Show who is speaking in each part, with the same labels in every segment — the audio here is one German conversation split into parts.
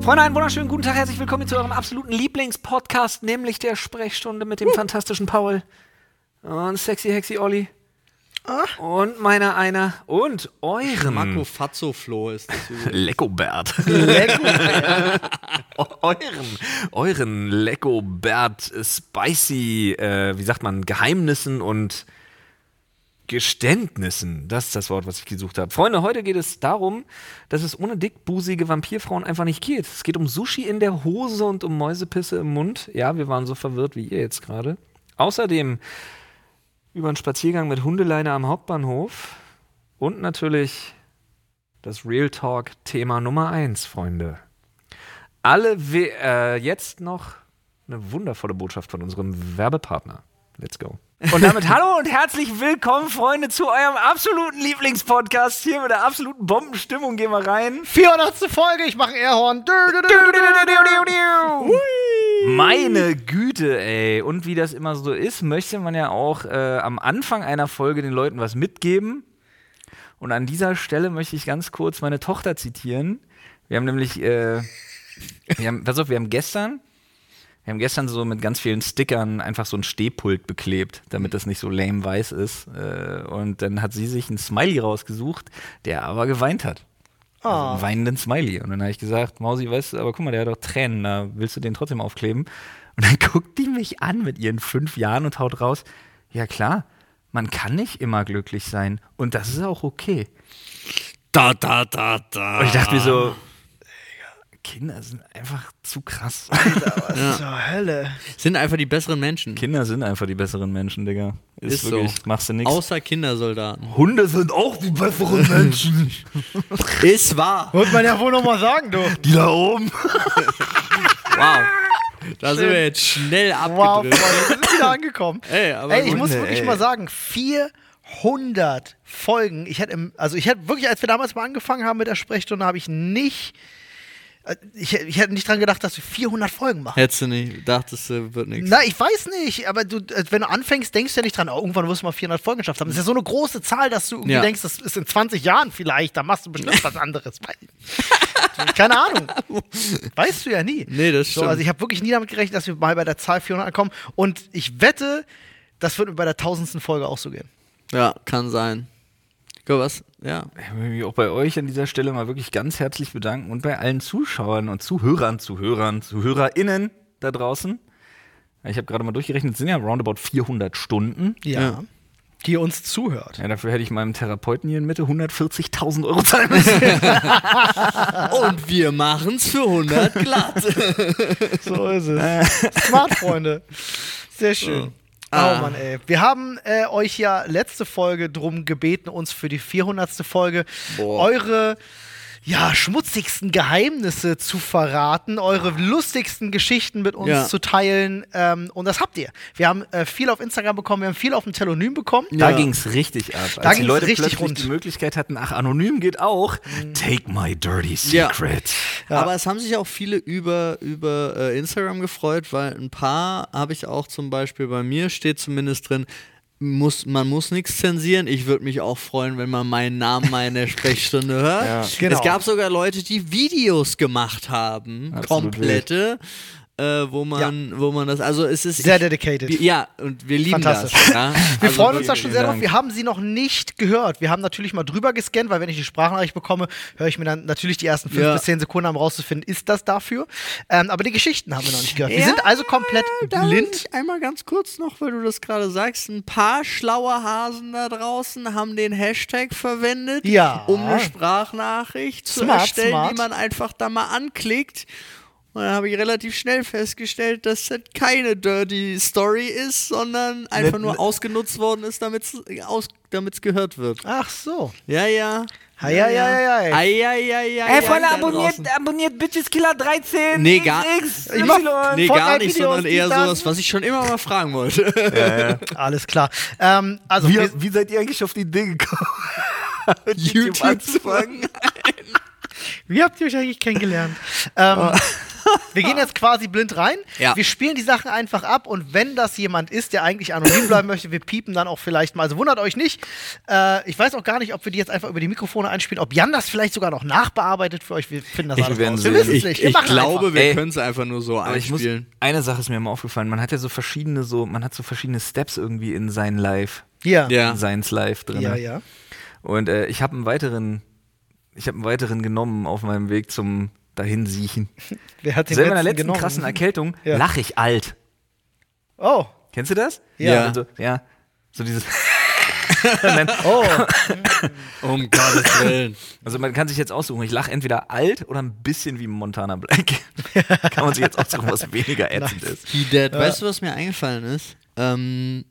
Speaker 1: Freunde, einen wunderschönen guten Tag. Herzlich willkommen zu eurem absoluten Lieblingspodcast, nämlich der Sprechstunde mit dem fantastischen Paul und Sexy Hexy Olli und meiner einer und eurem
Speaker 2: Marco Fazzo Flo ist das übrigens.
Speaker 1: Leckobert.
Speaker 2: Lecker.
Speaker 1: euren, euren Leckobert Spicy, äh, wie sagt man, Geheimnissen und Geständnissen. Das ist das Wort, was ich gesucht habe. Freunde, heute geht es darum, dass es ohne dickbusige Vampirfrauen einfach nicht geht. Es geht um Sushi in der Hose und um Mäusepisse im Mund. Ja, wir waren so verwirrt wie ihr jetzt gerade. Außerdem über einen Spaziergang mit Hundeleine am Hauptbahnhof und natürlich das Real Talk Thema Nummer 1, Freunde. Alle we äh, jetzt noch eine wundervolle Botschaft von unserem Werbepartner. Let's go. Und damit hallo und herzlich willkommen, Freunde, zu eurem absoluten Lieblingspodcast. Hier mit der absoluten Bombenstimmung gehen wir rein.
Speaker 3: 400. Folge, ich mache ein Airhorn. Dö, dö, dö, dö, dö, dö, dö, dö.
Speaker 1: Meine Güte, ey. Und wie das immer so ist, möchte man ja auch äh, am Anfang einer Folge den Leuten was mitgeben. Und an dieser Stelle möchte ich ganz kurz meine Tochter zitieren. Wir haben nämlich, äh, wir haben, pass auf, wir haben gestern, wir haben gestern so mit ganz vielen Stickern einfach so ein Stehpult beklebt, damit das nicht so lame weiß ist. Äh, und dann hat sie sich einen Smiley rausgesucht, der aber geweint hat. Also einen weinenden Smiley. Und dann habe ich gesagt, Mausi, weißt du, aber guck mal, der hat doch Tränen, da willst du den trotzdem aufkleben? Und dann guckt die mich an mit ihren fünf Jahren und haut raus, ja klar, man kann nicht immer glücklich sein und das ist auch okay.
Speaker 2: Da, da, da, da.
Speaker 1: Und ich dachte mir so, Digga, Kinder sind einfach zu krass.
Speaker 3: Zur Hölle.
Speaker 2: Sind einfach die besseren Menschen.
Speaker 1: Kinder sind einfach die besseren Menschen, Digga. Ist,
Speaker 2: Ist so.
Speaker 1: wirklich, machst du nichts.
Speaker 2: Außer Kindersoldaten.
Speaker 1: Hunde sind auch die besseren Menschen.
Speaker 2: Ist wahr.
Speaker 3: Wollte man ja wohl nochmal sagen, du.
Speaker 1: Die da oben.
Speaker 2: Wow. Da sind wir jetzt schnell
Speaker 3: Wow, Freunde,
Speaker 2: abgedrückt.
Speaker 3: wir sind wieder angekommen.
Speaker 2: Ey, aber
Speaker 3: ey ich
Speaker 2: Hunde,
Speaker 3: muss wirklich
Speaker 2: ey.
Speaker 3: mal sagen, 400 Folgen. Ich hätte, im- also ich hätte wirklich, als wir damals mal angefangen haben mit der Sprechstunde, habe ich nicht, äh, ich, hätt- ich hätte nicht dran gedacht, dass wir 400 Folgen machen.
Speaker 2: Hättest du nicht, dachtest du, wird nichts.
Speaker 3: Na, ich weiß nicht, aber du, äh, wenn du anfängst, denkst du ja nicht dran, oh, irgendwann wirst du mal 400 Folgen geschafft haben. Das ist ja so eine große Zahl, dass du irgendwie
Speaker 2: Ja.
Speaker 3: denkst, das ist in 20 Jahren vielleicht, da machst du bestimmt was anderes. Weiß ich nicht. Keine Ahnung. Weißt du ja nie.
Speaker 2: Nee, das
Speaker 3: so,
Speaker 2: stimmt.
Speaker 3: Also ich habe wirklich nie damit gerechnet, dass wir mal bei der Zahl 400 ankommen. Und ich wette, das wird mir bei der tausendsten Folge auch so gehen.
Speaker 2: Ja, kann sein. Guck, was? Ja.
Speaker 1: Ich möchte mich auch bei euch an dieser Stelle mal wirklich ganz herzlich bedanken und bei allen Zuschauern und Zuhörern, Zuhörern, ZuhörerInnen da draußen. Ich habe gerade mal durchgerechnet, es sind ja roundabout 400 Stunden.
Speaker 3: Ja.
Speaker 2: Ja.
Speaker 3: Die uns zuhört.
Speaker 1: Ja, dafür hätte ich meinem Therapeuten hier in Mitte 140.000 Euro zahlen müssen.
Speaker 2: Und wir machen's für 100 glatt.
Speaker 3: So ist es. Smart, Freunde. Sehr schön.
Speaker 2: Ah.
Speaker 3: Oh Mann, ey. Wir haben äh, euch ja letzte Folge drum gebeten, uns für die 400. Folge
Speaker 2: Boah.
Speaker 3: eure ja, schmutzigsten Geheimnisse zu verraten, eure lustigsten Geschichten mit uns
Speaker 2: Ja.
Speaker 3: zu teilen. Ähm, und das habt ihr. Wir haben äh, viel auf Instagram bekommen, wir haben viel auf dem Telonym bekommen.
Speaker 1: Da
Speaker 2: Ja.
Speaker 1: ging's richtig Mhm. ab. Als die
Speaker 3: ging's
Speaker 1: Leute
Speaker 3: richtig
Speaker 1: plötzlich
Speaker 3: rund.
Speaker 1: die Möglichkeit hatten, ach, anonym geht auch. Take my dirty
Speaker 2: Ja.
Speaker 1: secret.
Speaker 2: Aber es haben sich auch viele über, über äh, Instagram gefreut, weil ein paar habe ich auch zum Beispiel bei mir steht zumindest drin, muss, man muss nichts zensieren. Ich würde mich auch freuen, wenn man meinen Namen mal in der Sprechstunde hört.
Speaker 3: Genau.
Speaker 2: Es gab sogar Leute, die Videos gemacht haben,
Speaker 1: Absolut
Speaker 2: komplette, äh, wo, man, wo man das, also es ist...
Speaker 3: Sehr dedicated.
Speaker 2: wir- ja, und wir lieben das.
Speaker 3: Fantastisch.
Speaker 2: Ja?
Speaker 3: Wir
Speaker 2: Also
Speaker 3: freuen uns da
Speaker 2: wirklich,
Speaker 3: schon
Speaker 2: vielen
Speaker 3: sehr drauf.
Speaker 2: Dank.
Speaker 3: Wir haben sie noch nicht gehört. Wir haben natürlich mal drüber gescannt, weil wenn ich die Sprachnachricht bekomme, höre ich mir dann natürlich die ersten fünf
Speaker 2: Ja.
Speaker 3: bis zehn Sekunden, um rauszufinden, ist das dafür. Ähm, aber die Geschichten haben wir noch nicht gehört. Wir
Speaker 2: Ja,
Speaker 3: sind also komplett
Speaker 2: Da will
Speaker 3: blind.
Speaker 2: ich einmal ganz kurz noch, weil du das gerade sagst, ein paar schlaue Hasen da draußen haben den Hashtag verwendet,
Speaker 3: Ja.
Speaker 2: um eine Sprachnachricht zu
Speaker 3: Smart,
Speaker 2: erstellen,
Speaker 3: smart.
Speaker 2: die man einfach da mal anklickt. Und dann habe ich relativ schnell festgestellt, dass das keine Dirty Story ist, sondern einfach nur ausgenutzt worden ist, damit es aus, damit's gehört wird.
Speaker 3: Ach so.
Speaker 2: Ja, ja.
Speaker 3: Ei, ei, ei, ei, ei.
Speaker 2: Ei, ei, ei, ei,
Speaker 1: Ey,
Speaker 2: da
Speaker 1: Freunde, abonniert,
Speaker 2: draußen.
Speaker 1: abonniert Bitches Killer 13.
Speaker 2: Nee, gar-
Speaker 1: XX,
Speaker 3: Ich mach-
Speaker 1: Y.
Speaker 2: Nee, gar nicht,
Speaker 3: Fortnite-Videos,
Speaker 2: sondern
Speaker 3: die
Speaker 2: eher
Speaker 3: dann-
Speaker 2: sowas, was ich schon immer mal fragen wollte.
Speaker 3: Alles klar. Ähm, also, wir,
Speaker 1: wie seid ihr eigentlich auf die Idee gekommen? mit YouTube
Speaker 2: YouTube zu
Speaker 1: anzufangen.
Speaker 3: wie habt ihr euch eigentlich kennengelernt? Ähm, Wir gehen jetzt quasi blind rein.
Speaker 2: Ja.
Speaker 3: Wir spielen die Sachen einfach ab und wenn das jemand ist, der eigentlich anonym bleiben möchte, wir piepen dann auch vielleicht mal. Also wundert euch nicht. Äh, ich weiß auch gar nicht, ob wir die jetzt einfach über die Mikrofone einspielen, ob Jan das vielleicht sogar noch nachbearbeitet für euch. Wir finden das
Speaker 1: Ich
Speaker 3: alles
Speaker 1: werden
Speaker 3: raus.
Speaker 1: sehen.
Speaker 3: Wir wissen es
Speaker 2: Ich,
Speaker 3: nicht.
Speaker 2: ich,
Speaker 3: Wir machen
Speaker 2: glaube,
Speaker 3: einfach.
Speaker 2: wir
Speaker 1: Ey.
Speaker 2: können es einfach nur so
Speaker 1: Aber ich muss,
Speaker 2: einspielen.
Speaker 1: eine Sache ist mir immer aufgefallen, man hat ja so verschiedene, so, man hat so verschiedene Steps irgendwie in sein Live,
Speaker 3: Ja.
Speaker 2: Ja.
Speaker 1: in seins Live drin. ne?
Speaker 3: ja, ja.
Speaker 1: Und äh, ich habe einen weiteren, ich habe einen weiteren genommen auf meinem Weg zum Dahinsiechen.
Speaker 3: Wer hat den
Speaker 1: Selber in der
Speaker 3: letzten
Speaker 1: letzten
Speaker 3: genommen?
Speaker 1: krassen Erkältung
Speaker 3: Ja.
Speaker 1: lach ich alt.
Speaker 3: Oh,
Speaker 1: Kennst du das?
Speaker 3: Ja.
Speaker 2: Ja.
Speaker 1: Also, ja. So dieses. Und dann,
Speaker 3: oh.
Speaker 2: Um Gottes Willen.
Speaker 1: also man kann sich jetzt aussuchen, ich lache entweder alt oder ein bisschen wie Montana Black. kann man sich jetzt aussuchen, was weniger ätzend ist.
Speaker 2: He dead. Weißt du, was mir eingefallen ist? Ähm,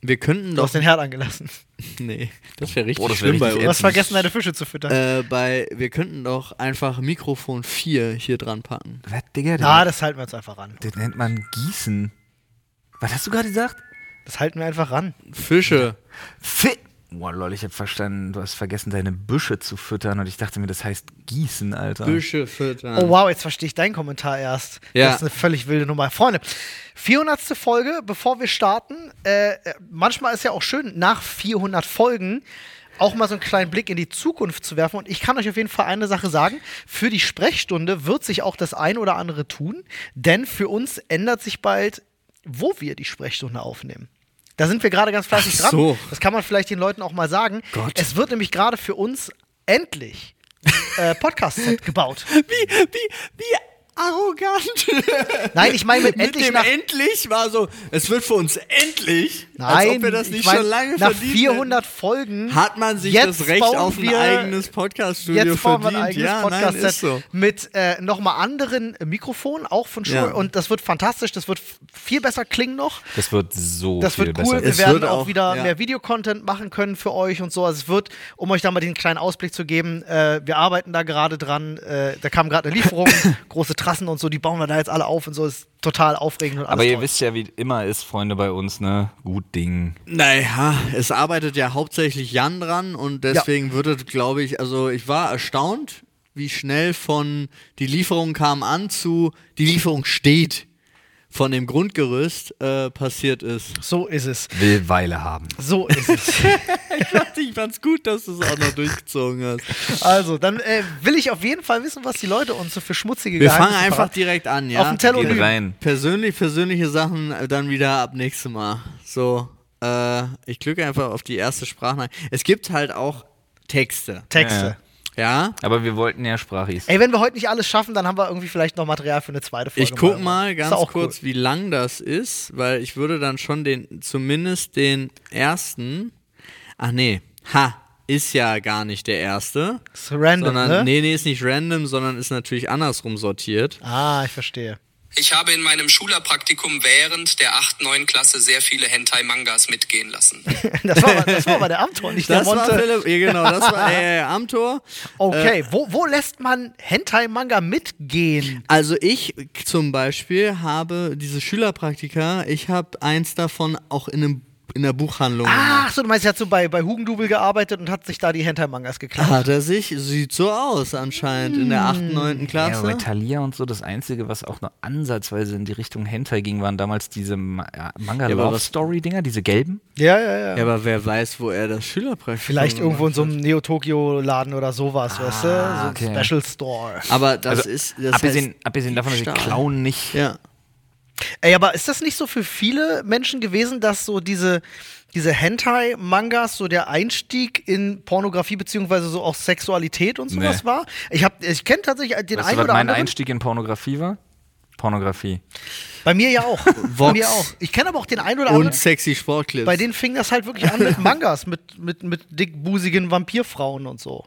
Speaker 2: wir könnten
Speaker 3: Du
Speaker 2: doch.
Speaker 3: hast den Herd angelassen.
Speaker 2: Nee, das wäre richtig
Speaker 1: Boah, das wär
Speaker 2: schlimm bei
Speaker 1: richtig
Speaker 2: uns.
Speaker 3: Du hast
Speaker 1: Ätzend.
Speaker 3: vergessen, deine Fische zu füttern.
Speaker 2: Äh, bei, wir könnten doch einfach Mikrofon 4 hier dran packen.
Speaker 1: Was, Digga?
Speaker 3: Na,
Speaker 1: Das,
Speaker 3: das halten wir uns einfach ran.
Speaker 1: das nennt man Gießen. Was hast du gerade gesagt?
Speaker 3: Das halten wir einfach ran.
Speaker 2: Fische.
Speaker 1: Fi Boah, lol, ich hab verstanden, du hast vergessen, deine Büsche zu füttern. Und ich dachte mir, das heißt Gießen, Alter.
Speaker 2: Fische füttern.
Speaker 3: Oh wow, jetzt verstehe ich deinen Kommentar erst.
Speaker 2: Ja.
Speaker 3: Das ist eine völlig wilde Nummer. Freunde, 400. Folge, bevor wir starten, äh, äh, manchmal ist ja auch schön, nach 400 Folgen auch mal so einen kleinen Blick in die Zukunft zu werfen. Und ich kann euch auf jeden Fall eine Sache sagen. Für die Sprechstunde wird sich auch das ein oder andere tun, denn für uns ändert sich bald, wo wir die Sprechstunde aufnehmen. Da sind wir gerade ganz fleißig
Speaker 2: Ach so.
Speaker 3: dran. Das kann man vielleicht den Leuten auch mal sagen.
Speaker 2: Gott.
Speaker 3: Es wird nämlich gerade für uns endlich äh, Podcast-Set gebaut.
Speaker 2: Wie, wie, wie arrogant.
Speaker 3: Nein, ich meine mit
Speaker 2: Mit
Speaker 3: endlich
Speaker 2: dem
Speaker 3: nach.
Speaker 2: endlich war so, es wird für uns endlich.
Speaker 3: Nein,
Speaker 2: als ob wir das
Speaker 3: ich
Speaker 2: nicht
Speaker 3: mein,
Speaker 2: schon lange
Speaker 3: nach
Speaker 2: verdient
Speaker 3: 400 Folgen
Speaker 2: hätten. Hat man sich
Speaker 3: jetzt
Speaker 2: das Recht
Speaker 3: bauen
Speaker 2: auf ein
Speaker 3: wir-
Speaker 2: eigenes Podcast-Studio
Speaker 3: Jetzt bauen wir ein
Speaker 2: verdient?
Speaker 3: eigenes
Speaker 2: ja, nein,
Speaker 3: Podcast-Set
Speaker 2: ist so.
Speaker 3: mit äh, nochmal anderen Mikrofonen, auch von Shure.
Speaker 2: Ja.
Speaker 3: Und das wird fantastisch, das wird f- viel besser klingen noch.
Speaker 1: Das wird so
Speaker 3: Das wird cool. Wir
Speaker 2: Es
Speaker 3: werden
Speaker 2: wird
Speaker 3: auch
Speaker 2: auch,
Speaker 3: wieder
Speaker 2: ja.
Speaker 3: mehr Videocontent machen können für euch und so. Also es wird, um euch da mal den kleinen Ausblick zu geben, äh, wir arbeiten da gerade dran. Äh, da kam gerade eine Lieferung, große Trassen und so, die bauen wir da jetzt alle auf und so. Ist total aufregend und alles
Speaker 1: Aber ihr
Speaker 3: toll.
Speaker 1: wisst ja, wie immer ist, Freunde bei uns, ne? Gut Ding.
Speaker 2: Naja, es arbeitet ja hauptsächlich Jan dran und deswegen wird es, glaube ich, also ich war erstaunt, wie schnell von die Lieferung kam an zu die Lieferung steht von dem Grundgerüst äh, passiert ist.
Speaker 3: so ist es.
Speaker 1: Will Weile haben.
Speaker 3: So ist es.
Speaker 2: Ich dachte, ich fand's gut, dass du es auch noch durchgezogen hast.
Speaker 3: Also, dann äh, will ich auf jeden Fall wissen, was die Leute uns so für schmutzige
Speaker 2: Wir
Speaker 3: Geheimnisse
Speaker 2: fangen einfach
Speaker 3: verraten.
Speaker 2: direkt an, ja.
Speaker 3: Auf dem Tello-
Speaker 1: Geht rein.
Speaker 2: Persönlich, persönliche Sachen äh, dann wieder ab nächstem Mal. So, äh, ich klicke einfach auf die erste Sprachnachricht. Es gibt halt auch Texte,
Speaker 3: Texte.
Speaker 1: Ja.
Speaker 2: ja.
Speaker 1: Aber wir wollten ja Sprachis.
Speaker 3: Ey, wenn wir heute nicht alles schaffen, dann haben wir irgendwie vielleicht noch Material für eine zweite Folge.
Speaker 2: Ich guck
Speaker 3: Ist
Speaker 2: mal ganz
Speaker 3: auch cool.
Speaker 2: kurz, wie lang das ist, weil ich würde dann schon den, zumindest den ersten. Ach nee, ha, ist ja gar nicht der erste.
Speaker 3: Ist random,
Speaker 2: sondern,
Speaker 3: ne?
Speaker 2: Nee, nee, ist nicht random, sondern ist natürlich andersrum sortiert.
Speaker 3: Ah, ich verstehe.
Speaker 4: Ich habe in meinem Schülerpraktikum während der 8. 9. Klasse sehr viele Hentai-Mangas mitgehen lassen.
Speaker 3: Das war, aber- das war aber der Amtor, nicht
Speaker 2: Das
Speaker 3: der
Speaker 2: war
Speaker 3: Monte.
Speaker 2: Philipp, ja, genau, das war äh, am Tor.
Speaker 3: okay, wo, wo lässt man Hentai-Manga mitgehen?
Speaker 2: Also ich zum Beispiel habe diese Schülerpraktika, ich habe eins davon auch in, einem, in der Buchhandlung gemacht.
Speaker 3: Ach so, du meinst, er hat so bei, bei Hugendubel gearbeitet und hat sich da die Hentai-Mangas geklaut.
Speaker 2: Hat er sich, sieht so aus anscheinend in der
Speaker 3: Hm.
Speaker 2: 8., 9.
Speaker 1: Ja, bei
Speaker 2: Klasse.
Speaker 1: Thalia und so, das Einzige, was auch nur ansatzweise in die Richtung Hentai ging, waren damals diese Ma ja,
Speaker 2: Ja, aber was-
Speaker 1: Manga-Love-Story-Dinger, diese gelben.
Speaker 3: Ja, ja, ja.
Speaker 2: Ja, aber wer weiß, wo er das Schülerpraktikum
Speaker 3: Vielleicht irgendwo in
Speaker 2: gemacht
Speaker 3: so einem Neo-Tokyo-Laden oder sowas, weißt du? So
Speaker 2: Ah,
Speaker 3: ein
Speaker 1: okay.
Speaker 3: Special Store.
Speaker 2: hat. Aber das
Speaker 1: Also,
Speaker 2: ist. Das
Speaker 1: abgesehen,
Speaker 2: heißt,
Speaker 1: abgesehen davon, dass sie
Speaker 2: Stahl.
Speaker 1: klauen nicht.
Speaker 2: Ja.
Speaker 3: Ey, aber ist das nicht so für viele Menschen gewesen, dass so diese, diese Hentai-Mangas so der Einstieg in Pornografie beziehungsweise so auch Sexualität und sowas
Speaker 1: Nee.
Speaker 3: war? Ich, hab- ich kenne tatsächlich den
Speaker 1: Weißt du,
Speaker 3: einen
Speaker 1: was
Speaker 3: oder
Speaker 1: mein
Speaker 3: anderen.
Speaker 1: Einstieg in Pornografie war? Pornografie.
Speaker 3: Bei mir ja auch. Bei
Speaker 2: Vox.
Speaker 3: mir auch. Ich kenne aber auch den einen oder anderen.
Speaker 2: Und sexy Sportclips.
Speaker 3: Bei denen fing das halt wirklich an mit Mangas, mit, mit, mit dickbusigen Vampirfrauen und so.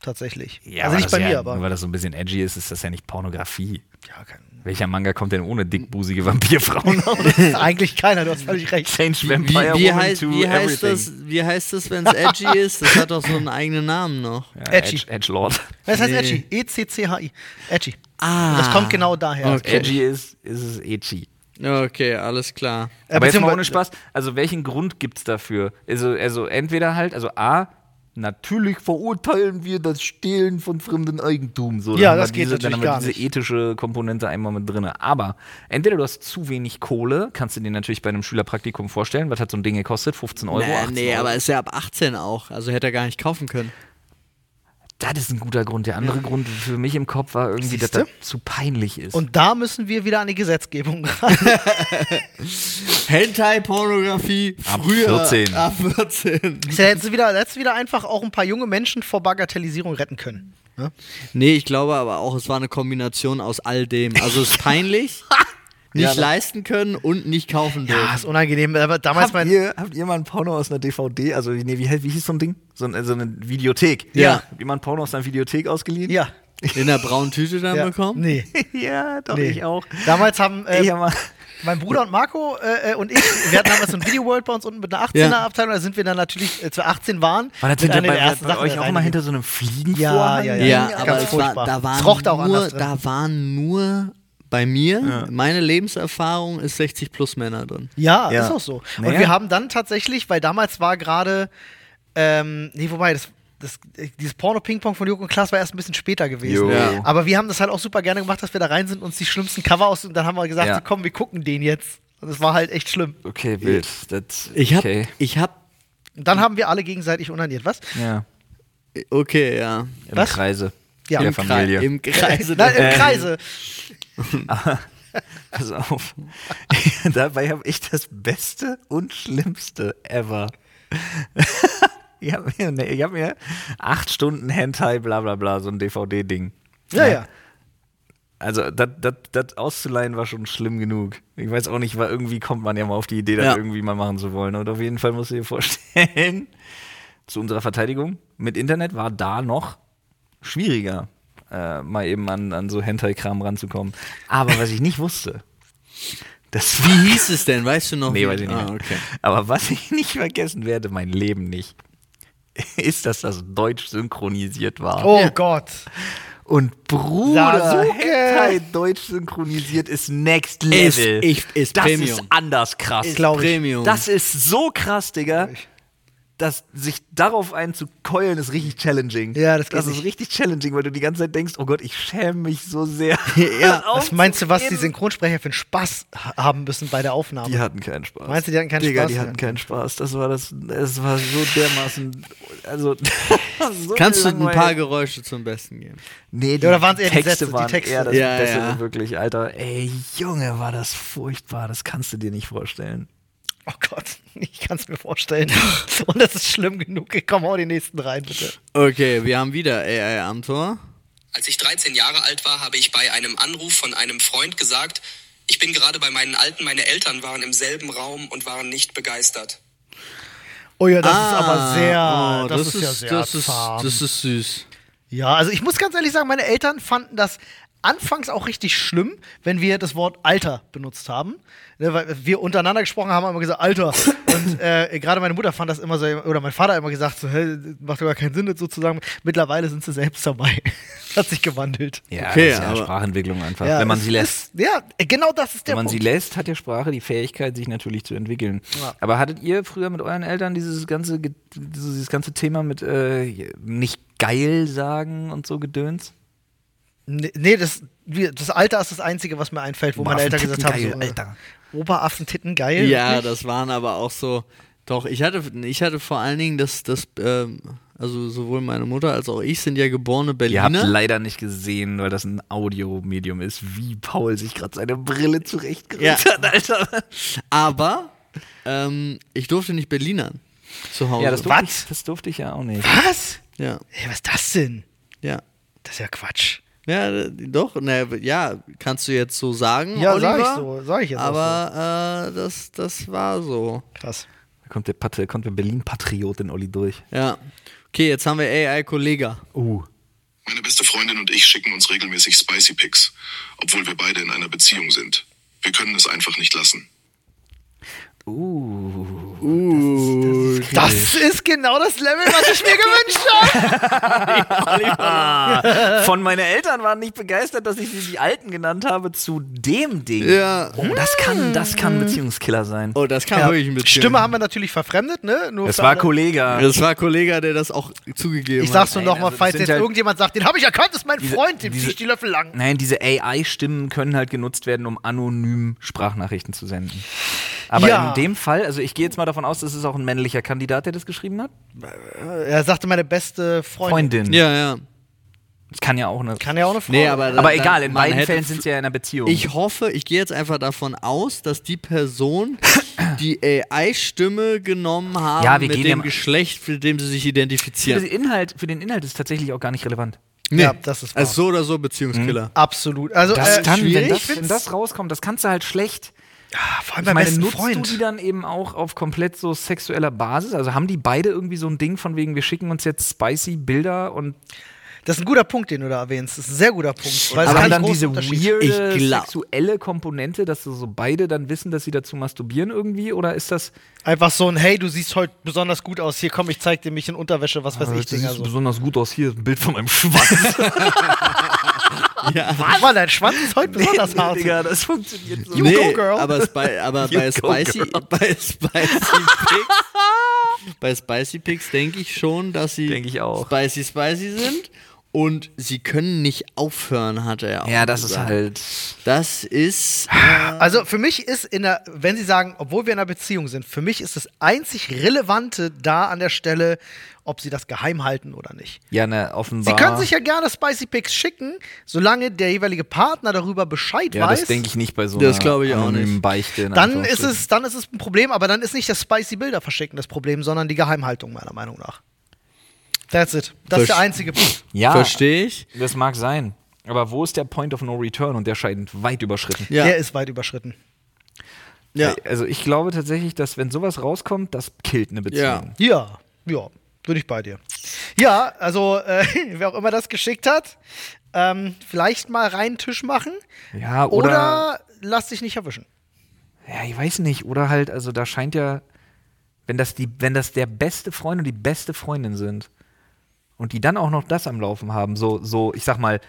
Speaker 3: Tatsächlich. also
Speaker 1: aber
Speaker 3: nicht
Speaker 1: das
Speaker 3: bei
Speaker 1: ist
Speaker 3: mir,
Speaker 1: ja,
Speaker 3: aber.
Speaker 1: Nur weil das so ein bisschen edgy ist, ist das ja nicht Pornografie.
Speaker 3: Ja, kein,
Speaker 1: Welcher Manga kommt denn ohne dickbusige Vampirfrauen aus?
Speaker 3: eigentlich keiner, du hast völlig recht.
Speaker 1: Change
Speaker 2: wie,
Speaker 1: Vampire
Speaker 2: wie,
Speaker 1: Woman
Speaker 2: heißt,
Speaker 1: to
Speaker 2: wie, heißt
Speaker 1: everything.
Speaker 2: das, wie heißt das, wenn es edgy ist? Das hat doch so einen eigenen Namen noch.
Speaker 1: Ja,
Speaker 3: Edgy.
Speaker 1: Edge, Edgelord.
Speaker 3: Das heißt
Speaker 2: Nee.
Speaker 3: Edgy. E E-C-C-H-I. Edgy.
Speaker 2: Ah.
Speaker 3: Und das kommt genau daher.
Speaker 2: Okay.
Speaker 1: Edgy ist, ist es edgy.
Speaker 2: Okay, alles klar.
Speaker 3: Äh,
Speaker 1: Aber jetzt mal
Speaker 3: beziehungsweise-
Speaker 1: ohne Spaß. Also welchen Grund gibt's dafür? Also, also entweder halt, also A, Natürlich verurteilen wir das Stehlen von fremdem Eigentum. So,
Speaker 3: Ja,
Speaker 1: haben wir
Speaker 3: das geht
Speaker 1: diese,
Speaker 3: natürlich
Speaker 1: Dann haben wir
Speaker 3: gar
Speaker 1: diese
Speaker 3: nicht.
Speaker 1: ethische Komponente einmal mit drin. Aber entweder du hast zu wenig Kohle, kannst du dir natürlich bei einem Schülerpraktikum vorstellen, was hat so ein Ding gekostet? 15 Euro?
Speaker 2: nee,
Speaker 1: 18
Speaker 2: nee,
Speaker 1: Euro?
Speaker 2: aber ist ja ab 18 auch. Also hätte er gar nicht kaufen können.
Speaker 1: Das ist ein guter Grund. Der andere Grund für mich im Kopf war irgendwie, dass
Speaker 3: Siehste?
Speaker 1: das zu peinlich ist.
Speaker 3: Und da müssen wir wieder an die Gesetzgebung ran.
Speaker 2: Hentai-Pornografie
Speaker 1: Ab
Speaker 2: früher.
Speaker 1: 14.
Speaker 2: Ab 14.
Speaker 3: da hättest du wieder, da hättest du wieder einfach auch ein paar junge Menschen vor Bagatellisierung retten können. Ne?
Speaker 2: Nee, ich glaube aber auch, es war eine Kombination aus all dem. Also es ist peinlich, nicht
Speaker 1: Ja, ne?
Speaker 2: leisten können und nicht kaufen dürfen.
Speaker 3: Ah, ist unangenehm. Aber damals mein.
Speaker 1: ihr, habt ihr mal ein Porno aus einer DVD, also nee, wie, wie hieß so ein Ding? So, ein, so eine Videothek.
Speaker 2: Ja.
Speaker 1: Habt ihr mal ein Porno aus einer Videothek ausgeliehen?
Speaker 3: Ja.
Speaker 2: In der braunen Tüte dann
Speaker 3: ja.
Speaker 2: bekommen?
Speaker 3: Nee.
Speaker 1: ja, doch,
Speaker 3: nee.
Speaker 1: ich auch.
Speaker 3: Damals haben äh,
Speaker 1: ich hab mal
Speaker 3: mein Bruder und Marco äh, äh, und ich, wir hatten damals so ein Video World bei uns unten mit einer 18er-Abteilung. Da sind wir dann natürlich, äh, zu 18 waren,
Speaker 1: War
Speaker 3: mit
Speaker 1: natürlich
Speaker 3: einer
Speaker 1: bei,
Speaker 3: der ersten
Speaker 1: bei
Speaker 3: Sachen
Speaker 1: euch auch
Speaker 3: rein-
Speaker 1: mal hinter so einem Fliegenvorhang?
Speaker 3: Ja, ja,
Speaker 2: Ja,
Speaker 3: ja,
Speaker 2: aber
Speaker 3: ganz
Speaker 2: es war,
Speaker 3: furchtbar.
Speaker 2: da,
Speaker 3: Es roch
Speaker 2: waren
Speaker 3: da auch
Speaker 2: nur,
Speaker 3: anders drin.
Speaker 2: da waren nur bei mir, meine Lebenserfahrung ist 60 plus Männer drin.
Speaker 3: Ja,
Speaker 1: Ja.
Speaker 3: ist auch so. Und
Speaker 1: Naja.
Speaker 3: wir haben dann tatsächlich, weil damals war gerade, ähm, nee, wobei, das, das, äh, dieses Porno-Ping-Pong von Joko und Klaas war erst ein bisschen später gewesen.
Speaker 1: Jo. Ja.
Speaker 3: Aber wir haben das halt auch super gerne gemacht, dass wir da rein sind, uns die schlimmsten Cover aus und dann haben wir gesagt,
Speaker 1: Ja.
Speaker 3: so, komm, wir gucken den jetzt. Und das war halt echt schlimm.
Speaker 1: Okay, wild. Das,
Speaker 2: Ich hab,
Speaker 1: okay.
Speaker 2: ich hab,
Speaker 3: Und dann haben wir alle gegenseitig unaniert, was?
Speaker 1: Ja,
Speaker 2: okay, ja.
Speaker 1: im
Speaker 3: Was?
Speaker 1: Kreise.
Speaker 3: Ja,
Speaker 1: der
Speaker 3: im
Speaker 2: Krei-
Speaker 1: Familie.
Speaker 2: Im Kreise.
Speaker 3: Nein, im
Speaker 1: Ähm.
Speaker 3: Kreise.
Speaker 1: Pass auf. Dabei habe ich das Beste und Schlimmste ever. ich habe mir, nee, ich hab mir acht Stunden Hentai, bla bla bla, so ein DVD-Ding.
Speaker 3: Ja, ja.
Speaker 1: Also, das auszuleihen war schon schlimm genug. Ich weiß auch nicht, war irgendwie kommt man ja mal auf die Idee, das
Speaker 2: Ja.
Speaker 1: irgendwie mal machen zu wollen. Und auf jeden Fall musst du dir vorstellen, zu unserer Verteidigung, mit Internet war da noch schwieriger, äh, mal eben an, an so Hentai-Kram ranzukommen. Aber was ich nicht wusste, das
Speaker 2: Wie hieß es denn? Weißt du noch?
Speaker 1: Nee,
Speaker 2: wie-
Speaker 1: weiß ich nicht mehr.
Speaker 2: Ah, okay.
Speaker 1: Aber was ich nicht vergessen werde, mein Leben nicht, ist, dass das deutsch synchronisiert war.
Speaker 3: Oh Gott.
Speaker 1: Und Bruder,
Speaker 3: Sasuke!
Speaker 1: Hentai deutsch synchronisiert ist Next
Speaker 2: Ist-
Speaker 1: Level.
Speaker 2: ich- ist
Speaker 1: das
Speaker 2: Premium.
Speaker 1: ist anders krass.
Speaker 2: Ist Glaub ich. Premium.
Speaker 1: Das ist so krass, Digga. Dass sich darauf einzukeulen, ist richtig challenging.
Speaker 3: Ja, das geht
Speaker 1: Das ist
Speaker 3: nicht.
Speaker 1: richtig challenging, weil du die ganze Zeit denkst, oh Gott, ich schäme mich so sehr.
Speaker 2: Ja,
Speaker 1: das
Speaker 3: Was meinst du, was die
Speaker 1: aufzugeben.
Speaker 3: Synchronsprecher für einen Spaß ha- haben müssen bei der Aufnahme?
Speaker 1: Die hatten keinen Spaß.
Speaker 3: Meinst du, die hatten keinen
Speaker 1: Digga,
Speaker 3: Spaß?
Speaker 1: die hatten keinen Spaß. Das war das, es war so dermaßen, also so
Speaker 2: Kannst du ein paar
Speaker 1: langweilig.
Speaker 2: Geräusche zum Besten geben?
Speaker 1: Nee, die
Speaker 3: Ja, oder waren's eher die
Speaker 1: Texte
Speaker 3: Sätze, die
Speaker 1: waren
Speaker 3: Texte?
Speaker 1: eher das
Speaker 2: Ja,
Speaker 1: Beste,
Speaker 2: ja.
Speaker 1: wirklich, Alter. Ey, Junge, war das furchtbar. Das kannst du dir nicht vorstellen.
Speaker 3: Oh Gott, ich kann es mir vorstellen. Und das ist schlimm genug. Ich komme auch die nächsten rein, bitte.
Speaker 2: Okay, wir haben wieder AI am Tor.
Speaker 4: Als ich 13 Jahre alt war, habe ich bei einem Anruf von einem Freund gesagt, ich bin gerade bei meinen Alten, meine Eltern waren im selben Raum und waren nicht begeistert.
Speaker 3: Oh ja, das ist
Speaker 2: Ah,
Speaker 3: aber sehr.
Speaker 2: oh,
Speaker 3: das, ist, ja sehr
Speaker 2: das ist,
Speaker 3: zahm.
Speaker 2: das ist süß.
Speaker 3: Ja, also ich muss ganz ehrlich sagen, meine Eltern fanden das anfangs auch richtig schlimm, wenn wir das Wort Alter benutzt haben. Ne, weil wir untereinander gesprochen haben, haben immer gesagt, Alter. Und äh, gerade meine Mutter fand das immer so, oder mein Vater hat immer gesagt, so, hä, macht doch gar keinen Sinn, das so zu sagen. Mittlerweile sind sie selbst dabei. hat sich gewandelt.
Speaker 1: Ja,
Speaker 2: Okay,
Speaker 1: das ist ja
Speaker 2: aber-
Speaker 1: Sprachentwicklung einfach.
Speaker 3: Ja,
Speaker 1: wenn man
Speaker 3: es
Speaker 1: sie lässt.
Speaker 3: Ist, ja, genau das ist der
Speaker 1: Wenn man sie
Speaker 3: Punkt.
Speaker 1: lässt, hat die Sprache die Fähigkeit, sich natürlich zu entwickeln.
Speaker 3: Ja.
Speaker 1: Aber hattet ihr früher mit euren Eltern dieses ganze, Ge- dieses ganze Thema mit äh, nicht geil sagen und so Gedöns?
Speaker 3: Nee, Ne, nee, das, wir, das Alter ist das Einzige, was mir einfällt, wo meine Eltern gesagt haben, so,
Speaker 1: Alter.
Speaker 3: Oberaffen, Titten, geil.
Speaker 2: Ja, das waren aber auch so. Doch, ich hatte, ich hatte vor allen Dingen das, das ähm, also sowohl meine Mutter als auch ich sind ja geborene
Speaker 1: Ihr habt
Speaker 2: Berliner.
Speaker 1: leider nicht gesehen, weil das ein Audiomedium ist, wie Paul sich gerade seine Brille zurechtgerückt
Speaker 2: Ja.
Speaker 1: hat, Alter.
Speaker 2: Aber ähm, ich durfte nicht Berlinern zu Hause.
Speaker 1: Ja, das durfte, ich,
Speaker 3: Was?
Speaker 1: das durfte ich ja auch nicht.
Speaker 3: Was?
Speaker 2: ja,
Speaker 3: Ey, was ist das denn?
Speaker 2: ja.
Speaker 3: Das ist ja Quatsch.
Speaker 2: Ja, d- doch, na, ja, kannst du jetzt so sagen.
Speaker 3: Ja,
Speaker 2: Oliver,
Speaker 3: sag ich so, sag ich jetzt auch
Speaker 2: Aber äh, das, das war so.
Speaker 3: Krass.
Speaker 1: Da kommt der, Pat- kommt der Berlin-Patriot in Olli durch.
Speaker 2: Ja. Okay, jetzt haben wir AI-Kollega.
Speaker 1: Uh.
Speaker 5: Meine beste Freundin und ich schicken uns regelmäßig Spicy Pics, obwohl wir beide in einer Beziehung sind. Wir können es einfach nicht lassen.
Speaker 1: Uh.
Speaker 2: Uh,
Speaker 3: Das ist genau das Level, was ich mir gewünscht habe.
Speaker 1: Von meinen Eltern waren nicht begeistert, dass ich sie die Alten genannt habe zu dem Ding.
Speaker 2: Ja.
Speaker 1: Oh, das kann, das kann ein
Speaker 3: Mhm.
Speaker 1: Beziehungskiller sein.
Speaker 2: Oh, das kam wirklich ein bisschen.
Speaker 3: Stimme haben wir natürlich verfremdet, ne? Nur
Speaker 1: Das
Speaker 3: für
Speaker 1: war
Speaker 3: alle-
Speaker 1: Kollega.
Speaker 2: Das war ein Kollege, der das auch zugegeben
Speaker 3: Ich sag's nur
Speaker 1: Nein,
Speaker 3: nochmal,
Speaker 1: also das
Speaker 3: falls
Speaker 1: sind
Speaker 3: jetzt
Speaker 1: halt-
Speaker 3: irgendjemand sagt, den habe ich erkannt, das ist mein
Speaker 1: Diese-
Speaker 3: Freund, dem
Speaker 1: diese-
Speaker 3: ziehe ich die Löffel lang.
Speaker 1: Nein, diese AI-Stimmen können halt genutzt werden, um anonym Sprachnachrichten zu senden. Aber
Speaker 3: Ja.
Speaker 1: in dem Fall, also ich gehe jetzt mal davon aus, das ist auch ein männlicher Kandidat, der das geschrieben hat.
Speaker 3: Äh, Er sagte meine beste Freundin.
Speaker 1: Freundin.
Speaker 2: hat. Ja, ja.
Speaker 1: Das kann ja auch eine.
Speaker 3: Kann ja auch eine Frau
Speaker 2: Nee, aber
Speaker 3: sein.
Speaker 1: aber
Speaker 2: dann-
Speaker 1: egal, in
Speaker 2: man
Speaker 1: beiden
Speaker 2: hätte
Speaker 1: Fällen
Speaker 2: f-
Speaker 1: sind sie ja in einer Beziehung.
Speaker 2: Ich hoffe, ich gehe jetzt einfach davon aus, dass die Person die AI-Stimme genommen haben
Speaker 1: Ja, wir
Speaker 2: mit
Speaker 1: gehen
Speaker 2: dem
Speaker 1: ja mal-
Speaker 2: Geschlecht, mit dem sie sich
Speaker 1: für,
Speaker 2: identifizieren.
Speaker 1: den Inhalt, für den Inhalt ist es tatsächlich auch gar nicht relevant.
Speaker 2: Nee.
Speaker 3: Ja, das ist wahr.
Speaker 2: Also so oder so Beziehungskiller.
Speaker 3: Absolut. Also,
Speaker 1: Das
Speaker 3: äh,
Speaker 1: dann, wenn
Speaker 2: schwierig
Speaker 1: das,
Speaker 2: find's-
Speaker 1: wenn das rauskommt, das kannst du halt schlecht.
Speaker 3: vor allem
Speaker 1: Ich
Speaker 3: mein
Speaker 1: meine,
Speaker 3: besten
Speaker 1: nutzt du die
Speaker 3: Freund.
Speaker 1: dann eben auch auf komplett so sexueller Basis? Also haben die beide irgendwie so ein Ding von wegen, wir schicken uns jetzt spicy Bilder und
Speaker 3: Das ist ein guter Punkt, den du da erwähnst. Das ist ein sehr guter Punkt. Weil es
Speaker 1: aber
Speaker 3: kann
Speaker 1: haben dann
Speaker 3: großen
Speaker 1: diese
Speaker 3: Unterschied-
Speaker 1: weirde
Speaker 2: Ich glaub-
Speaker 1: sexuelle Komponente, dass so beide dann wissen, dass sie dazu masturbieren irgendwie? Oder ist das,
Speaker 3: Einfach so ein, hey, du siehst heute besonders gut aus, hier komm, ich zeig dir mich in Unterwäsche, was weiß Also ich, Dinger so.
Speaker 1: besonders gut aus hier, ein Bild von meinem Schwanz?
Speaker 3: Mann, dein Schwanz ist heute besonders hart.
Speaker 1: Digga, das funktioniert so.
Speaker 3: You go, girl.
Speaker 2: Aber, Spi aber bei,
Speaker 1: You go,
Speaker 2: Spicy,
Speaker 1: girl.
Speaker 2: bei Spicy Pigs, bei Spicy Pigs denke ich schon, dass sie
Speaker 1: Denk ich auch.
Speaker 2: Spicy Spicy sind und sie können nicht aufhören, hat er auch.
Speaker 1: Ja, das ist
Speaker 2: gesagt.
Speaker 1: halt.
Speaker 2: Das ist
Speaker 3: Also für mich ist in der, wenn Sie sagen, obwohl wir in einer Beziehung sind, für mich ist das einzig Relevante da an der Stelle, ob Sie das geheim halten oder nicht.
Speaker 1: Ja, ne, offenbar.
Speaker 3: Sie können sich ja gerne Spicy Pics schicken, solange der jeweilige Partner darüber Bescheid
Speaker 1: Ja,
Speaker 3: weiß.
Speaker 1: das denke ich nicht bei so
Speaker 2: Das
Speaker 1: einer
Speaker 2: glaub ich auch
Speaker 1: anonymen
Speaker 2: nicht.
Speaker 1: Beichte. in
Speaker 3: Dann ist,
Speaker 1: Anführungsstrichen.
Speaker 3: es, dann ist es ein Problem, aber dann ist nicht das spicy Bilder verschicken das Problem, sondern die Geheimhaltung, meiner Meinung nach. That's it. Das ist der
Speaker 2: Versch-
Speaker 3: einzige Punkt.
Speaker 1: Ja,
Speaker 2: verstehe ich.
Speaker 1: das mag sein. Aber wo ist der Point of No Return? Und der scheint weit überschritten.
Speaker 2: Ja,
Speaker 3: Der ist weit überschritten.
Speaker 2: ja.
Speaker 1: Also ich glaube tatsächlich, dass wenn sowas rauskommt, das killt eine Beziehung.
Speaker 2: Ja.
Speaker 3: Ja, ja, bin ich bei dir. Ja, also äh, wer auch immer das geschickt hat, ähm, vielleicht mal reinen Tisch machen
Speaker 1: Ja,
Speaker 3: oder,
Speaker 1: oder,
Speaker 3: lass dich nicht erwischen.
Speaker 1: Ja, ich weiß nicht. Oder halt, also da scheint ja, wenn das, die, wenn das der beste Freund und die beste Freundin sind und die dann auch noch das am Laufen haben, so, so ich sag mal,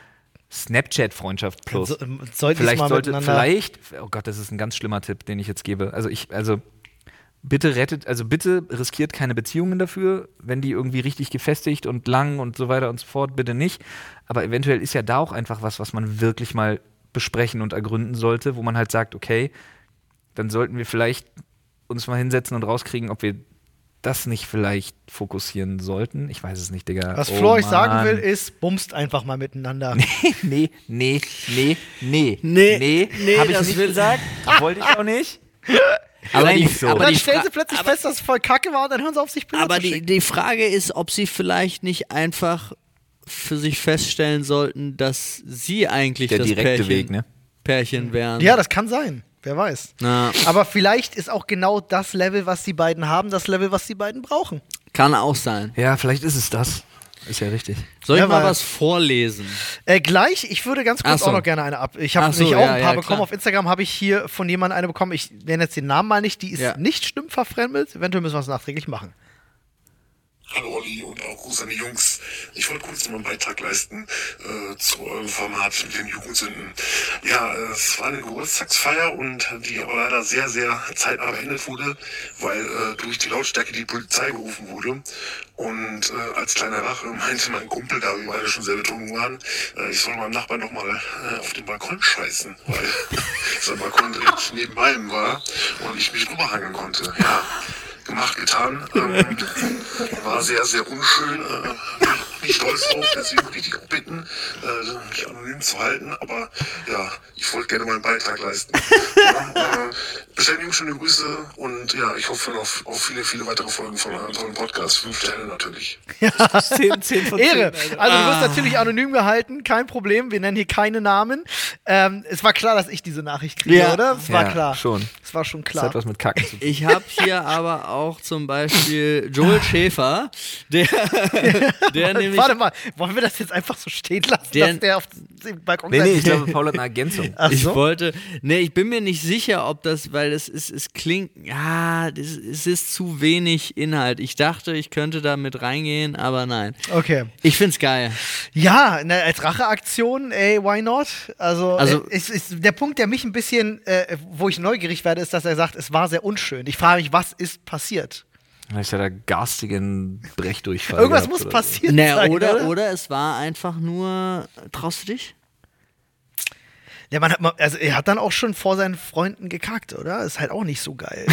Speaker 1: Snapchat-Freundschaft plus.
Speaker 3: So, ähm, sollten sie
Speaker 1: vielleicht
Speaker 3: mal
Speaker 1: sollte,
Speaker 3: miteinander-
Speaker 1: vielleicht, oh Gott, das ist ein ganz schlimmer Tipp, den ich jetzt gebe. Also ich, also bitte rettet, also bitte riskiert keine Beziehungen dafür, wenn die irgendwie richtig gefestigt und lang und so weiter und so fort, bitte nicht. Aber eventuell ist ja da auch einfach was, was man wirklich mal besprechen und ergründen sollte, wo man halt sagt, okay, dann sollten wir vielleicht uns mal hinsetzen und rauskriegen, ob wir das nicht vielleicht fokussieren sollten. Ich weiß es nicht, Digga.
Speaker 3: Was
Speaker 1: Oh,
Speaker 3: Flor euch sagen
Speaker 1: Mann.
Speaker 3: will, ist, bumst einfach mal miteinander.
Speaker 1: Nee, nee, nee, nee.
Speaker 2: Nee,
Speaker 1: nee,
Speaker 2: nee,
Speaker 1: hab ich
Speaker 2: das
Speaker 1: nicht
Speaker 2: will-
Speaker 1: gesagt. Wollte ich auch nicht.
Speaker 2: Aber
Speaker 1: Nein,
Speaker 2: die-
Speaker 1: nicht so.
Speaker 2: aber
Speaker 3: Und dann
Speaker 2: die
Speaker 3: stellen
Speaker 2: Fra-
Speaker 3: sie plötzlich fest, dass es voll kacke war und dann hören sie auf sich Bilder
Speaker 2: Aber
Speaker 3: zu
Speaker 2: die,
Speaker 3: schicken.
Speaker 2: die Frage ist, ob sie vielleicht nicht einfach für sich feststellen sollten, dass sie eigentlich
Speaker 1: Der
Speaker 2: das
Speaker 1: direkte
Speaker 2: Pärchen,
Speaker 1: Weg, ne?
Speaker 2: Pärchen wären.
Speaker 3: Ja, das kann sein. Wer weiß.
Speaker 2: Na.
Speaker 3: Aber vielleicht ist auch genau das Level, was die beiden haben, das Level, was die beiden brauchen.
Speaker 2: kann auch sein.
Speaker 1: Ja, vielleicht ist es das. Ist ja richtig.
Speaker 2: Soll ich
Speaker 3: Ja,
Speaker 2: mal
Speaker 3: weil-
Speaker 2: was vorlesen?
Speaker 3: Äh, gleich, ich würde ganz
Speaker 2: Ach
Speaker 3: kurz
Speaker 2: so.
Speaker 3: auch noch gerne eine ab. Ich
Speaker 2: Ach
Speaker 3: habe
Speaker 2: so,
Speaker 3: nämlich auch
Speaker 2: ja,
Speaker 3: ein
Speaker 2: ja,
Speaker 3: paar
Speaker 2: klar.
Speaker 3: bekommen. Auf Instagram habe ich hier von jemandem eine bekommen. Ich nenne jetzt den Namen mal nicht. Die ist
Speaker 2: Ja.
Speaker 3: nicht stimmverfremdet. Eventuell müssen wir es nachträglich machen.
Speaker 6: Hallo Olli und auch seine Jungs. Ich wollte kurz mal einen Beitrag leisten äh, zu eurem Format mit den Jugendsünden. Ja, äh, es war eine Geburtstagsfeier und die aber leider sehr, sehr zeitnah beendet wurde, weil äh, durch die Lautstärke die Polizei gerufen wurde. Und äh, als kleiner Rache meinte mein Kumpel, da wir beide schon sehr betrunken waren, äh, ich soll meinem Nachbarn nochmal äh, auf den Balkon scheißen, weil sein Balkon direkt neben meinem war und ich mich drüber hangeln konnte. Ja, gemacht, getan. Ähm, war sehr, sehr unschön. Äh, bin ich stolz drauf, deswegen würde ich dich auch bitten, äh, mich anonym zu halten. Aber ja, ich wollte gerne meinen Beitrag leisten. Ja, äh, Bestellen Jungs schöne Grüße und ja, ich hoffe auf, auf viele, viele weitere Folgen von eurem tollen Podcast. Fünf Sterne natürlich.
Speaker 1: 10, 10 von
Speaker 3: Ehre. Also du wirst
Speaker 2: Ah.
Speaker 3: natürlich anonym gehalten, kein Problem. Wir nennen hier keine Namen. Ähm, es war klar, dass ich diese Nachricht kriege,
Speaker 2: Ja.
Speaker 3: oder? Es war
Speaker 1: Ja,
Speaker 3: klar.
Speaker 1: schon.
Speaker 3: Es war schon
Speaker 1: Das
Speaker 3: klar.
Speaker 1: hat was mit Kacken zu tun.
Speaker 2: Ich habe hier aber auch zum Beispiel Joel Schäfer, der, der nämlich.
Speaker 3: Warte mal, wollen wir das jetzt einfach so stehen lassen,
Speaker 2: Der-
Speaker 3: dass der auf dem Balkon
Speaker 1: Nee, nee, ich
Speaker 3: sitzt?
Speaker 1: glaube, Paul hat eine Ergänzung.
Speaker 3: Ach
Speaker 2: Ich
Speaker 3: so.
Speaker 2: wollte, nee, ich bin mir nicht sicher, ob das, weil es ist, es klingt, ja, das, es ist zu wenig Inhalt. Ich dachte, ich könnte da mit reingehen, aber nein.
Speaker 3: Okay.
Speaker 2: Ich find's geil.
Speaker 3: Ja, ne, als Racheaktion, ey, why not? Also,
Speaker 2: Also-
Speaker 3: also ist, ist der Punkt, der mich ein bisschen, äh, wo ich neugierig werde, ist, dass er sagt, es war sehr unschön. Ich frage mich, was ist passiert?
Speaker 1: Vielleicht hat er garstigen Brechdurchfall.
Speaker 3: Irgendwas
Speaker 1: gehabt
Speaker 3: muss
Speaker 1: oder so.
Speaker 3: passiert
Speaker 2: Naja,
Speaker 3: sein.
Speaker 2: Ne, oder, oder es war einfach nur, traust du dich?
Speaker 3: Ja, man hat, mal- also er hat dann auch schon vor seinen Freunden gekackt, oder? Ist halt auch nicht so geil.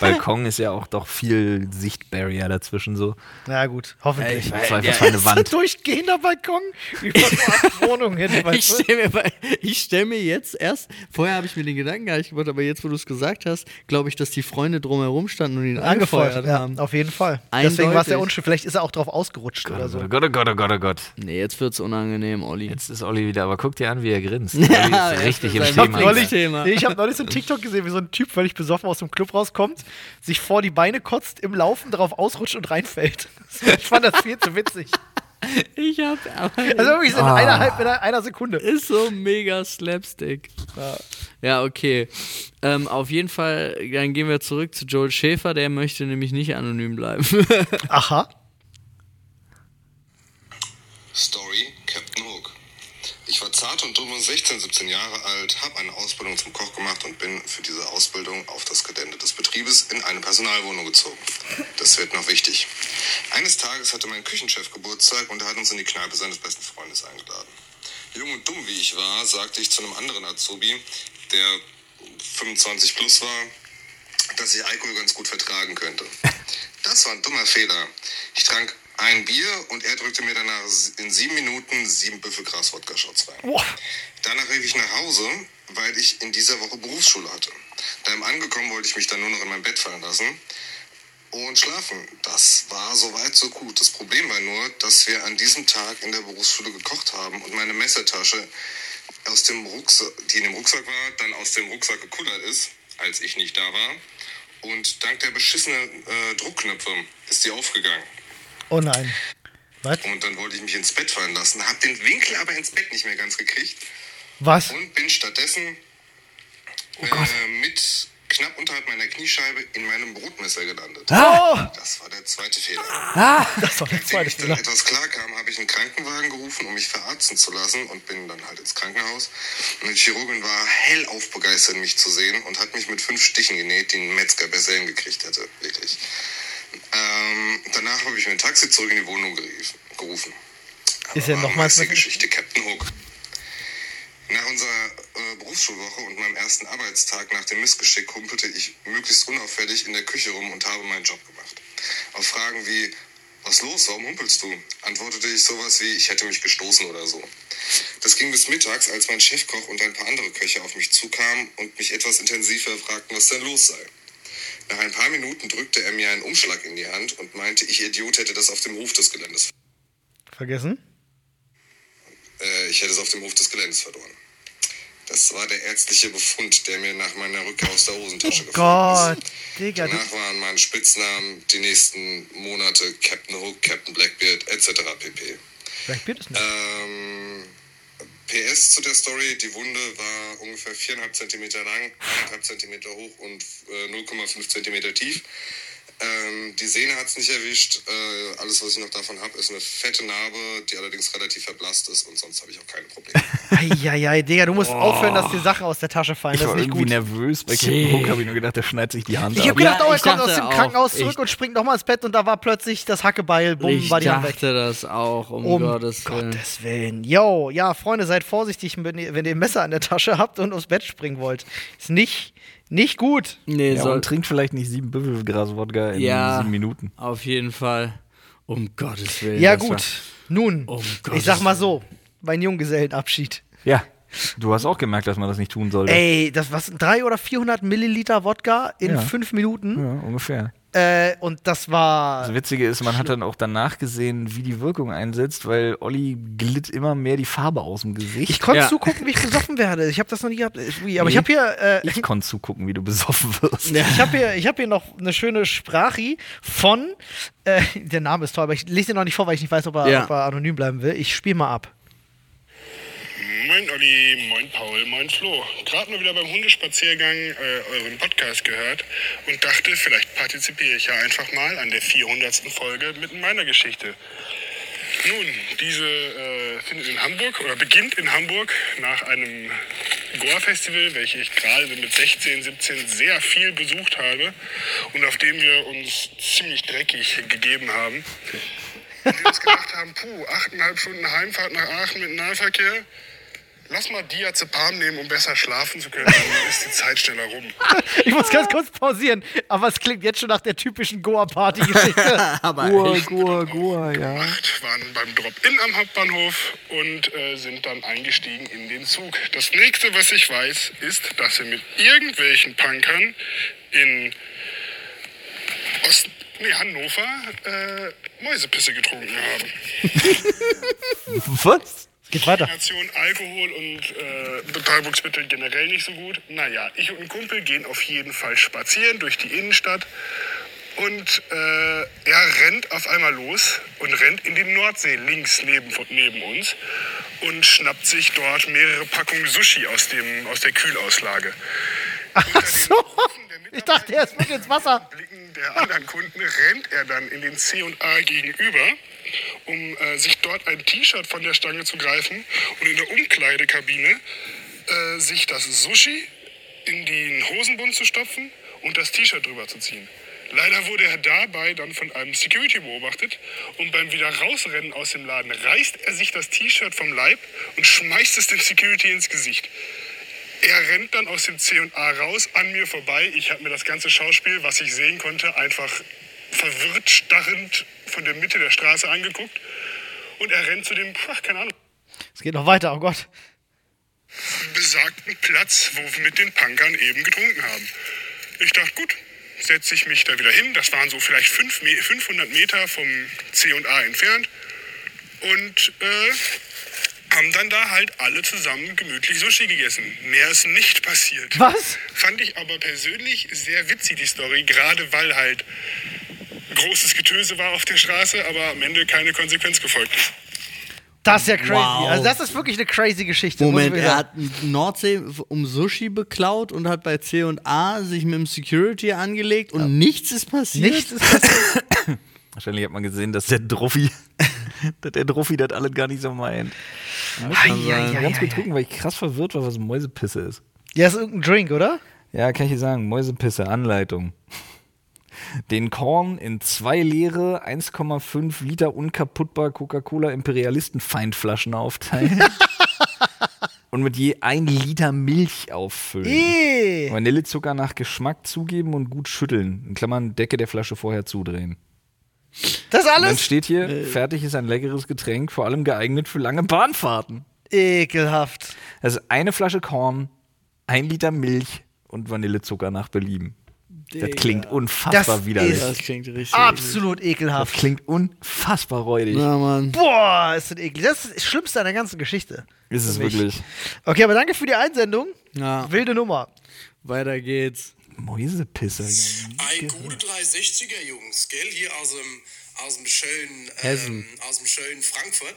Speaker 1: Balkon ist ja auch doch viel Sichtbarrier dazwischen so.
Speaker 3: Na gut, hoffentlich.
Speaker 1: Das war einfach eine Wand.
Speaker 3: So ein durchgehender Balkon über die Wohnung hin.
Speaker 2: Ich
Speaker 3: Weißt du?
Speaker 2: stelle mir, bei- ich stell mir jetzt erst, vorher habe ich mir den Gedanken gar nicht gemacht, aber jetzt, wo du es gesagt hast, glaube ich, dass die Freunde drumherum standen und ihn angefeuert,
Speaker 3: Angefeuert, ja,
Speaker 2: haben.
Speaker 3: auf jeden Fall. Deswegen war es
Speaker 2: Eindeutig.
Speaker 3: sehr unschön. Vielleicht ist er auch drauf ausgerutscht oder so.
Speaker 1: Oh Gott, oh Gott, oh Gott, oh Gott.
Speaker 2: Nee, jetzt wird's unangenehm, Olli.
Speaker 1: Jetzt ist Olli wieder, aber guck dir an, wie er grinst. Olli ist richtig im
Speaker 2: sein
Speaker 1: Thema.
Speaker 2: neulich-
Speaker 1: Alter.
Speaker 2: Thema.
Speaker 3: Nee, ich habe neulich so ein TikTok gesehen, wie so ein Typ völlig besoffen aus dem Club rauskommt, sich vor die Beine kotzt, im Laufen darauf ausrutscht und reinfällt. Ich fand das viel zu witzig.
Speaker 2: Ich habe aber
Speaker 3: Also wirklich so in
Speaker 1: Ah.
Speaker 3: eineinhalb, in einer Sekunde.
Speaker 2: ist so mega Slapstick. Ja, okay. Ähm, auf jeden Fall, dann gehen wir zurück zu Joel Schäfer, der möchte nämlich nicht anonym bleiben.
Speaker 3: Aha.
Speaker 5: Story Captain Hook. Ich war zart und dumm und 16, 17 Jahre alt, habe eine Ausbildung zum Koch gemacht und bin für diese Ausbildung auf das Gelände des Betriebes in eine Personalwohnung gezogen. Das wird noch wichtig. Eines Tages hatte mein Küchenchef Geburtstag und er hat uns in die Kneipe seines besten Freundes eingeladen. Jung und dumm wie ich war, sagte ich zu einem anderen Azubi, der 25 plus war, dass ich Alkohol ganz gut vertragen könnte. Das war ein dummer Fehler. Ich trank ein Bier und er drückte mir danach in sieben Minuten sieben Büffelgras-Wodka-Shots rein. Danach rief ich nach Hause, weil ich in dieser Woche Berufsschule hatte. Daheim angekommen wollte ich mich dann nur noch in mein Bett fallen lassen und schlafen. Das war soweit so gut. Das Problem war nur, dass wir an diesem Tag in der Berufsschule gekocht haben und meine Messertasche aus dem Rucksack, die in dem Rucksack war, dann aus dem Rucksack gekullert ist, als ich nicht da war. Und dank der beschissenen äh, Druckknöpfe ist die aufgegangen.
Speaker 3: Oh nein. Was?
Speaker 5: Und dann wollte ich mich ins Bett fallen lassen, habe den Winkel aber ins Bett nicht mehr ganz gekriegt
Speaker 3: Was?
Speaker 5: und bin stattdessen äh, mit knapp unterhalb meiner Kniescheibe in meinem Brotmesser gelandet. Das war der zweite Fehler.
Speaker 3: Das war der
Speaker 5: Nachdem
Speaker 3: zweite
Speaker 5: ich dann
Speaker 3: Fehler.
Speaker 5: etwas klar kam, habe ich einen Krankenwagen gerufen, um mich verarzten zu lassen und bin dann halt ins Krankenhaus. Und die Chirurgin war hellauf begeistert, mich zu sehen und hat mich mit fünf Stichen genäht, die ein Metzger besser hingekriegt hätte. Wirklich. Ähm, danach habe ich mir ein Taxi zurück in die Wohnung geriefen- gerufen. Aber
Speaker 3: Ist ja
Speaker 5: warum
Speaker 3: nochmals
Speaker 5: heißt die
Speaker 3: was-
Speaker 5: Geschichte Captain Hook. Nach unserer äh, Berufsschulwoche und meinem ersten Arbeitstag nach dem Missgeschick humpelte ich möglichst unauffällig in der Küche rum und habe meinen Job gemacht. Auf Fragen wie, was los, warum humpelst du? antwortete ich sowas wie, ich hätte mich gestoßen oder so. Das ging bis mittags, als mein Chefkoch und ein paar andere Köche auf mich zukamen und mich etwas intensiver fragten, was denn los sei. Nach ein paar Minuten drückte er mir einen Umschlag in die Hand und meinte, ich Idiot hätte das auf dem Hof des Geländes
Speaker 3: Vergessen?
Speaker 5: äh, ich hätte es auf dem Hof des Geländes verloren. Das war der ärztliche Befund, der mir nach meiner Rückkehr aus der Hosentasche gefallen
Speaker 3: Gott,
Speaker 5: ist.
Speaker 3: Digga. du-
Speaker 5: Danach waren meine Spitznamen die nächsten Monate Captain Hook, Captain Blackbeard etc. pp.
Speaker 3: Vielleicht wird es nicht.
Speaker 5: Ähm, PS zu der Story, die Wunde war ungefähr 4,5 cm lang, 1,5 cm hoch und äh, 0,5 cm tief. Ähm, die Sehne hat es nicht erwischt. Äh, alles, was ich noch davon habe, ist eine fette Narbe, die allerdings relativ verblasst ist und sonst habe ich auch keine Probleme.
Speaker 3: Eieiei, Digga, du musst
Speaker 2: Oh.
Speaker 3: aufhören, dass dir Sachen aus der Tasche fallen.
Speaker 1: Ich
Speaker 3: Das
Speaker 1: war
Speaker 3: ist nicht
Speaker 1: irgendwie
Speaker 3: gut.
Speaker 1: nervös. Bei Captain Hook habe ich nur gedacht, der schneidet sich die Hand
Speaker 3: Ich habe
Speaker 1: ab.
Speaker 3: gedacht,
Speaker 2: Ja,
Speaker 3: oh, er
Speaker 2: ich
Speaker 3: kommt aus
Speaker 2: dachte
Speaker 3: dem
Speaker 2: auch.
Speaker 3: Krankenhaus zurück
Speaker 2: Ich-
Speaker 3: und springt nochmal ins Bett und da war plötzlich das Hackebeil, bumm,
Speaker 2: ich
Speaker 3: war die Hand weg.
Speaker 2: dachte das auch, um,
Speaker 3: Um
Speaker 2: Gottes Willen.
Speaker 3: Gottes Willen. Yo, ja, Freunde, seid vorsichtig, wenn ihr, wenn ihr ein Messer an der Tasche habt und aufs Bett springen wollt. Ist nicht, nicht gut.
Speaker 2: Nee,
Speaker 1: Ja,
Speaker 2: soll,
Speaker 1: und trinkt vielleicht nicht sieben Büffelgras-Wodka in
Speaker 2: Ja.
Speaker 1: sieben Minuten.
Speaker 2: auf jeden Fall. Um Gottes Willen.
Speaker 3: Ja,
Speaker 2: das
Speaker 3: gut.
Speaker 2: war-
Speaker 3: Nun,
Speaker 2: Um
Speaker 3: ich
Speaker 2: Gottes
Speaker 3: sag mal so, mein Junggesellenabschied.
Speaker 1: Ja. Du hast auch gemerkt, dass man das nicht tun sollte.
Speaker 3: Ey, das was, 300 oder 400 Milliliter Wodka in
Speaker 1: Ja.
Speaker 3: fünf Minuten?
Speaker 1: Ja, ungefähr.
Speaker 3: Äh, und das war.
Speaker 2: Also
Speaker 1: Das Witzige ist, man hat dann auch danach gesehen, wie die Wirkung einsetzt, weil Olli glitt immer mehr die Farbe aus dem Gesicht.
Speaker 3: Ich konnte
Speaker 2: Ja.
Speaker 3: zugucken, wie ich besoffen werde. Ich habe das noch nie gehabt. Ui, Aber ich
Speaker 1: Nee.
Speaker 3: habe hier, äh,
Speaker 1: Ich konnte zugucken, wie du besoffen wirst.
Speaker 3: ich hab hier, ich hab hier noch eine schöne Sprache von. Äh, der Name ist toll, aber ich lese den noch nicht vor, weil ich nicht weiß, ob er,
Speaker 2: Ja.
Speaker 3: ob er anonym bleiben will. Ich spiele mal ab.
Speaker 7: Moin Olli, moin Paul, moin Flo. Gerade nur wieder beim Hundespaziergang äh, euren Podcast gehört und dachte, vielleicht partizipiere ich ja einfach mal an der 400. Folge mit meiner Geschichte. Nun, diese äh, findet in Hamburg oder beginnt in Hamburg nach einem Goa-Festival, welches ich gerade so mit 16, 17 sehr viel besucht habe und auf dem wir uns ziemlich dreckig gegeben haben. Und wir uns gedacht haben, puh, 8,5 Stunden Heimfahrt nach Aachen mit Nahverkehr. Lass mal Diazepam nehmen, um besser schlafen zu können, dann ist die Zeit schneller rum.
Speaker 3: Ich muss
Speaker 2: Ah.
Speaker 3: ganz kurz pausieren, aber es klingt jetzt schon nach der typischen Goa-Party-Geschichte.
Speaker 2: Aber
Speaker 1: Gua, Gua, ja.
Speaker 7: gemacht, waren beim Drop-In am Hauptbahnhof und äh, sind dann eingestiegen in den Zug. Das nächste, was ich weiß, ist, dass wir mit irgendwelchen Punkern in Ost nee, Hannover äh, Mäusepisse getrunken haben.
Speaker 1: Was?
Speaker 3: Geht weiter.
Speaker 7: Kombination Alkohol und äh, Betäubungsmittel generell nicht so gut. Naja, ich und ein Kumpel gehen auf jeden Fall spazieren durch die Innenstadt. Und äh, er rennt auf einmal los und rennt in die Nordsee links neben, von- neben uns und schnappt sich dort mehrere Packungen Sushi aus, dem, aus der Kühlauslage. Ach
Speaker 3: so. Ich dachte, er ist mit ins Wasser.
Speaker 7: Blicken der anderen Kunden rennt er dann in den C und A gegenüber, um äh, sich dort ein T-Shirt von der Stange zu greifen und in der Umkleidekabine äh, sich das Sushi in den Hosenbund zu stopfen und das T-Shirt drüber zu ziehen. Leider wurde er dabei dann von einem Security beobachtet und beim wieder rausrennen aus dem Laden reißt er sich das T-Shirt vom Leib und schmeißt es dem Security ins Gesicht. Er rennt dann aus dem C&A raus, an mir vorbei. Ich habe mir das ganze Schauspiel, was ich sehen konnte, einfach verwirrt, starrend von der Mitte der Straße angeguckt. Und er rennt zu dem, ach, keine Ahnung,
Speaker 3: Es geht noch weiter, oh Gott.
Speaker 7: besagten Platz, wo wir mit den Punkern eben getrunken haben. Ich dachte, gut, setze ich mich da wieder hin. Das waren so vielleicht fünf Me 500 Meter vom C&A entfernt. Und äh, haben dann da halt alle zusammen gemütlich Sushi gegessen. Mehr ist nicht passiert.
Speaker 3: Was?
Speaker 7: Fand ich aber persönlich sehr witzig, die Story, gerade weil halt großes Getöse war auf der Straße, aber am Ende keine Konsequenz gefolgt ist.
Speaker 3: Das ist ja crazy.
Speaker 2: Wow.
Speaker 3: Also, das ist wirklich eine crazy Geschichte. muss
Speaker 2: Moment,
Speaker 3: ich
Speaker 2: er
Speaker 3: sagen.
Speaker 2: hat Nordsee um Sushi beklaut und hat bei C&A sich mit dem Security angelegt und nichts ist passiert.
Speaker 3: Nichts ist passiert.
Speaker 1: Wahrscheinlich hat man gesehen, dass der Druffi, dass der Druffi das alles gar nicht so meint. Ich hab ganz
Speaker 3: Ja,
Speaker 1: getrunken, weil ich krass verwirrt war, was Mäusepisse ist.
Speaker 3: ist irgendein Drink, oder?
Speaker 1: Ja, kann ich dir sagen, Mäusepisse, Anleitung. Den Korn in zwei leere, 1,5 Liter unkaputtbar Coca-Cola Imperialisten-Feindflaschen aufteilen. und mit je ein Liter Milch auffüllen.
Speaker 3: Ih.
Speaker 1: Vanillezucker nach Geschmack zugeben und gut schütteln. In Klammern Decke der Flasche vorher zudrehen.
Speaker 3: Das
Speaker 1: Und dann
Speaker 3: alles? Äh.
Speaker 1: steht hier, fertig ist ein leckeres Getränk, vor allem geeignet für lange Bahnfahrten.
Speaker 3: Ekelhaft.
Speaker 1: Also eine Flasche Korn, ein Liter Milch und Vanillezucker nach Belieben. Das klingt unfassbar
Speaker 3: Das
Speaker 1: widerlich.
Speaker 3: ist-
Speaker 2: Das klingt richtig.
Speaker 3: Ah, Absolut
Speaker 1: das
Speaker 3: ekelhaft.
Speaker 1: klingt unfassbar räudig.
Speaker 2: Ja, Mann.
Speaker 3: Boah, ist das eklig. Das ist das Schlimmste an der ganzen Geschichte.
Speaker 1: Ist es wirklich.
Speaker 3: Okay, aber danke für die Einsendung.
Speaker 2: Ja.
Speaker 3: Wilde Nummer.
Speaker 2: Weiter geht's.
Speaker 1: Mäusepisse.
Speaker 4: Ei, gute 360er Jungs, gell? Hier aus dem, aus dem schönen, ähm,
Speaker 2: Hessen.
Speaker 4: aus dem schönen Frankfurt.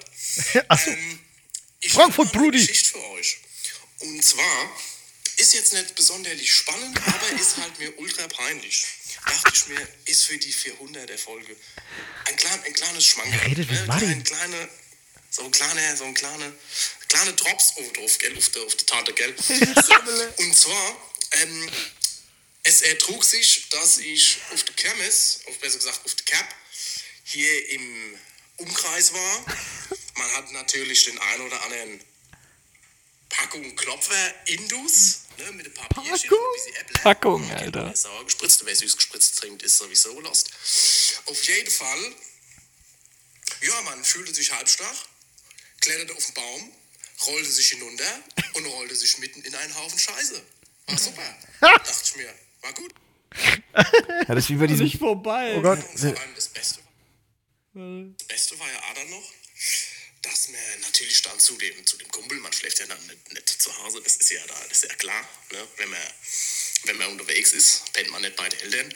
Speaker 3: Achso.
Speaker 4: Ähm, ich
Speaker 3: Frankfurt,
Speaker 4: hab mal eine
Speaker 3: Brudi.
Speaker 4: Geschichte für euch. Und zwar ist jetzt nicht besonders spannend, aber ist halt mir ultra peinlich. Dachte ich mir, ist für die 400 der Folge ein, klein, ein kleines Schmankerl.
Speaker 3: Er redet wie
Speaker 4: ne?
Speaker 3: Martin.
Speaker 4: Ein kleine, so ein kleiner, so ein kleiner, kleine Drops oben drauf, gell, auf der, auf der Tante, gell. So, und zwar, ähm, es ertrug sich, dass ich auf der Kermes, auf besser gesagt auf der Cap, hier im Umkreis war. Man hat natürlich den ein oder anderen Packung Klopfer Indus, ne, mit ein paar Bierchen und ein bisschen Äpfel.
Speaker 1: Packung, Alter.
Speaker 4: Wer sauer gespritzt, wer süß gespritzt trinkt, ist sowieso lost. Auf jeden Fall, ja, man fühlte sich halbstark, kletterte auf den Baum, rollte sich hinunter und rollte sich mitten in einen Haufen Scheiße. War super. Dachte ich mir, war gut.
Speaker 1: Ja, das ist wie bei diesem.
Speaker 2: Nicht vorbei.
Speaker 8: Oh Gott.
Speaker 4: Das Beste, das Beste war ja Adam noch, dass man natürlich dann zu dem, zu dem Kumpel, man schläft ja dann nicht, nicht zu Hause, das ist ja da, das ist ja klar. Ne? Wenn, man, wenn man unterwegs ist, pennt man nicht bei den Eltern,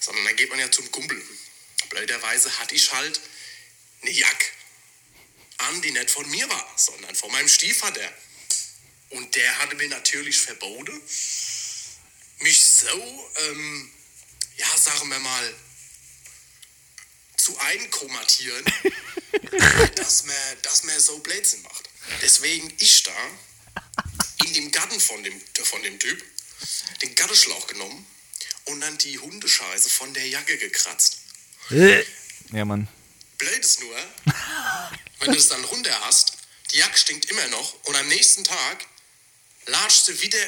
Speaker 4: sondern dann geht man ja zum Kumpel. Blöderweise hatte ich halt eine Jack an, die nicht von mir war, sondern von meinem Stiefvater. Und der hatte mir natürlich verboten, mich so, ähm, ja, sagen wir mal, zu einkromatieren, dass man, dass man so Blödsinn macht. Deswegen ich da in dem Garten von dem, von dem Typ den Gartenschlauch genommen und dann die Hundescheiße von der Jacke gekratzt.
Speaker 1: Ja, Mann.
Speaker 4: Blöd ist nur, wenn du es dann runter hast, die Jacke stinkt immer noch und am nächsten Tag latscht sie wieder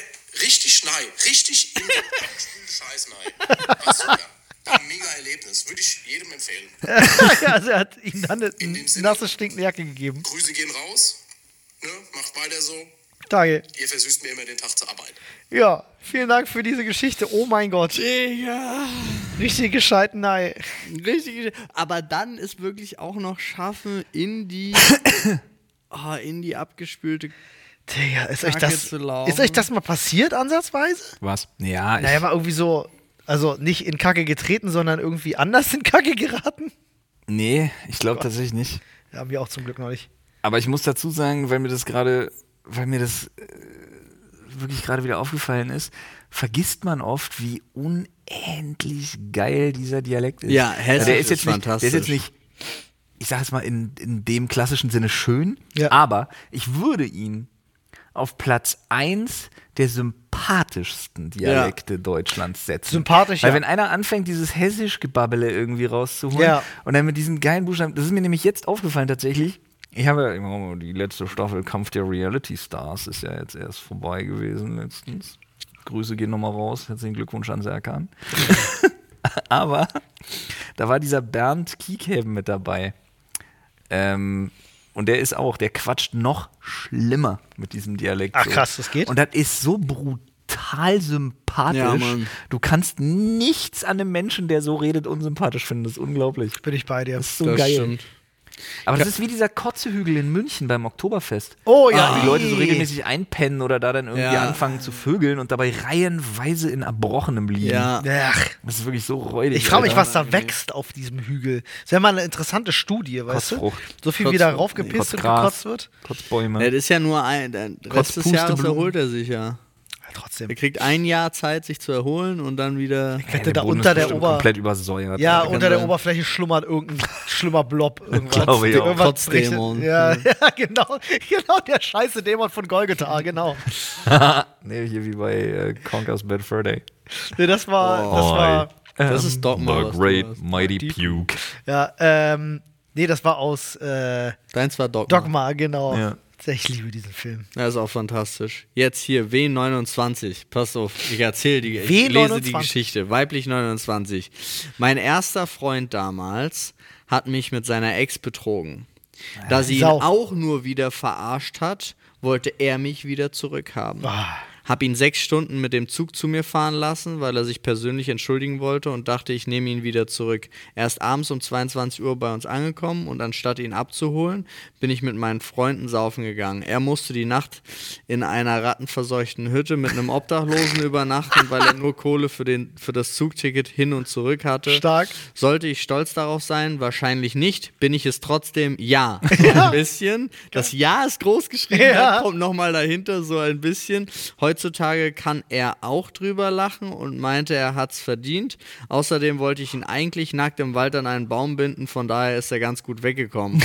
Speaker 4: richtig rein, richtig in den Scheiß rein. War super. Ein mega Erlebnis, würde ich jedem empfehlen.
Speaker 3: ja, also er hat ihm dann eine
Speaker 4: In dem Sinne-
Speaker 3: nasse, stinkende Jacke gegeben.
Speaker 4: Grüße gehen raus, ne? macht weiter so,
Speaker 3: Tage.
Speaker 4: ihr versüßt mir immer den Tag zur Arbeit.
Speaker 3: Ja, vielen Dank für diese Geschichte. Oh mein Gott.
Speaker 2: Digga.
Speaker 3: Richtig gescheiten Ei.
Speaker 2: Richtig. Aber dann ist wirklich auch noch schaffen, in die, Ah, in die abgespülte.
Speaker 3: Digga, ist euch,
Speaker 2: Kacke
Speaker 3: das,
Speaker 2: zu laufen.
Speaker 3: ist euch das mal passiert ansatzweise?
Speaker 1: Was? Ja, ich,
Speaker 3: Naja, mal irgendwie so, also nicht in Kacke getreten, sondern irgendwie anders in Kacke geraten.
Speaker 1: nee, ich glaube tatsächlich nicht.
Speaker 3: Ja, haben wir auch zum Glück noch nicht.
Speaker 1: Aber ich muss dazu sagen, weil mir das gerade, weil mir das äh, wirklich gerade wieder aufgefallen ist, vergisst man oft, wie unendlich geil dieser Dialekt ist. Also
Speaker 2: Ja, Hessisch
Speaker 1: der
Speaker 2: ist
Speaker 1: ist jetzt nicht, Der ist jetzt
Speaker 2: fantastisch.
Speaker 1: nicht, ich sage es mal in, in dem klassischen Sinne schön,
Speaker 3: Ja.
Speaker 1: aber ich würde ihn auf Platz 1 der sympathischsten Dialekte Deutschlands setzen.
Speaker 3: Sympathisch,
Speaker 1: Weil
Speaker 3: ja.
Speaker 1: wenn einer anfängt, dieses hessisch Gebabbele irgendwie rauszuholen
Speaker 3: Ja.
Speaker 1: und dann mit diesen geilen Buchstaben, das ist mir nämlich jetzt aufgefallen tatsächlich. Ich habe ja immer die letzte Staffel Kampf der Reality Stars ist ja jetzt erst vorbei gewesen letztens. Grüße gehen nochmal raus. Herzlichen Glückwunsch an Serkan. Aber da war dieser Bernd Kiekheben mit dabei. Ähm, und der ist auch, der quatscht noch schlimmer mit diesem Dialekt.
Speaker 3: Ach, krass, das geht?
Speaker 1: Und das ist so brutal sympathisch.
Speaker 2: Ja, Mann.
Speaker 1: du kannst nichts an einem Menschen, der so redet, unsympathisch finden. Das ist unglaublich.
Speaker 3: Bin ich bei dir.
Speaker 1: Das ist so
Speaker 2: Das
Speaker 1: geil.
Speaker 2: stimmt.
Speaker 1: Aber das ist wie dieser Kotzehügel in München beim Oktoberfest.
Speaker 3: Oh ja,
Speaker 1: Wie die Leute
Speaker 3: ii.
Speaker 1: so regelmäßig einpennen oder da dann irgendwie
Speaker 2: Ja.
Speaker 1: anfangen zu vögeln und dabei reihenweise in Erbrochenem liegen.
Speaker 2: Ja.
Speaker 3: Ach,
Speaker 1: Das ist wirklich so räudig.
Speaker 3: ich frage mich,
Speaker 1: Alter.
Speaker 3: was da wächst auf diesem Hügel. Das wäre mal eine interessante Studie, weißt du?
Speaker 1: Kotzfrucht.
Speaker 3: So viel wie da
Speaker 1: Kotzfrucht.
Speaker 3: raufgepisst und
Speaker 1: Kotzgras.
Speaker 3: gekotzt wird.
Speaker 1: Kotzbäume.
Speaker 2: Das ist ja nur ein. Der Rest des
Speaker 1: Kotzpusteblumen.
Speaker 2: Jahres erholt er sich ja.
Speaker 3: Ja, trotzdem.
Speaker 2: Er kriegt ein Jahr Zeit, sich zu erholen und dann wieder.
Speaker 3: Ich wette,
Speaker 1: Der
Speaker 3: da
Speaker 1: Boden ist
Speaker 3: unter der
Speaker 1: bestimmt
Speaker 3: Ober...
Speaker 1: komplett übersäuert.
Speaker 3: Ja,
Speaker 1: Alter.
Speaker 3: unter der Oberfläche schlummert irgendein schlimmer Blob. Irgendwas.
Speaker 1: Glaube ich auch.
Speaker 3: Irgendwas
Speaker 2: Kotzdämon.
Speaker 3: bricht- Ja, ja genau, genau, der scheiße Dämon von Golgotha, genau.
Speaker 1: Nee, hier wie bei äh, Conker's Bad Fur Day.
Speaker 3: Nee, das war, das war,
Speaker 2: Das ist Dogma.
Speaker 1: Ähm, The
Speaker 2: was du
Speaker 1: Great
Speaker 2: hast.
Speaker 1: Mighty Puke.
Speaker 3: ja, ähm, nee, das war aus äh,
Speaker 2: Deins war Dogma.
Speaker 3: Dogma, genau.
Speaker 1: Oh. Ja.
Speaker 3: Ich liebe diesen Film.
Speaker 2: Das ist auch fantastisch. Jetzt hier, W29. Pass auf, ich erzähle die, ich
Speaker 3: W29.
Speaker 2: lese die Geschichte. Weiblich 29. Mein erster Freund damals hat mich mit seiner Ex betrogen. Da sie ihn
Speaker 3: Sau.
Speaker 2: auch nur wieder verarscht hat, wollte er mich wieder zurückhaben. Hab ihn sechs Stunden mit dem Zug zu mir fahren lassen, weil er sich persönlich entschuldigen wollte und dachte, ich nehme ihn wieder zurück. Er ist abends um 22 Uhr bei uns angekommen und anstatt ihn abzuholen, bin ich mit meinen Freunden saufen gegangen. Er musste die Nacht in einer rattenverseuchten Hütte mit einem Obdachlosen übernachten, weil er nur Kohle für, den, für das Zugticket hin und zurück hatte.
Speaker 3: Stark.
Speaker 2: Sollte ich stolz darauf sein? Wahrscheinlich nicht. Bin ich es trotzdem? Ja. So ein bisschen. Das Ja ist groß geschrieben.
Speaker 3: Ja.
Speaker 2: Dann kommt nochmal dahinter so ein bisschen. Heutzutage kann er auch drüber lachen und meinte, er hat's verdient. Außerdem wollte ich ihn eigentlich nackt im Wald an einen Baum binden. Von daher ist er ganz gut weggekommen.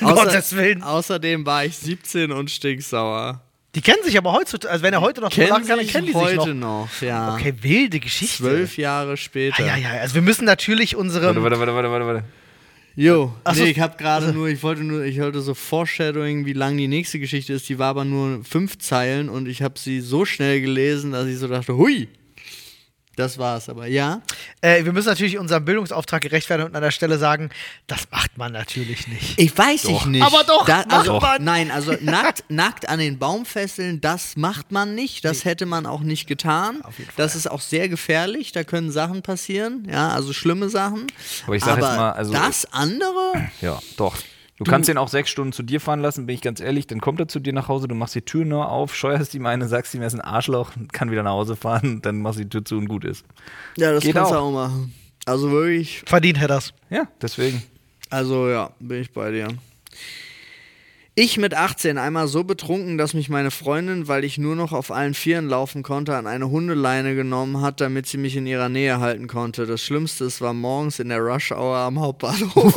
Speaker 3: Um Gottes Willen.
Speaker 2: Außerdem war ich 17 und stinksauer.
Speaker 3: Die kennen sich aber heutzutage, also wenn er heute noch so lachen kann, dann
Speaker 2: sich
Speaker 3: kennen die sich noch.
Speaker 2: heute noch. ja.
Speaker 3: Okay, wilde Geschichte.
Speaker 2: Zwölf Jahre später.
Speaker 3: Ja, ja, ja. Also wir müssen natürlich
Speaker 1: Warte,
Speaker 3: unserem.
Speaker 1: warte, warte, warte, warte, warte.
Speaker 2: Jo,
Speaker 3: Ach so.
Speaker 2: nee, ich habe gerade nur, ich wollte nur, ich wollte so Foreshadowing, wie lang die nächste Geschichte ist. Die war aber nur fünf Zeilen und ich habe sie so schnell gelesen, dass ich so dachte, hui, Das war's aber, ja.
Speaker 3: Äh, wir müssen natürlich unserem Bildungsauftrag gerecht werden und an der Stelle sagen, das macht man natürlich nicht.
Speaker 2: Ich weiß ich nicht.
Speaker 3: Aber doch,
Speaker 2: da, also,
Speaker 3: macht man.
Speaker 2: Nein, also nackt, nackt an den Baum fesseln, das macht man nicht. Das hätte man auch nicht getan. Das ist auch sehr gefährlich. Da können Sachen passieren. Ja, also schlimme Sachen.
Speaker 1: Aber ich sag jetzt mal, also-
Speaker 2: das andere,
Speaker 1: Ja, doch. Du, kannst ihn auch sechs Stunden zu dir fahren lassen, bin ich ganz ehrlich. Dann kommt er zu dir nach Hause, du machst die Tür nur auf, scheuerst ihm eine, sagst ihm, er ist ein Arschloch, kann wieder nach Hause fahren, dann machst du die Tür zu und gut ist.
Speaker 2: ja, das
Speaker 1: Geht
Speaker 2: kannst du
Speaker 1: auch.
Speaker 2: auch machen. Also wirklich,
Speaker 3: Verdient er das.
Speaker 1: Ja, deswegen.
Speaker 2: Also ja, bin ich bei dir. Ich mit 18 einmal so betrunken, dass mich meine Freundin, weil ich nur noch auf allen Vieren laufen konnte, an eine Hundeleine genommen hat, damit sie mich in ihrer Nähe halten konnte. Das Schlimmste, es war morgens in der Rush Hour am Hauptbahnhof.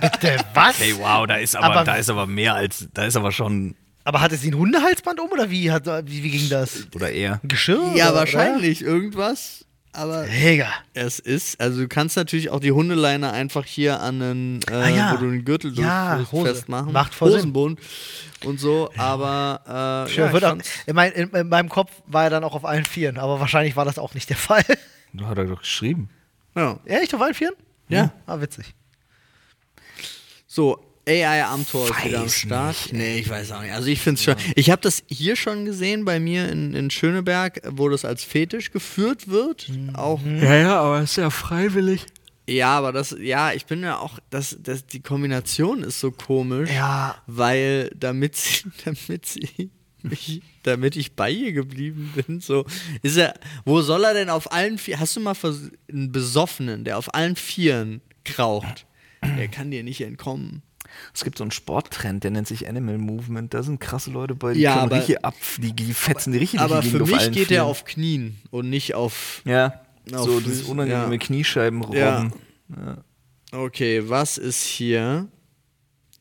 Speaker 3: Bitte, was?
Speaker 1: Ey, wow, da ist aber,
Speaker 3: Aber-
Speaker 1: da ist aber mehr als, da ist aber schon,
Speaker 3: Aber hatte sie ein Hundehalsband um oder wie, hat, wie, wie ging das?
Speaker 1: oder eher.
Speaker 3: Ein Geschirr?
Speaker 2: ja,
Speaker 3: oder-
Speaker 2: wahrscheinlich irgendwas. Aber
Speaker 3: Oder? Mega.
Speaker 2: es ist, also du kannst natürlich auch die Hundeleine einfach hier an einen, äh,
Speaker 3: Ah, ja.
Speaker 2: wo du den Gürtel
Speaker 3: Ja,
Speaker 2: durchführst,
Speaker 3: Hose.
Speaker 2: festmachen.
Speaker 3: Macht voll Sinn.
Speaker 2: Hosenbund und so, aber äh,
Speaker 3: Ja,
Speaker 2: ja,
Speaker 3: wird
Speaker 2: ich
Speaker 3: auch,
Speaker 2: fand's-
Speaker 3: in, mein, in, in meinem Kopf war er dann auch auf allen Vieren, aber wahrscheinlich war das auch nicht der Fall.
Speaker 1: Du hast doch geschrieben.
Speaker 2: ja.
Speaker 3: Echt, auf allen Vieren?
Speaker 2: ja.
Speaker 3: Ah, witzig.
Speaker 2: So, AI am Tor ist wieder am
Speaker 1: Weiß
Speaker 2: Start. nee, ich weiß auch nicht. Also ich finde es schon. Ich habe das hier schon gesehen bei mir in, in Schöneberg, wo das als Fetisch geführt wird. Auch.
Speaker 1: Ja, ja, aber ist ja freiwillig.
Speaker 2: Ja, aber das, ja, ich bin ja auch, das, das, die Kombination ist so komisch.
Speaker 3: Ja.
Speaker 2: Weil damit sie, damit sie mich, damit ich bei ihr geblieben bin, so ist er. Wo soll er denn auf allen vier? Hast du mal vers- einen Besoffenen, der auf allen Vieren kraucht? Der kann dir nicht entkommen.
Speaker 1: Es gibt so einen Sporttrend, der nennt sich Animal Movement. Da sind krasse Leute bei, die
Speaker 2: Ja,
Speaker 1: können
Speaker 2: aber-
Speaker 1: richtig ab, die, die fetzen die richtig
Speaker 2: Aber
Speaker 1: die
Speaker 2: für
Speaker 1: Gegend auf
Speaker 2: mich
Speaker 1: allen
Speaker 2: geht er
Speaker 1: Vieren.
Speaker 2: auf Knien und nicht auf.
Speaker 1: Ja,
Speaker 2: auf
Speaker 1: so dieses
Speaker 2: Füßen,
Speaker 1: unangenehme
Speaker 2: ja.
Speaker 1: Kniescheibenrobben.
Speaker 2: Ja. Okay, was ist hier?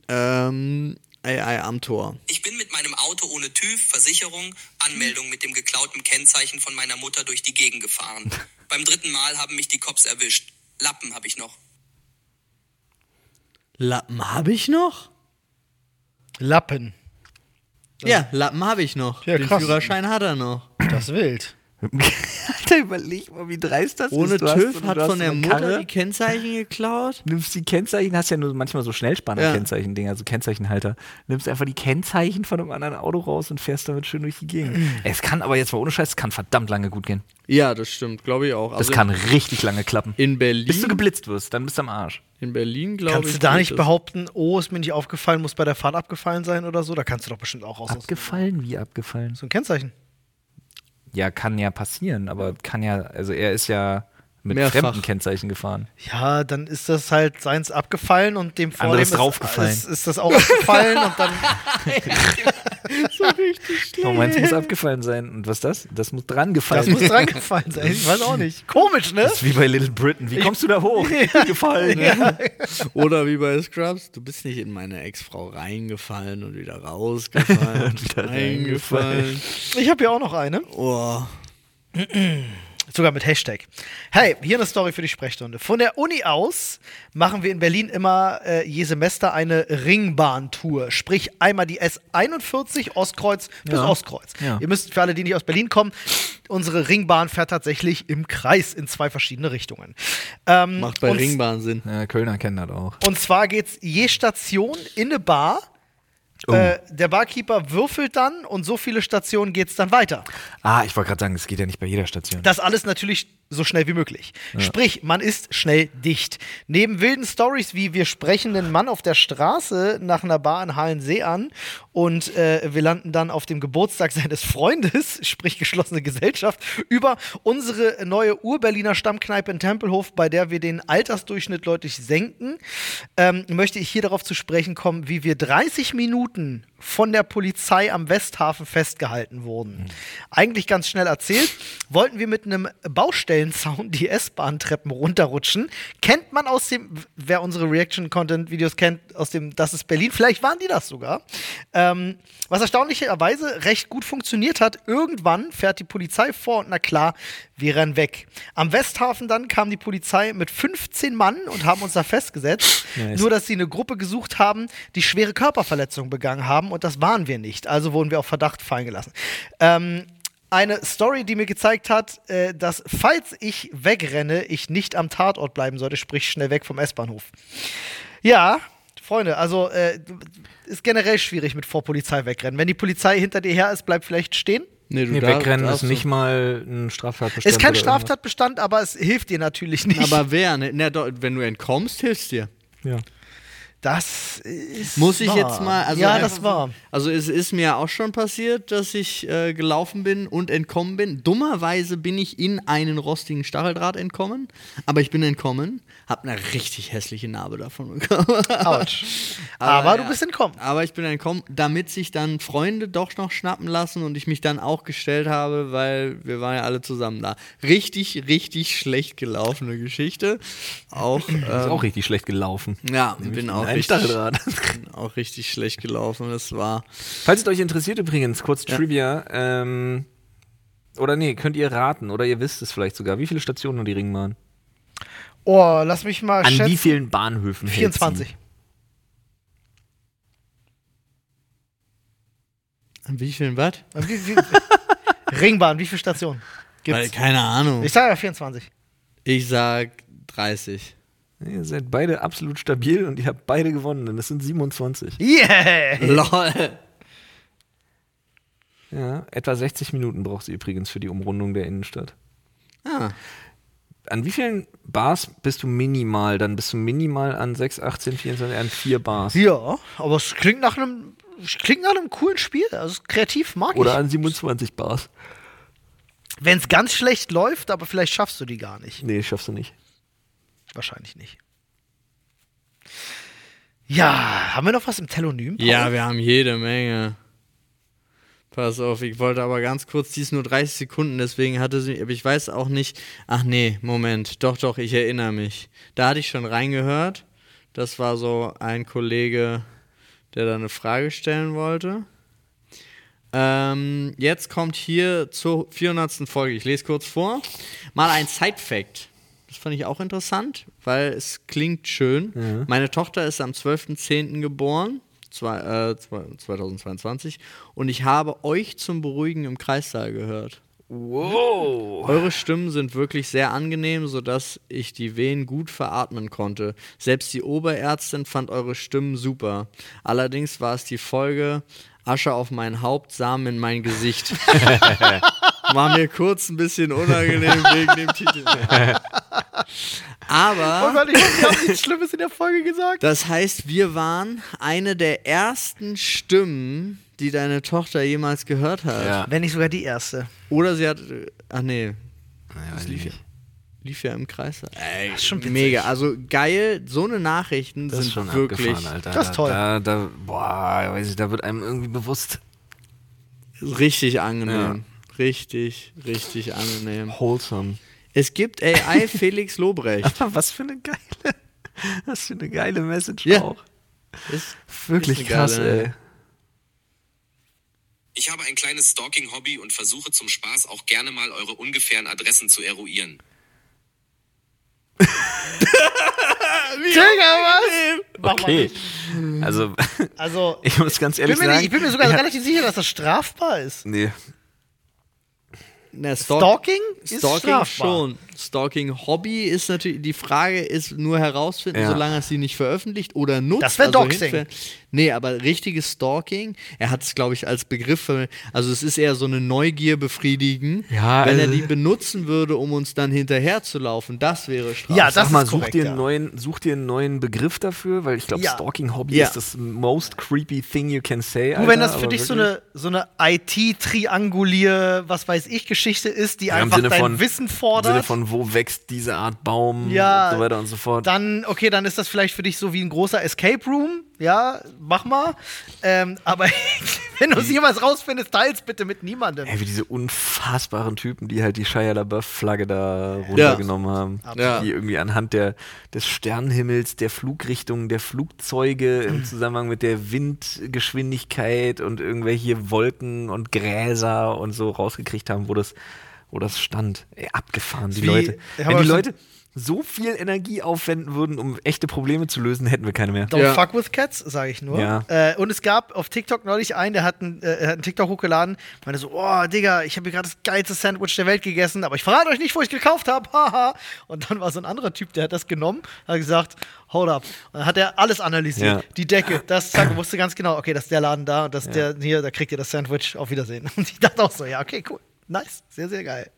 Speaker 2: Ähm, AI am Tor.
Speaker 8: Ich bin mit meinem Auto ohne TÜV, Versicherung, Anmeldung mit dem geklauten Kennzeichen von meiner Mutter durch die Gegend gefahren. Beim dritten Mal haben mich die Cops erwischt. Lappen habe ich noch.
Speaker 2: Lappen habe ich noch?
Speaker 3: Lappen.
Speaker 2: Ja, Lappen habe ich noch.
Speaker 3: Ja,
Speaker 2: Den
Speaker 3: krass.
Speaker 2: Führerschein hat er noch.
Speaker 3: Das ist wild.
Speaker 1: Alter, überleg mal, wie dreist das
Speaker 2: Ohne
Speaker 1: ist. Du hast-
Speaker 2: TÜV
Speaker 1: du
Speaker 2: hat
Speaker 1: hast
Speaker 2: von
Speaker 1: so
Speaker 2: der
Speaker 1: eine
Speaker 2: Mutter
Speaker 1: Karre,
Speaker 2: die Kennzeichen geklaut.
Speaker 1: nimmst die Kennzeichen, hast ja nur manchmal so Schnellspanner-Kennzeichen-Dinger, so Kennzeichenhalter. Nimmst einfach die Kennzeichen von einem anderen Auto raus und fährst damit schön durch die Gegend.
Speaker 2: Mhm.
Speaker 1: Es kann aber jetzt mal ohne Scheiß, es kann verdammt lange gut gehen.
Speaker 2: Ja, das stimmt, glaube ich auch.
Speaker 1: Das
Speaker 2: Also
Speaker 1: kann richtig lange klappen. Bis du
Speaker 2: in Berlin,
Speaker 1: geblitzt wirst, dann bist du am Arsch.
Speaker 2: in Berlin glaube ich.
Speaker 3: Kannst du da
Speaker 2: geht
Speaker 3: nicht
Speaker 2: das.
Speaker 3: behaupten, oh, ist mir nicht aufgefallen, muss bei der Fahrt abgefallen sein oder so? Da kannst du doch bestimmt auch raus.
Speaker 1: Abgefallen? Wie abgefallen?
Speaker 3: So ein Kennzeichen.
Speaker 1: Ja, kann ja passieren, aber kann ja, also er ist ja mit
Speaker 2: Mehrfach.
Speaker 1: fremden Kennzeichen gefahren.
Speaker 3: Ja, dann ist das halt seins abgefallen und dem vor
Speaker 1: Anderes
Speaker 3: dem
Speaker 1: draufgefallen.
Speaker 3: Ist, ist, ist das auch abgefallen und dann.
Speaker 1: Oh, meins muss abgefallen sein. Und was ist das? Das muss dran gefallen.
Speaker 3: Das muss dran gefallen sein. Ich weiß auch nicht. Komisch, ne?
Speaker 1: Das ist wie bei Little Britain. Wie kommst du da hoch? Gefallen. ne? Ja.
Speaker 2: Oder wie bei Scrubs, du bist nicht in meine Ex-Frau reingefallen und wieder rausgefallen und wieder reingefallen.
Speaker 3: Ich habe hier auch noch eine.
Speaker 2: Oh.
Speaker 3: Sogar mit Hashtag. Hey, hier eine Story für die Sprechstunde. Von der Uni aus machen wir in Berlin immer äh, je Semester eine Ringbahntour. Sprich einmal die S41 Ostkreuz bis Ostkreuz.
Speaker 1: Ja.
Speaker 3: Ihr müsst für alle, die nicht aus Berlin kommen, unsere Ringbahn fährt tatsächlich im Kreis in zwei verschiedene Richtungen. Ähm,
Speaker 2: Macht bei
Speaker 3: und-
Speaker 2: Ringbahn Sinn.
Speaker 1: Kölner kennen das auch.
Speaker 3: Und zwar geht's je Station in eine Bar.
Speaker 1: Oh.
Speaker 3: Äh, der Barkeeper würfelt dann und so viele Stationen geht's dann weiter.
Speaker 1: Ah, ich wollte gerade sagen, es geht ja nicht bei jeder Station.
Speaker 3: Das alles natürlich so schnell wie möglich. Sprich, man ist schnell dicht. Neben wilden Stories wie wir sprechen den Mann auf der Straße nach einer Bar in Hallensee an und äh, wir landen dann auf dem Geburtstag seines Freundes, sprich geschlossene Gesellschaft, über unsere neue Urberliner Stammkneipe in Tempelhof, bei der wir den Altersdurchschnitt deutlich senken, ähm, möchte ich hier darauf zu sprechen kommen, wie wir 30 Minuten von der Polizei am Westhafen festgehalten wurden. Eigentlich ganz schnell erzählt, wollten wir mit einem Baustellensound die S-Bahn-Treppen runterrutschen. Kennt man aus dem, wer unsere Reaction-Content-Videos kennt, aus dem Das ist Berlin, vielleicht waren die das sogar. Ähm, was erstaunlicherweise recht gut funktioniert hat, irgendwann fährt die Polizei vor und na klar, wir rennen weg. Am Westhafen dann kam die Polizei mit 15 Mann und haben uns da festgesetzt. Nur, dass sie eine Gruppe gesucht haben, die schwere Körperverletzungen begangen haben und das waren wir nicht. Also wurden wir auf Verdacht fallen gelassen. Ähm, eine Story, die mir gezeigt hat, äh, dass falls ich wegrenne, ich nicht am Tatort bleiben sollte, sprich schnell weg vom S-Bahnhof. Ja, Freunde, also äh, ist generell schwierig mit vor Polizei wegrennen. Wenn die Polizei hinter dir her ist, bleib vielleicht stehen.
Speaker 2: Nee, du
Speaker 1: Nee,
Speaker 2: darf-
Speaker 1: wegrennen
Speaker 2: darfst
Speaker 1: ist
Speaker 2: du.
Speaker 1: nicht mal ein Straftatbestand.
Speaker 3: Ist kein
Speaker 1: oder irgendwas.
Speaker 3: Straftatbestand, aber es hilft dir natürlich nicht.
Speaker 2: Aber wer? Ne? Na, doch, wenn du entkommst, hilfst dir.
Speaker 1: Ja.
Speaker 3: das ist
Speaker 2: Muss ich
Speaker 3: wahr.
Speaker 2: jetzt mal. Also
Speaker 3: ja,
Speaker 2: einfach
Speaker 3: das
Speaker 2: so-
Speaker 3: war.
Speaker 2: Also, es ist mir auch schon passiert, dass ich äh, gelaufen bin und entkommen bin. Dummerweise bin ich in einen rostigen Stacheldraht entkommen, aber ich bin entkommen, hab eine richtig hässliche Narbe davon bekommen.
Speaker 3: Autsch. Aber,
Speaker 2: ja.
Speaker 3: du bist entkommen.
Speaker 2: Aber ich bin entkommen, damit sich dann Freunde doch noch schnappen lassen und ich mich dann auch gestellt habe, weil wir waren ja alle zusammen da. Richtig, richtig schlecht gelaufene Geschichte. Auch,
Speaker 1: Ist
Speaker 2: ähm,
Speaker 1: auch richtig schlecht gelaufen.
Speaker 2: ja, bin auch,
Speaker 1: ein
Speaker 2: richtig,
Speaker 1: Stacheldraht.
Speaker 2: bin auch richtig schlecht gelaufen. Das war
Speaker 1: Falls es euch interessiert übrigens, kurz Trivia. Ähm, oder nee, könnt ihr raten oder ihr wisst es vielleicht sogar, wie viele Stationen nur die Ringbahn?
Speaker 3: Oh, lass mich mal
Speaker 1: An wie
Speaker 3: schätzen.
Speaker 1: vielen Bahnhöfen? hält sie?
Speaker 3: 24.
Speaker 2: an wie vielen Watt?
Speaker 3: An Wie, wie, Ringbahn, wie viele Stationen
Speaker 2: Weil,
Speaker 3: gibt's?
Speaker 2: keine Ahnung.
Speaker 3: Ich
Speaker 2: Ich,
Speaker 3: sage ja 24.
Speaker 2: sag 30.
Speaker 1: Ihr seid beide absolut stabil und ihr habt beide gewonnen, denn das sind 27.
Speaker 3: Yeah!
Speaker 2: LOL.
Speaker 1: Ja, etwa 60 Minuten braucht sie übrigens für die Umrundung der Innenstadt.
Speaker 2: Ah,
Speaker 1: An wie vielen Bars bist du minimal? Dann bist du minimal an 6, 18, 24, an 4 Bars.
Speaker 3: Ja, aber es klingt nach einem es klingt nach einem coolen Spiel. Also es- kreativ mag
Speaker 1: Oder
Speaker 3: ich.
Speaker 1: an 27 Bars.
Speaker 3: Wenn es ganz schlecht läuft, aber vielleicht schaffst du die gar nicht.
Speaker 1: Nee, schaffst du nicht.
Speaker 3: Wahrscheinlich nicht. Ja, haben wir noch was im Telonym? Paul?
Speaker 2: ja, wir haben jede Menge. Pass auf, ich wollte aber ganz kurz, dies nur 30 Sekunden, deswegen hatte sie, aber ich weiß auch nicht. Ach nee, Moment, doch, doch, ich erinnere mich. Da hatte ich schon reingehört. Das war so ein Kollege, der da eine Frage stellen wollte. Ähm, jetzt kommt hier zur 400. Folge. Ich lese kurz vor. Mal ein Side-Fact. Das fand ich auch interessant, weil es klingt schön. Meine Tochter ist am 12.10. geboren, zwei, äh, zwei- 2022, und ich habe euch zum Beruhigen im Kreissaal gehört. Wow. Eure Stimmen sind wirklich sehr angenehm, sodass ich die Wehen gut veratmen konnte. Selbst die Oberärztin fand eure Stimmen super. Allerdings war es die Folge Asche auf mein Haupt, Samen in mein Gesicht. War mir kurz ein bisschen unangenehm wegen dem Titel.
Speaker 3: Oh
Speaker 2: Aber
Speaker 3: Gott, ich hoffe, wir haben nichts Schlimmes in der Folge gesagt.
Speaker 2: das heißt, wir waren eine der ersten Stimmen, die deine Tochter jemals gehört hat.
Speaker 3: Wenn nicht sogar die erste.
Speaker 2: Oder sie hat. äh, Ach nee. das lief ja, lief ja im Kreis. Ey,
Speaker 3: ist schon witzig.
Speaker 2: mega. Also geil, so eine Nachrichten
Speaker 1: Das
Speaker 2: sind
Speaker 1: ist schon
Speaker 2: wirklich
Speaker 1: abgefahren, Alter.
Speaker 3: Das ist toll.
Speaker 1: Da, da, boah, weiß ich, da wird einem irgendwie bewusst.
Speaker 2: richtig angenehm. Richtig, richtig angenehm.
Speaker 1: Wholesome.
Speaker 2: Es gibt AI Felix Lobrecht.
Speaker 1: Was für eine geile, was für eine geile Message
Speaker 2: Ja.
Speaker 1: auch.
Speaker 2: Ist
Speaker 1: Wirklich
Speaker 2: Ist eine
Speaker 1: krass,
Speaker 2: geile-
Speaker 1: ey.
Speaker 8: Ich habe ein kleines Stalking-Hobby und versuche zum Spaß auch gerne mal eure ungefähren Adressen zu eruieren.
Speaker 3: Digga, was? Mach mal
Speaker 1: Okay.
Speaker 3: nicht.
Speaker 1: Also,
Speaker 3: Also,
Speaker 1: ich muss ganz
Speaker 3: bin
Speaker 1: ehrlich
Speaker 3: mir nicht,
Speaker 1: sagen.
Speaker 3: ich bin mir sogar
Speaker 1: ja,
Speaker 3: relativ sicher, dass das strafbar ist.
Speaker 1: Nee,
Speaker 2: Na, Stalk-
Speaker 3: Stalking ist
Speaker 2: Stalking
Speaker 3: strafbar.
Speaker 2: schon. Stalking Hobby ist natürlich, die Frage ist nur herausfinden,
Speaker 1: Ja.
Speaker 2: solange es sie nicht veröffentlicht oder nutzt. Also
Speaker 3: Das wär Doxing.
Speaker 2: hinfällt. Nee, aber richtiges Stalking, er hat es, glaube ich, als Begriff, ver- also es ist eher so eine Neugier befriedigen.
Speaker 1: Ja,
Speaker 2: Wenn er
Speaker 1: also-
Speaker 2: die benutzen würde, um uns dann hinterherzulaufen, das wäre strafbar.
Speaker 3: Ja,
Speaker 1: Sag
Speaker 3: das
Speaker 1: mal,
Speaker 3: ist
Speaker 1: such
Speaker 3: korrekt.
Speaker 1: dir, einen
Speaker 3: ja.
Speaker 1: neuen, such dir einen neuen Begriff dafür, weil ich glaube,
Speaker 3: Ja.
Speaker 1: Stalking Hobby
Speaker 2: Ja.
Speaker 1: ist das most creepy thing you can say.
Speaker 3: Du,
Speaker 1: Alter,
Speaker 3: wenn das für
Speaker 1: aber
Speaker 3: dich so
Speaker 1: wirklich.
Speaker 3: eine, so eine IT-Triangulier, was weiß ich, Geschichte ist, die
Speaker 1: Ja, im
Speaker 3: einfach
Speaker 1: Sinne
Speaker 3: dein
Speaker 1: von-
Speaker 3: Wissen
Speaker 1: Im Sinne
Speaker 3: fordert,
Speaker 1: von, wo wächst diese Art Baum
Speaker 3: Ja,
Speaker 1: und so weiter und so fort.
Speaker 3: dann, okay, dann ist das vielleicht für dich so wie ein großer Escape Room. Ja, mach mal. Ähm, aber wenn du
Speaker 1: Hm.
Speaker 3: es jemals rausfindest, teils bitte mit niemandem.
Speaker 1: Ey, wie diese unfassbaren Typen, die halt die Shia LaBeouf-Flagge da runtergenommen haben.
Speaker 2: Ja.
Speaker 1: Die irgendwie anhand der, des Sternenhimmels, der Flugrichtung, der Flugzeuge im Zusammenhang mit der Windgeschwindigkeit und irgendwelche Wolken und Gräser und so rausgekriegt haben, wo das, wo das stand. Ey, abgefahren, die
Speaker 3: Wie-
Speaker 1: Leute.
Speaker 3: ich hab
Speaker 1: Wenn
Speaker 3: auch
Speaker 1: die
Speaker 3: schon-
Speaker 1: Leute so viel Energie aufwenden würden, um echte Probleme zu lösen, hätten wir keine mehr.
Speaker 3: Don't
Speaker 2: Ja.
Speaker 3: fuck with cats, sage ich nur.
Speaker 1: Ja.
Speaker 3: Äh, und es gab auf TikTok neulich einen, der hat einen, äh, er hat einen TikTok hochgeladen, meinte so, oh, Digga, ich habe hier gerade das geilste Sandwich der Welt gegessen, aber ich verrate euch nicht, wo ich gekauft habe, haha. Und dann war so ein anderer Typ, der hat das genommen, hat gesagt, hold up. Und dann hat er alles analysiert.
Speaker 1: Ja.
Speaker 3: Die Decke, das, zack, wusste ganz genau, okay, das ist der Laden da und das ist der, hier, da kriegt ihr das Sandwich, auf Wiedersehen. Und ich dachte auch so, ja, okay, cool, nice, sehr, sehr geil.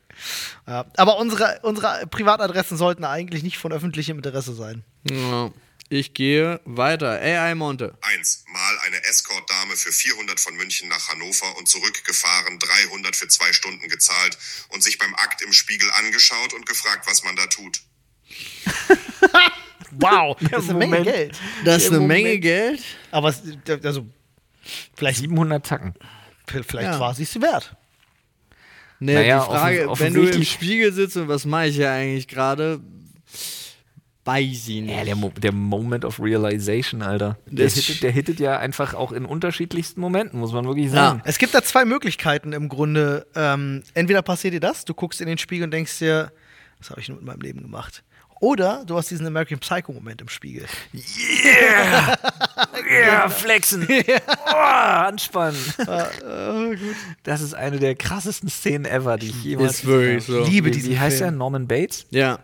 Speaker 3: Ja, aber unsere, unsere Privatadressen sollten eigentlich nicht von öffentlichem Interesse sein.
Speaker 2: Ja. Ich gehe weiter. AI Monte.
Speaker 5: 1. Mal eine Escort-Dame für 400 von München nach Hannover und zurückgefahren, 300 für zwei Stunden gezahlt und sich beim Akt im Spiegel angeschaut und gefragt, was man da tut.
Speaker 3: Wow, das ist eine Menge
Speaker 1: Moment.
Speaker 3: Geld.
Speaker 2: Das ist eine
Speaker 3: Moment.
Speaker 2: Menge Geld.
Speaker 3: Aber es, also, vielleicht,
Speaker 1: 700 Tacken.
Speaker 3: vielleicht
Speaker 2: Ja.
Speaker 3: war sie es wert.
Speaker 2: Nee,
Speaker 1: Naja,
Speaker 2: die Frage,
Speaker 1: offen-
Speaker 2: wenn du im
Speaker 1: offensichtlich-
Speaker 2: Spiegel sitzt und was mache ich ja eigentlich gerade? Weiß ich
Speaker 1: Ja,
Speaker 2: nicht.
Speaker 1: der, Mo der Moment of Realization, Alter. Der
Speaker 2: Das
Speaker 1: hittet,
Speaker 2: sch-
Speaker 1: der hittet ja einfach auch in unterschiedlichsten Momenten, muss man wirklich sagen.
Speaker 3: Es gibt da zwei Möglichkeiten im Grunde. Ähm, entweder passiert dir das, du guckst in den Spiegel und denkst dir, was habe ich nur mit meinem Leben gemacht? Oder du hast diesen American Psycho-Moment im Spiegel.
Speaker 1: Ja, flexen. Oh, anspannen. Äh, Das ist eine der krassesten Szenen ever, die ich jemals
Speaker 2: Ist wirklich
Speaker 1: gesehen habe.
Speaker 2: so.
Speaker 3: Liebe
Speaker 1: Wie,
Speaker 3: diesen
Speaker 1: wie heißt
Speaker 3: Film.
Speaker 1: er? Norman Bates?
Speaker 2: Ja,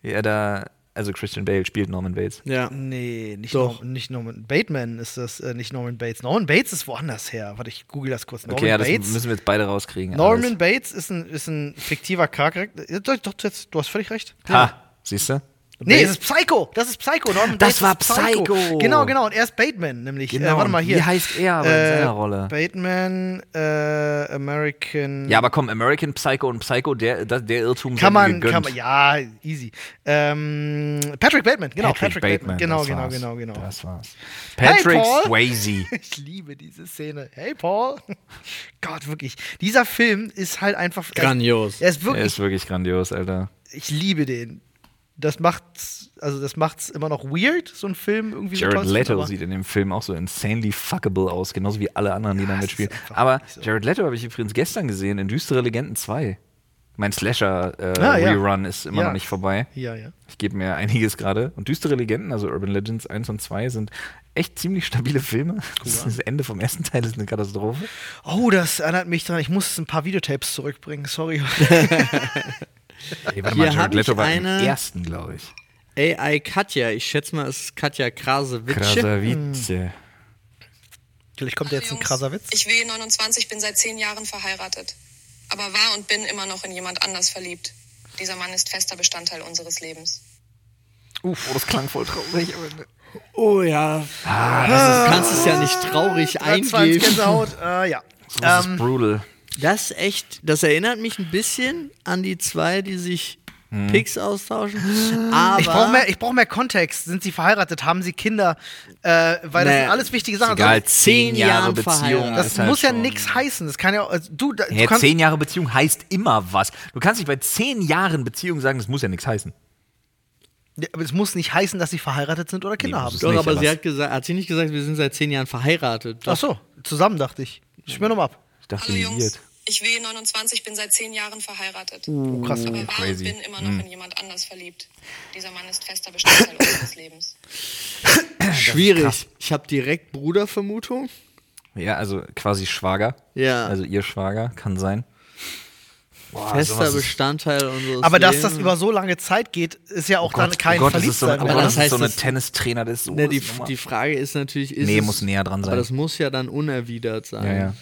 Speaker 1: Wie er da, also Christian Bale spielt Norman Bates.
Speaker 2: ja.
Speaker 3: Nee, nicht,
Speaker 2: Doch.
Speaker 3: Norm, nicht Norman Bateman ist das, äh, nicht Norman Bates. Norman Bates ist woanders her. Warte, ich google das kurz. Norman
Speaker 1: Okay, ja, das
Speaker 3: Bates.
Speaker 1: müssen wir jetzt beide rauskriegen.
Speaker 3: Norman Bates ist ein, ist ein fiktiver Charakter. Ja, Doch, doch, jetzt- du hast völlig recht.
Speaker 1: Bates. Ha, siehst du?
Speaker 3: Nee, es ist Psycho. Das ist Psycho. Norman
Speaker 1: Das
Speaker 3: Bates
Speaker 1: war
Speaker 3: ist Psycho.
Speaker 1: Psycho.
Speaker 3: Genau, genau. Und er ist Bateman, nämlich.
Speaker 1: Genau,
Speaker 3: Äh, warte mal
Speaker 1: und
Speaker 3: hier. Äh,
Speaker 1: wie heißt er aber in seiner Rolle?
Speaker 3: Bateman, äh, American.
Speaker 1: Ja, aber komm, American Psycho und Psycho, der, das- der Irrtum sei
Speaker 3: kann
Speaker 1: mir
Speaker 3: man,
Speaker 1: gegönnt.
Speaker 3: kann man, ja, easy. Ähm, Patrick Bateman, genau.
Speaker 1: Patrick, Bateman.
Speaker 3: Genau,
Speaker 1: das
Speaker 3: genau,
Speaker 1: war's.
Speaker 3: genau, genau.
Speaker 1: Das war's. Patrick
Speaker 3: Paul.
Speaker 1: Swayze.
Speaker 3: Ich liebe diese Szene. Hey, Paul. Gott, wirklich. Dieser Film ist halt einfach. er-
Speaker 2: Grandios.
Speaker 3: Er ist
Speaker 1: Er
Speaker 3: wirklich.
Speaker 1: ist wirklich grandios, Alter.
Speaker 3: ich liebe den. Das macht's, also das macht's immer noch weird, so ein Film irgendwie so
Speaker 1: Jared
Speaker 3: toll zu finden,
Speaker 1: Leto
Speaker 3: aber-
Speaker 1: sieht in dem Film auch so insanely fuckable aus, genauso wie alle anderen, die da
Speaker 3: es ist
Speaker 1: mitspielen.
Speaker 3: einfach
Speaker 1: Aber
Speaker 3: nicht so.
Speaker 1: Jared Leto habe ich übrigens gestern gesehen in Düstere Legenden 2. Mein
Speaker 3: Ah, ja.
Speaker 1: Slasher-Rerun ist immer
Speaker 3: Ja.
Speaker 1: noch nicht vorbei.
Speaker 3: Ja, ja.
Speaker 1: Ich gebe mir einiges gerade. Und Düstere Legenden, also Urban Legends 1 und 2, sind echt ziemlich stabile Filme. Das, das Ende vom ersten Teil ist eine Katastrophe.
Speaker 3: Oh, das erinnert mich daran, ich muss ein paar Videotapes zurückbringen, sorry.
Speaker 1: Ey, warte
Speaker 2: Hier
Speaker 1: mal,
Speaker 2: hab
Speaker 1: Jared
Speaker 2: ich
Speaker 1: Leto war im
Speaker 2: eine-
Speaker 1: ersten, glaube ich.
Speaker 2: AI Katja, ich schätze mal, es ist Katja Krasewitsche.
Speaker 1: Krasser Witze.
Speaker 3: Vielleicht kommt jetzt ein
Speaker 9: Jungs,
Speaker 3: krasser Witz.
Speaker 9: Ich will 29, bin seit zehn Jahren verheiratet. Aber war und bin immer noch in jemand anders verliebt. Dieser Mann ist fester Bestandteil unseres Lebens.
Speaker 1: Uff, oh, das klang voll traurig. aber-
Speaker 2: Oh ja.
Speaker 1: Ah,
Speaker 2: du kannst es ja nicht traurig eingeben.
Speaker 3: Gänsehaut, äh, ja.
Speaker 1: Das ist
Speaker 3: Ähm,
Speaker 1: brutal.
Speaker 2: Das ist echt, das erinnert mich ein bisschen an die zwei, die sich
Speaker 1: Hm.
Speaker 2: Pics austauschen.
Speaker 1: Ah.
Speaker 2: Aber
Speaker 3: ich brauche mehr, ich brauch mehr Kontext. Sind sie verheiratet? Haben sie Kinder? Äh, weil das
Speaker 2: Nee,
Speaker 3: sind alles wichtige Sachen.
Speaker 1: Egal,
Speaker 3: Also,
Speaker 1: zehn Jahre
Speaker 2: Jahren
Speaker 1: Beziehung.
Speaker 2: verheiratet.
Speaker 3: das
Speaker 1: ist halt
Speaker 3: muss ja
Speaker 1: schon-
Speaker 3: nichts heißen. Das kann ja, also, du, da, du
Speaker 1: Ja,
Speaker 3: kannst,
Speaker 1: zehn Jahre Beziehung heißt immer was. Du kannst nicht bei zehn Jahren Beziehung sagen, das muss ja nichts heißen.
Speaker 3: Ja, aber es muss nicht heißen, dass sie verheiratet sind oder Kinder
Speaker 1: Nee,
Speaker 3: haben.
Speaker 1: muss es
Speaker 2: Doch,
Speaker 1: nicht,
Speaker 2: aber
Speaker 1: aber
Speaker 2: sie
Speaker 1: es-
Speaker 2: hat gesagt, hat sie nicht gesagt, wir sind seit zehn Jahren verheiratet.
Speaker 3: Ach so, zusammen dachte ich. Ich mir nochmal ab.
Speaker 1: Ich dachte,
Speaker 9: Hallo
Speaker 1: sie
Speaker 9: Jungs,
Speaker 1: wird.
Speaker 9: ich will 29, bin seit zehn Jahren verheiratet.
Speaker 3: Oh, krass.
Speaker 9: aber war
Speaker 1: crazy.
Speaker 9: und bin immer noch in jemand anders verliebt. Dieser Mann ist fester Bestandteil unseres Lebens.
Speaker 2: Schwierig. Ich habe direkt Brudervermutung.
Speaker 1: Ja, also quasi Schwager.
Speaker 2: Ja.
Speaker 1: Also ihr Schwager, kann sein. Boah,
Speaker 2: Fester
Speaker 1: sowas ist-
Speaker 2: Bestandteil unseres
Speaker 3: Aber dass
Speaker 2: Lebens.
Speaker 3: das über so lange Zeit geht, ist ja auch
Speaker 1: Gott,
Speaker 3: dann kein
Speaker 1: oh Gott, das ist so,
Speaker 3: Verliebtsein.
Speaker 1: aber
Speaker 3: mehr.
Speaker 2: das
Speaker 1: das ist
Speaker 2: heißt,
Speaker 1: so eine
Speaker 2: das-
Speaker 1: Tennistrainer, das ist so.
Speaker 2: Ne, die,
Speaker 1: das ist
Speaker 2: die Frage ist natürlich, ist
Speaker 1: Nee,
Speaker 2: es,
Speaker 1: muss näher dran sein.
Speaker 2: Aber das muss ja dann unerwidert sein.
Speaker 1: ja, Hm. ja.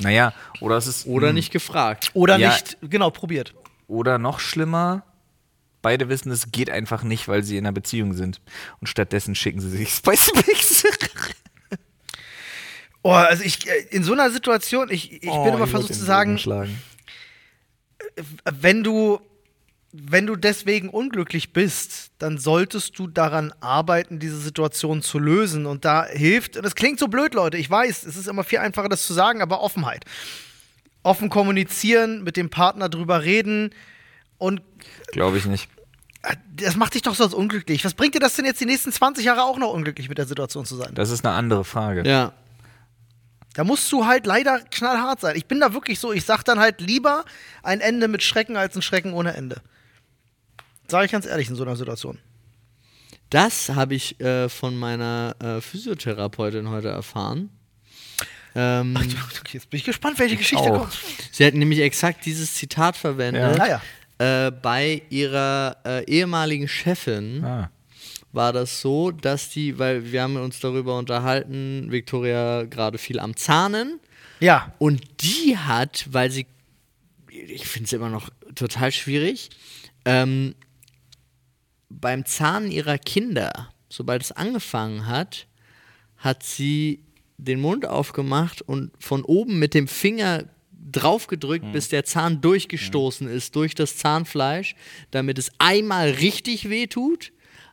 Speaker 1: Naja, oder es ist.
Speaker 2: Oder nicht gefragt.
Speaker 3: Oder
Speaker 1: Ja.
Speaker 3: nicht, genau, probiert.
Speaker 1: Oder noch schlimmer, beide wissen, es geht einfach nicht, weil sie in einer Beziehung sind. Und stattdessen schicken sie sich Spicy Pics.
Speaker 3: Oh, also ich, äh, in so einer Situation, ich, ich
Speaker 1: Oh,
Speaker 3: bin immer versucht zu sagen, wenn du, wenn du deswegen unglücklich bist, dann solltest du daran arbeiten, diese Situation zu lösen. Und da hilft, und das klingt so blöd, Leute, ich weiß, es ist immer viel einfacher, das zu sagen, aber Offenheit. Offen kommunizieren, mit dem Partner drüber reden und äh,
Speaker 1: Glaube ich nicht.
Speaker 3: das macht dich doch sonst unglücklich. Was bringt dir das denn jetzt die nächsten 20 Jahre auch noch unglücklich mit der Situation zu sein?
Speaker 1: Das ist eine andere Frage.
Speaker 2: Ja.
Speaker 3: Da musst du halt leider knallhart sein. Ich bin da wirklich so, ich sag dann halt lieber ein Ende mit Schrecken als ein Schrecken ohne Ende. Sage ich ganz ehrlich in so einer Situation.
Speaker 2: Das habe ich äh, von meiner äh, Physiotherapeutin heute erfahren. Ähm,
Speaker 3: Okay, jetzt bin ich gespannt, welche Geschichte
Speaker 1: auch.
Speaker 3: kommt.
Speaker 2: Sie hat nämlich exakt dieses Zitat verwendet.
Speaker 3: Ja.
Speaker 2: Äh, bei ihrer äh, ehemaligen Chefin
Speaker 1: Ah.
Speaker 2: war das so, dass die, weil wir haben uns darüber unterhalten, Victoria gerade viel am Zahnen
Speaker 3: Ja.
Speaker 2: und die hat, weil sie, ich finde es immer noch total schwierig, ähm, beim Zahnen ihrer Kinder, sobald es angefangen hat, hat sie den Mund aufgemacht und von oben mit dem Finger draufgedrückt, bis der Zahn durchgestoßen ist durch das Zahnfleisch, damit es einmal richtig wehtut,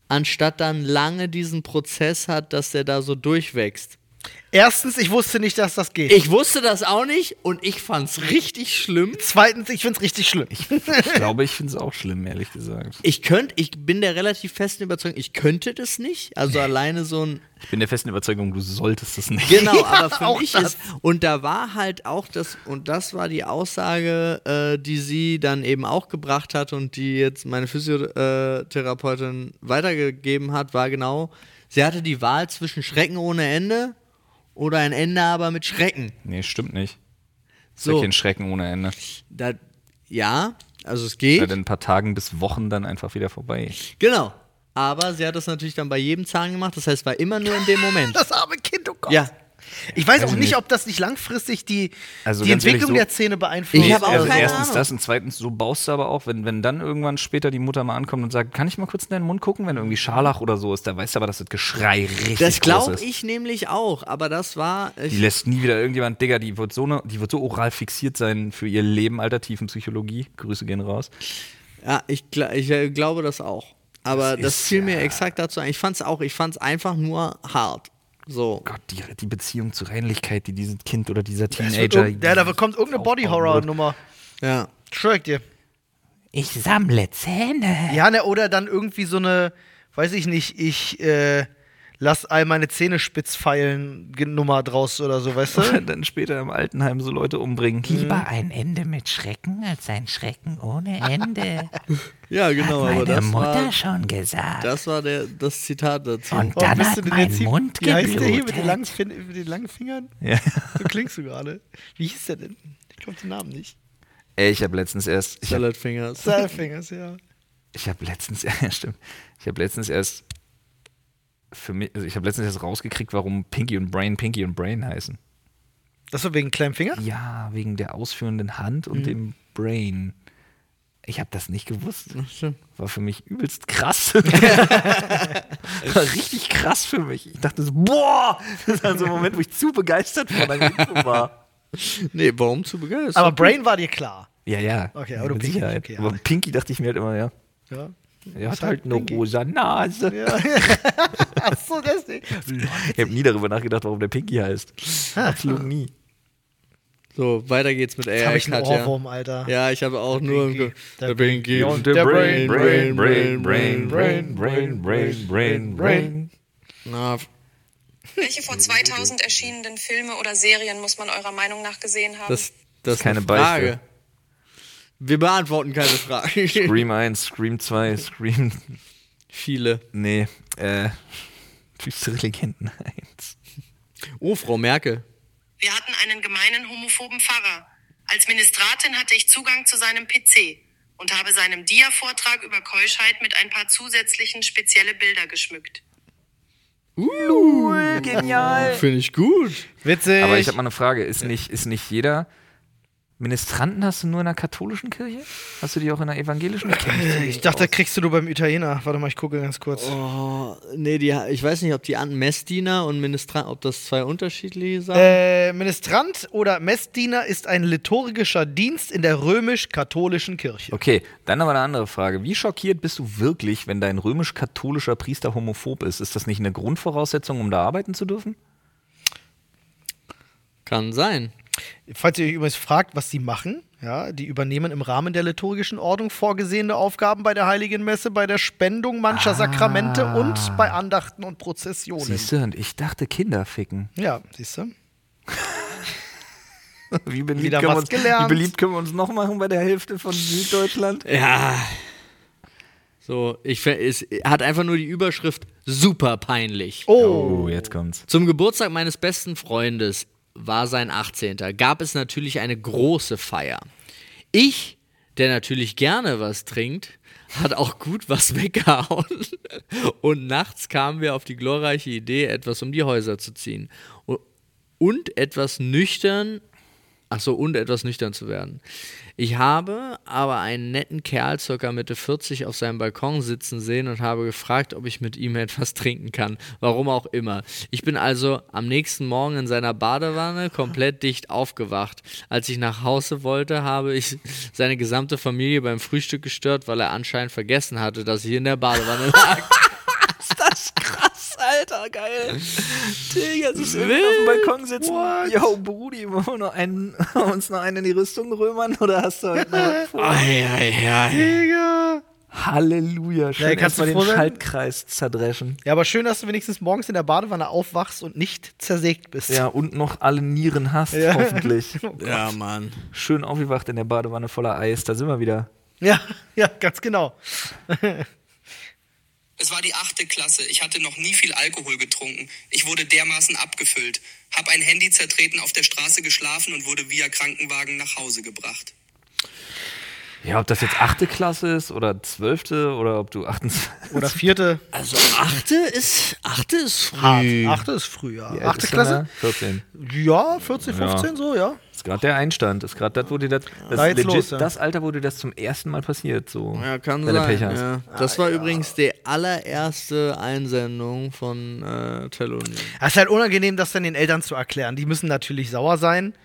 Speaker 2: anstatt dann lange diesen Prozess hat, dass der da so durchwächst.
Speaker 3: Erstens, ich wusste nicht, dass das geht.
Speaker 2: Ich wusste das auch nicht und ich fand's richtig schlimm.
Speaker 3: Zweitens, ich finde es richtig schlimm.
Speaker 1: Ich glaube, ich finde es auch schlimm, ehrlich gesagt.
Speaker 2: Ich könnte, ich bin der relativ festen Überzeugung, ich könnte das nicht. Also alleine so ein
Speaker 1: Ich bin der festen Überzeugung, du solltest es nicht.
Speaker 2: Genau, aber für
Speaker 3: auch
Speaker 2: mich ist, und da war halt auch das, und das war die Aussage, äh, die sie dann eben auch gebracht hat und die jetzt meine Physiotherapeutin weitergegeben hat, war genau, sie hatte die Wahl zwischen Schrecken ohne Ende oder ein Ende aber mit Schrecken.
Speaker 1: Nee, stimmt nicht. So.
Speaker 2: So,
Speaker 1: kein Schrecken ohne Ende.
Speaker 2: da, ja, also es
Speaker 1: Seit
Speaker 2: geht,
Speaker 1: ein paar Tagen bis Wochen dann einfach wieder vorbei.
Speaker 2: genau. Aber sie hat das natürlich dann bei jedem Zahn gemacht, das heißt, war immer nur in dem Moment.
Speaker 3: Das arme Kind, oh Gott.
Speaker 2: Ja,
Speaker 3: Ich weiß
Speaker 1: Weiß
Speaker 3: auch
Speaker 1: ich
Speaker 3: nicht,
Speaker 1: nicht.
Speaker 3: ob das nicht langfristig die,
Speaker 1: Also
Speaker 3: die
Speaker 1: ganz ehrlich,
Speaker 3: Entwicklung
Speaker 1: so-
Speaker 3: der Zähne beeinflusst.
Speaker 2: Ich hab auch
Speaker 1: also
Speaker 2: keine
Speaker 1: erstens
Speaker 2: Ahnung.
Speaker 1: das und zweitens, so baust du aber auch, wenn, wenn dann irgendwann später die Mutter mal ankommt und sagt, kann ich mal kurz in deinen Mund gucken, wenn irgendwie Scharlach oder so ist, da weißt du aber, dass das Geschrei richtig
Speaker 2: das
Speaker 1: groß
Speaker 2: glaube
Speaker 1: ist.
Speaker 2: ich nämlich auch, aber das war,
Speaker 1: Die
Speaker 2: ich,
Speaker 1: lässt nie wieder irgendjemand, Digga, die wird so, ne, die wird so oral fixiert sein für ihr Leben alter Tiefenpsychologie. Grüße gehen raus.
Speaker 2: Ja, ich, gla- ich äh, glaube das auch. Aber das,
Speaker 1: ist
Speaker 2: fiel mir
Speaker 1: ja-
Speaker 2: exakt dazu ein. Ich fand's auch, ich fand's einfach nur hart. So.
Speaker 1: Gott, die, die Beziehung zur Reinlichkeit, die dieses Kind oder dieser
Speaker 3: wird
Speaker 1: Teenager.
Speaker 3: irg- ja, da kommt irgendeine
Speaker 1: aufbauen wird.
Speaker 3: Body-Horror-Nummer.
Speaker 2: Ja.
Speaker 3: Schwör ich dir.
Speaker 1: Ich sammle Zähne.
Speaker 3: Ja, ne, oder dann irgendwie so eine, weiß ich nicht, ich äh, lass all meine Zähne spitz feilen Ge- Nummer draus oder so, weißt du?
Speaker 1: Und dann später im Altenheim so Leute umbringen. Mhm. Lieber ein Ende mit Schrecken als ein Schrecken ohne Ende.
Speaker 2: Ja, genau, aber das war,
Speaker 1: schon gesagt.
Speaker 2: das war der, das Zitat dazu.
Speaker 3: Oh, bist du denn jetzt hier- Wie heißt der hier mit den,
Speaker 1: geblutet.
Speaker 3: langen fin mit den langen Fingern?
Speaker 1: Ja.
Speaker 3: So klingst du gerade. Wie hieß der denn? Ich glaube den Namen nicht.
Speaker 1: Ey, ich habe letztens erst, ich habe
Speaker 2: Salad Fingers.
Speaker 3: Salfingers, ja.
Speaker 1: ich hab letztens, ja, stimmt, ich habe letztens erst für mich, also ich habe letztens erst rausgekriegt, warum Pinky und Brain Pinky und Brain heißen.
Speaker 3: Das war wegen kleinem
Speaker 2: Hm,
Speaker 3: Finger?
Speaker 1: Ja, wegen der ausführenden Hand
Speaker 3: Mhm.
Speaker 1: und dem Brain. Ich habe das nicht gewusst. War für mich übelst krass. War richtig krass für mich. Ich dachte so, boah, das war so ein Moment, wo ich zu begeistert von meiner Info war.
Speaker 2: Nee, warum zu begeistern?
Speaker 3: Aber Brain war dir klar.
Speaker 1: Ja, ja.
Speaker 3: Okay, aber du
Speaker 1: mit
Speaker 3: Pinky,
Speaker 1: Sicherheit.
Speaker 3: okay, ja.
Speaker 1: aber Pinky dachte ich mir halt immer, ja.
Speaker 3: Ja.
Speaker 1: Er
Speaker 3: halt
Speaker 1: hat halt eine
Speaker 3: Pinky.
Speaker 1: rosa Nase.
Speaker 3: Achso, deswegen.
Speaker 1: Ich habe nie darüber nachgedacht, warum der Pinky heißt.
Speaker 3: Ah.
Speaker 1: Absolut nie.
Speaker 2: So, weiter geht's mit
Speaker 3: Jetzt
Speaker 2: AI.
Speaker 3: habe ich einen
Speaker 2: Katja.
Speaker 3: Ohrwurm, Alter.
Speaker 2: Ja, ich habe auch nur.
Speaker 3: Pinky.
Speaker 2: Ge-
Speaker 3: Der
Speaker 2: Pinky.
Speaker 3: und der Brain,
Speaker 1: Brain, Brain, Brain, Brain, Brain, Brain, Brain, Brain.
Speaker 2: Na,
Speaker 9: Welche vor 2000 erschienenen Filme oder Serien muss man eurer Meinung nach gesehen haben?
Speaker 2: das, das ist
Speaker 1: Keine
Speaker 2: eine
Speaker 1: Beichte.
Speaker 2: Frage. Wir beantworten keine Fragen.
Speaker 1: Scream 1, Scream 2, Scream.
Speaker 2: Viele.
Speaker 1: Nee, äh. Düstere Legenden 1.
Speaker 2: Oh, Frau Merkel.
Speaker 10: Wir hatten einen gemeinen homophoben Pfarrer. Als Ministratin hatte ich Zugang zu seinem PC und habe seinem Dia-Vortrag über Keuschheit mit ein paar zusätzlichen spezielle Bilder geschmückt.
Speaker 1: Äh.
Speaker 2: Finde ich gut.
Speaker 3: Witzig.
Speaker 1: Aber ich habe mal eine Frage. Ist nicht, ist nicht jeder. Ministranten hast du nur in der katholischen Kirche? Hast du die auch in der evangelischen Kirche?
Speaker 3: ich dachte, kriegst du nur beim Italiener. Warte mal, ich gucke ganz kurz.
Speaker 2: Oh, nee, die, ich weiß nicht, ob die an Messdiener und Ministrant, ob das zwei unterschiedliche Sachen
Speaker 3: Äh, Ministrant oder Messdiener ist ein liturgischer Dienst in der römisch-katholischen Kirche.
Speaker 1: Okay, dann aber eine andere Frage. Wie schockiert bist du wirklich, wenn dein römisch-katholischer Priester homophob ist? Ist das nicht eine Grundvoraussetzung, um da arbeiten zu dürfen?
Speaker 2: Kann sein.
Speaker 3: Falls ihr euch übrigens fragt, was sie machen, ja, die übernehmen im Rahmen der liturgischen Ordnung vorgesehene Aufgaben bei der Heiligen Messe, bei der Spendung mancher Sakramente und bei Andachten und Prozessionen.
Speaker 1: Ah. Siehst du, und ich dachte Kinder ficken.
Speaker 3: Ja, siehst du?
Speaker 1: Wie beliebt,
Speaker 3: Wieder
Speaker 1: können wir
Speaker 3: was
Speaker 1: uns,
Speaker 3: gelernt.
Speaker 1: wie beliebt können wir uns noch machen bei der Hälfte von Süddeutschland?
Speaker 2: Ja. So, ich, fä- es hat einfach nur die Überschrift super peinlich.
Speaker 1: Oh, jetzt kommt's.
Speaker 2: Zum Geburtstag meines besten Freundes war sein 18. gab es natürlich eine große Feier. Ich, der natürlich gerne was trinkt, hat auch gut was weggehauen. Und nachts kamen wir auf die glorreiche Idee, etwas um die Häuser zu ziehen. U- Und etwas nüchtern, ach so, und etwas nüchtern zu werden. Ich habe aber einen netten Kerl, circa Mitte 40, auf seinem Balkon sitzen sehen und habe gefragt, ob ich mit ihm etwas trinken kann. Warum auch immer. Ich bin also am nächsten Morgen in seiner Badewanne komplett dicht aufgewacht. Als ich nach Hause wollte, habe ich seine gesamte Familie beim Frühstück gestört, weil er anscheinend vergessen hatte, dass ich in der Badewanne lag.
Speaker 1: Krass, Alter, geil. Digga, sich irgendwie auf dem Balkon sitzen. Yo, Brudi, wollen wir noch einen, uns noch einen in die Rüstung römern oder hast du heute noch vor?
Speaker 2: Ei, ei, ei.
Speaker 1: Halleluja, schön
Speaker 3: Ja, kannst
Speaker 1: erstmal
Speaker 3: du
Speaker 1: den
Speaker 3: froh sein?
Speaker 1: Schaltkreis zerdreschen.
Speaker 3: Ja, aber schön, dass du wenigstens morgens in der Badewanne aufwachst und nicht zersägt bist.
Speaker 1: Ja, und noch alle Nieren hast, hoffentlich.
Speaker 3: Oh
Speaker 2: Ja, Mann.
Speaker 1: Schön aufgewacht in der Badewanne voller Eis, da sind wir wieder.
Speaker 3: ja, ja, ganz genau.
Speaker 8: Es war die achte Klasse. Ich hatte noch nie viel Alkohol getrunken. Ich wurde dermaßen abgefüllt. Hab ein Handy zertreten, auf der Straße geschlafen und wurde via Krankenwagen nach Hause gebracht.
Speaker 1: Ja, ob das jetzt achte Klasse ist oder zwölfte oder ob du 28.
Speaker 3: Oder vierte.
Speaker 2: Also achte ist, achte ist früh.
Speaker 3: Achte ist früh, ja.
Speaker 1: Wie alt
Speaker 3: Achte
Speaker 1: ist denn der?
Speaker 3: Klasse?
Speaker 1: 14.
Speaker 3: Ja, 14, 15,
Speaker 1: Ja.
Speaker 3: so, ja.
Speaker 1: Ist gerade der Einstand. Ist gerade das, wo dir das. Das,
Speaker 3: Da
Speaker 1: ist
Speaker 3: geht's
Speaker 1: legit,
Speaker 3: los, ja.
Speaker 1: das Alter, wo dir das zum ersten Mal passiert. So,
Speaker 2: Ja, kann
Speaker 1: wenn du
Speaker 2: sein.
Speaker 1: Pech hast.
Speaker 2: Ja. Das war übrigens die allererste Einsendung von äh, Telonym.
Speaker 3: Es ist halt unangenehm, das dann den Eltern zu erklären. Die müssen natürlich sauer sein,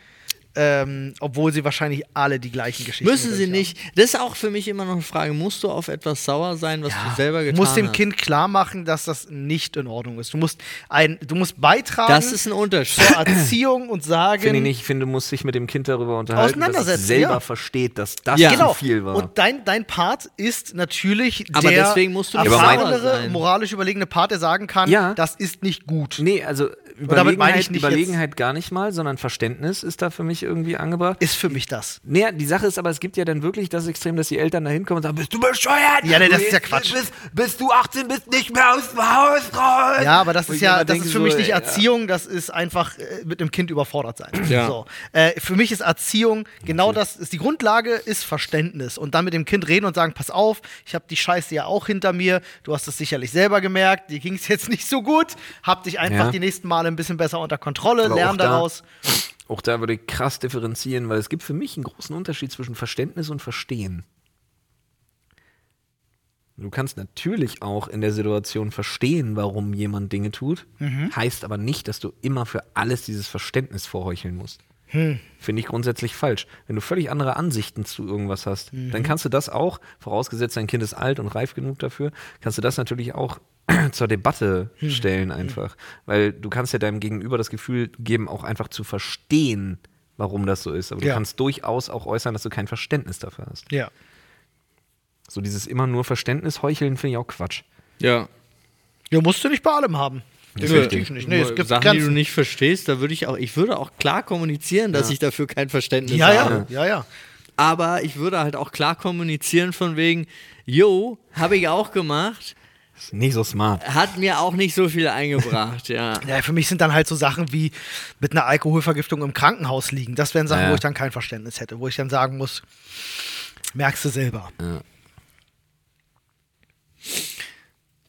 Speaker 3: ähm, obwohl sie wahrscheinlich alle die gleichen Geschichten
Speaker 2: Müssen
Speaker 3: mit
Speaker 2: sie
Speaker 3: euch
Speaker 2: nicht. Das ist auch für mich immer noch eine Frage. Musst du auf etwas sauer sein, was du selber
Speaker 3: haben.
Speaker 2: getan
Speaker 3: Du musst dem
Speaker 2: hast?
Speaker 3: Kind klar machen, dass das nicht in Ordnung ist. Du musst, ein, du musst beitragen
Speaker 2: Das ist ein Unterschied.
Speaker 3: zur Erziehung und sagen,
Speaker 1: Finde ich nicht. Ich finde, du musst dich mit dem Kind darüber unterhalten, dass es
Speaker 3: Auseinandersetzen,
Speaker 1: selber
Speaker 3: ja.
Speaker 1: versteht, dass das
Speaker 2: Ja.
Speaker 1: zu
Speaker 3: Genau.
Speaker 1: viel war.
Speaker 3: Und dein, dein Part ist natürlich
Speaker 2: Aber
Speaker 3: der
Speaker 2: deswegen musst du nicht sauer
Speaker 3: erfahrenere,
Speaker 2: sein.
Speaker 3: moralisch überlegene Part, der sagen kann,
Speaker 1: Ja.
Speaker 3: das ist nicht gut.
Speaker 1: nee, also
Speaker 3: damit meine ich
Speaker 1: Überlegenheit,
Speaker 3: nicht
Speaker 1: Überlegenheit gar nicht mal, sondern Verständnis ist da für mich irgendwie angebracht.
Speaker 3: Ist für mich das.
Speaker 1: Naja, die Sache ist aber, es gibt ja dann wirklich das Extrem, dass die Eltern da hinkommen und sagen, bist du bescheuert?
Speaker 3: Ja, nee, das
Speaker 1: Du
Speaker 3: ist ja
Speaker 1: bist-
Speaker 3: Quatsch.
Speaker 1: Bist, bist du 18, bist nicht mehr aus dem Haus raus.
Speaker 3: Ja, aber das
Speaker 1: Wo
Speaker 3: ist
Speaker 1: ich
Speaker 3: ja,
Speaker 1: immer
Speaker 3: das
Speaker 1: denke
Speaker 3: ist für
Speaker 1: so,
Speaker 3: mich nicht
Speaker 1: ey,
Speaker 3: Erziehung, das ist einfach äh, mit einem Kind überfordert sein.
Speaker 2: Ja.
Speaker 3: So. Äh, für mich ist Erziehung genau das, ist die Grundlage ist Verständnis und dann mit dem Kind reden und sagen, pass auf, ich habe die Scheiße ja auch hinter mir, du hast es sicherlich selber gemerkt, dir ging es jetzt nicht so gut, hab dich einfach
Speaker 1: Ja.
Speaker 3: die nächsten Male ein bisschen besser unter Kontrolle,
Speaker 1: Aber auch
Speaker 3: lern
Speaker 1: da-
Speaker 3: daraus.
Speaker 1: Auch da würde ich krass differenzieren, weil es gibt für mich einen großen Unterschied zwischen Verständnis und Verstehen. Du kannst natürlich auch in der Situation verstehen, warum jemand Dinge tut, heißt aber nicht, dass du immer für alles dieses Verständnis vorheucheln musst. Finde ich grundsätzlich falsch. Wenn du völlig andere Ansichten zu irgendwas hast, dann kannst du das auch, vorausgesetzt dein Kind ist alt und reif genug dafür, kannst du das natürlich auch zur Debatte stellen einfach. Weil du kannst ja deinem Gegenüber das Gefühl geben, auch einfach zu verstehen, warum das so ist. Aber du
Speaker 3: Ja.
Speaker 1: kannst durchaus auch äußern, dass du kein Verständnis dafür hast.
Speaker 3: Ja.
Speaker 1: So dieses immer nur Verständnis heucheln finde ich auch Quatsch.
Speaker 2: Ja.
Speaker 3: Ja, musst du nicht bei allem haben. Definitiv
Speaker 1: richtig.
Speaker 3: nicht. Nee, es gibt
Speaker 2: Sachen, die du
Speaker 3: Grenzen.
Speaker 2: nicht verstehst, da würde ich auch, ich würde auch klar kommunizieren, dass ich dafür kein Verständnis
Speaker 3: Ja,
Speaker 2: habe.
Speaker 3: ja, ja, ja.
Speaker 2: Aber ich würde halt auch klar kommunizieren von wegen, yo, habe ich auch gemacht,
Speaker 1: Ist nicht so smart.
Speaker 2: hat mir auch nicht so viel eingebracht, ja.
Speaker 3: Ja, für mich sind dann halt so Sachen wie mit einer Alkoholvergiftung im Krankenhaus liegen. Das wären Sachen,
Speaker 1: Ja.
Speaker 3: wo ich dann kein Verständnis hätte, wo ich dann sagen muss, merkst du selber.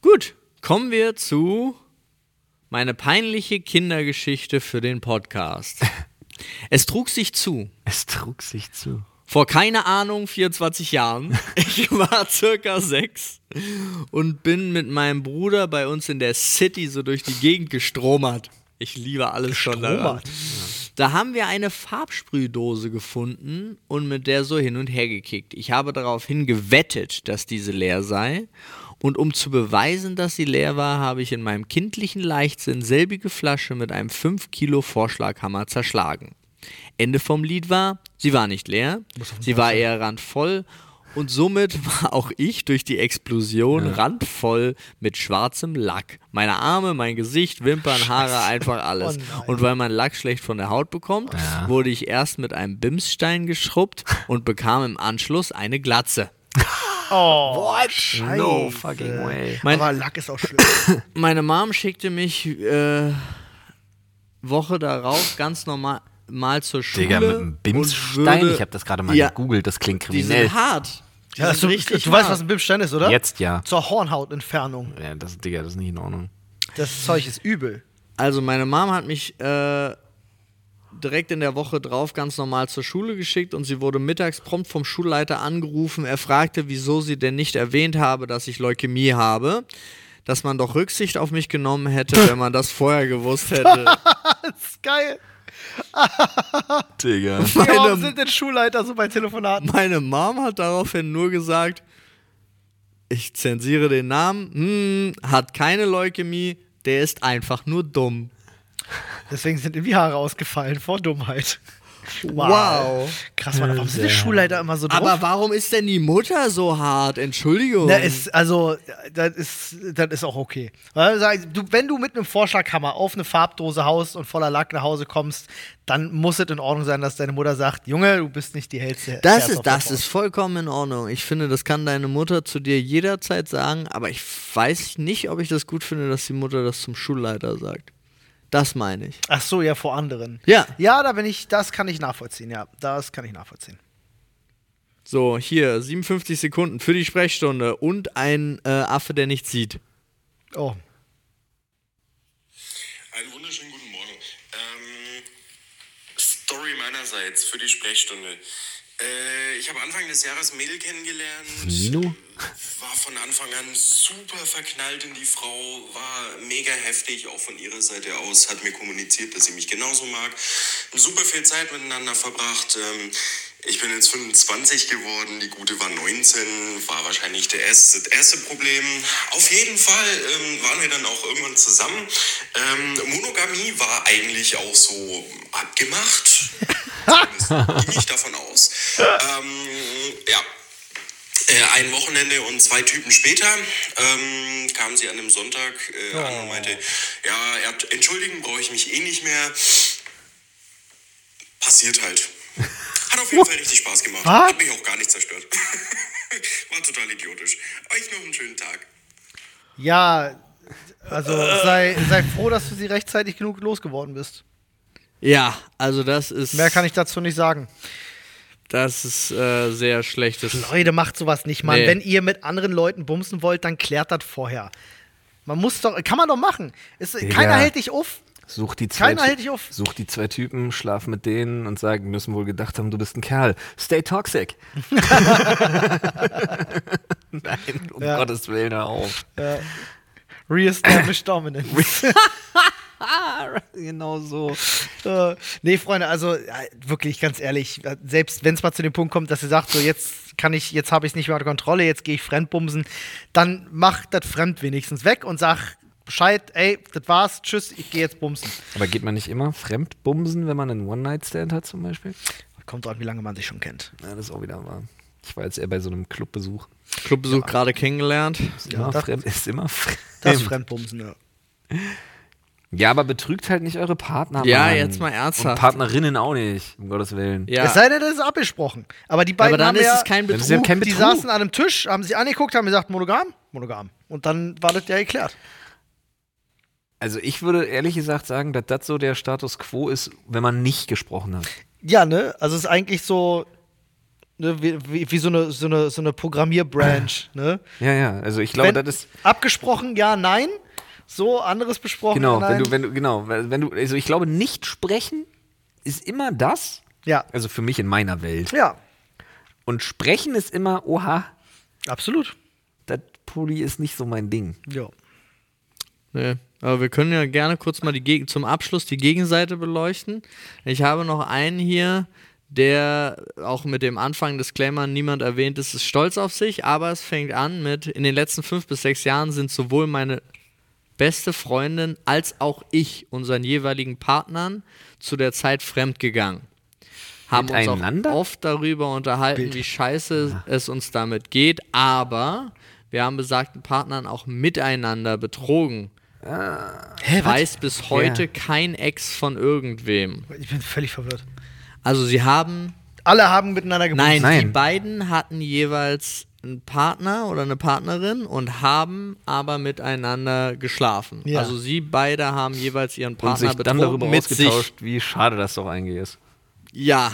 Speaker 2: Gut, kommen wir zu meine peinliche Kindergeschichte für den Podcast. Es trug sich zu,
Speaker 1: Es trug sich zu.
Speaker 2: vor keine Ahnung 24 Jahren, ich war circa sechs und bin mit meinem Bruder bei uns in der City so durch die Gegend gestromert. Ich liebe alles schon daran.
Speaker 3: Gestromert?
Speaker 2: Da haben wir eine Farbsprühdose gefunden und mit der so hin und her gekickt. Ich habe daraufhin gewettet, dass diese leer sei. Und um zu beweisen, dass sie leer war, habe ich in meinem kindlichen Leichtsinn selbige Flasche mit einem 5 Kilo Vorschlaghammer zerschlagen. Ende vom Lied war, sie war nicht leer, sie war eher randvoll und somit war auch ich durch die Explosion randvoll mit schwarzem Lack. Meine Arme, mein Gesicht, Wimpern, Haare, einfach alles.
Speaker 1: Oh
Speaker 2: und weil man Lack schlecht von der Haut bekommt, wurde ich erst mit einem Bimsstein geschrubbt und bekam im Anschluss eine Glatze.
Speaker 3: Oh,
Speaker 1: No fucking way.
Speaker 2: Mein-
Speaker 3: aber Lack ist auch schlimm.
Speaker 2: meine Mom schickte mich äh, Woche darauf ganz normal mal zur Schule.
Speaker 1: Digga, mit einem Bimsstein? Ich habe das gerade mal
Speaker 2: ja,
Speaker 1: gegoogelt, das klingt
Speaker 2: Die
Speaker 1: kriminell.
Speaker 2: sind hart. Die
Speaker 3: Ja,
Speaker 2: sind
Speaker 3: du,
Speaker 2: richtig
Speaker 3: du weißt, was
Speaker 2: hart.
Speaker 3: ein Bimstein ist, oder?
Speaker 1: Jetzt ja.
Speaker 3: Zur Hornhautentfernung.
Speaker 1: ja das, Digga, das ist nicht in Ordnung.
Speaker 3: Das Zeug ist übel.
Speaker 2: Also meine Mom hat mich äh, direkt in der Woche drauf ganz normal zur Schule geschickt und sie wurde mittags prompt vom Schulleiter angerufen. Er fragte, wieso sie denn nicht erwähnt habe, dass ich Leukämie habe. Dass man doch Rücksicht auf mich genommen hätte, wenn man das vorher gewusst hätte.
Speaker 3: Das ist geil.
Speaker 1: Digga.
Speaker 3: Digga, Warum
Speaker 2: Meine-
Speaker 3: sind denn Schulleiter so bei Telefonaten?
Speaker 2: Meine Mom hat daraufhin nur gesagt, ich zensiere den Namen, hm, hat keine Leukämie, der ist einfach nur dumm.
Speaker 3: Deswegen sind ihm die Haare ausgefallen vor Dummheit.
Speaker 2: Wow.
Speaker 3: Krass, Mann, warum sind die Schulleiter immer so drauf?
Speaker 2: Aber warum ist denn die Mutter so hart? Entschuldigung.
Speaker 3: Na, ist, also, das ist, das ist auch okay. Weil, sag- Du, wenn du mit einem Vorschlaghammer auf eine Farbdose haust und voller Lack nach Hause kommst, dann muss es in Ordnung sein, dass deine Mutter sagt, Junge, du bist nicht die hellste.
Speaker 2: das
Speaker 3: Kerze
Speaker 2: ist,
Speaker 3: auf der
Speaker 2: das
Speaker 3: Torte."
Speaker 2: ist vollkommen in Ordnung. Ich finde, das kann deine Mutter zu dir jederzeit sagen, aber ich weiß nicht, ob ich das gut finde, dass die Mutter das zum Schulleiter sagt. Das meine ich.
Speaker 3: Ach so, ja, vor anderen.
Speaker 2: Ja.
Speaker 3: Ja, da bin ich, das kann ich nachvollziehen, ja. Das kann ich nachvollziehen.
Speaker 2: So, hier, 57 Sekunden für die Sprechstunde und ein äh, Affe, der nichts sieht.
Speaker 3: Oh.
Speaker 11: Einen wunderschönen guten Morgen. Ähm, Story meinerseits für die Sprechstunde. Äh, ich habe Anfang des Jahres ein Mädel kennengelernt.
Speaker 1: Nino?
Speaker 11: War von Anfang an super verknallt in die Frau, war mega heftig, auch von ihrer Seite aus, hat mir kommuniziert, dass sie mich genauso mag. Super viel Zeit miteinander verbracht. Ähm, ich bin jetzt 25 geworden, die gute war 19, war wahrscheinlich der erste, das erste Problem. Auf jeden Fall ähm, waren wir dann auch irgendwann zusammen. Ähm, Monogamie war eigentlich auch so abgemacht. Zumindest ging ich davon aus. Ähm, ja, äh, ein Wochenende und zwei Typen später ähm, kam sie an einem Sonntag äh, an und meinte, ja, er hat, entschuldigen brauche ich mich eh nicht mehr. Passiert halt. Hat auf jeden Fall richtig Spaß gemacht. Hat mich auch gar nicht zerstört. War total idiotisch. Euch noch einen schönen Tag.
Speaker 3: Ja, also
Speaker 2: Äh.
Speaker 3: sei, sei froh, dass du sie rechtzeitig genug losgeworden bist.
Speaker 2: Ja, also das ist.
Speaker 3: Mehr kann ich dazu nicht sagen.
Speaker 2: Das ist äh, sehr schlechtes.
Speaker 3: Leute, macht sowas nicht, Mann.
Speaker 2: Nee.
Speaker 3: Wenn ihr mit anderen Leuten bumsen wollt, dann klärt das vorher. Man muss doch, kann man doch machen. Es, keiner hält dich auf.
Speaker 1: Such die, zwei
Speaker 3: Keiner hält dich auf.
Speaker 1: such die zwei Typen, schlaf mit denen und sagen, müssen wohl gedacht haben, du bist ein Kerl. Stay toxic. Nein, um
Speaker 3: Ja.
Speaker 1: Gottes Willen, hör auf.
Speaker 3: Reestablish Dominant.
Speaker 1: genau so.
Speaker 3: Äh, nee, Freunde, also ja, wirklich ganz ehrlich, äh, selbst wenn es mal zu dem Punkt kommt, dass ihr sagt, so jetzt kann ich, jetzt habe ich es nicht mehr unter Kontrolle, jetzt gehe ich fremdbumsen, dann macht das Fremd wenigstens weg und sag Bescheid, ey, das war's, tschüss, ich gehe jetzt bumsen.
Speaker 1: Aber geht man nicht immer fremdbumsen, wenn man einen One-Night-Stand hat zum Beispiel?
Speaker 3: Kommt drauf an, wie lange man sich schon kennt.
Speaker 1: Ja, das ist auch wieder wahr. Ich war jetzt eher bei so einem Clubbesuch.
Speaker 2: Clubbesuch gerade kennengelernt.
Speaker 1: Ist immer
Speaker 3: das-
Speaker 1: fremd. Ist immer fremd.
Speaker 3: Das Fremdbumsen, ja.
Speaker 1: Ja, aber betrügt halt nicht eure Partner.
Speaker 2: Ja,
Speaker 1: Mann.
Speaker 2: jetzt mal ernsthaft.
Speaker 1: Und Partnerinnen auch nicht, um Gottes Willen.
Speaker 2: Ja.
Speaker 3: Es sei denn, das ist abgesprochen. Aber die beiden
Speaker 2: aber dann
Speaker 3: haben
Speaker 2: ist
Speaker 3: ja,
Speaker 2: es kein
Speaker 1: Das
Speaker 2: Betrug.
Speaker 1: ist ja kein
Speaker 3: die
Speaker 1: Betrug.
Speaker 3: saßen an einem Tisch, haben sich angeguckt, haben gesagt, monogam, monogam. Und dann war das ja geklärt.
Speaker 1: Also ich würde ehrlich gesagt sagen, dass das so der Status quo ist, wenn man nicht gesprochen hat.
Speaker 3: Ja, ne? Also es ist eigentlich so ne, wie, wie, wie so eine, so eine, so eine Programmierbranch, ne?
Speaker 1: Ja, ja. Also ich glaube,
Speaker 3: Wenn-
Speaker 1: das ist
Speaker 3: abgesprochen, ja, nein. So, anderes besprochen.
Speaker 1: genau,
Speaker 3: Oh, nein.
Speaker 1: wenn du, wenn du, genau, wenn wenn du, also ich glaube, nicht sprechen ist immer das.
Speaker 3: ja.
Speaker 1: Also für mich in meiner Welt.
Speaker 3: ja,
Speaker 1: Und sprechen ist immer, oha,
Speaker 3: absolut.
Speaker 1: das Pulli ist nicht so mein Ding.
Speaker 3: Ja.
Speaker 2: Nee. Aber wir können ja gerne kurz mal die Geg zum Abschluss die Gegenseite beleuchten. Ich habe noch einen hier, der auch mit dem Anfang Disclaimer niemand erwähnt ist, ist stolz auf sich, aber es fängt an mit, in den letzten fünf bis sechs Jahren sind sowohl meine beste Freundin als auch ich unseren jeweiligen Partnern zu der Zeit fremdgegangen. Haben uns
Speaker 1: Miteinander?
Speaker 2: auch oft darüber unterhalten, wie scheiße es uns damit geht, aber wir haben besagten Partnern auch miteinander betrogen. weiß bis heute
Speaker 1: Äh, Ja.
Speaker 2: kein Ex von irgendwem.
Speaker 3: Ich bin völlig verwirrt.
Speaker 2: Also sie haben,
Speaker 3: Alle haben miteinander gebumst.
Speaker 2: nein, die
Speaker 1: Nein.
Speaker 2: beiden hatten jeweils einen Partner oder eine Partnerin und haben aber miteinander geschlafen.
Speaker 3: Ja.
Speaker 2: Also sie beide haben jeweils ihren
Speaker 1: Und
Speaker 2: Partner
Speaker 1: sich dann darüber
Speaker 2: betrogen mit sich
Speaker 1: ausgetauscht, wie schade das doch eigentlich ist.
Speaker 2: ja.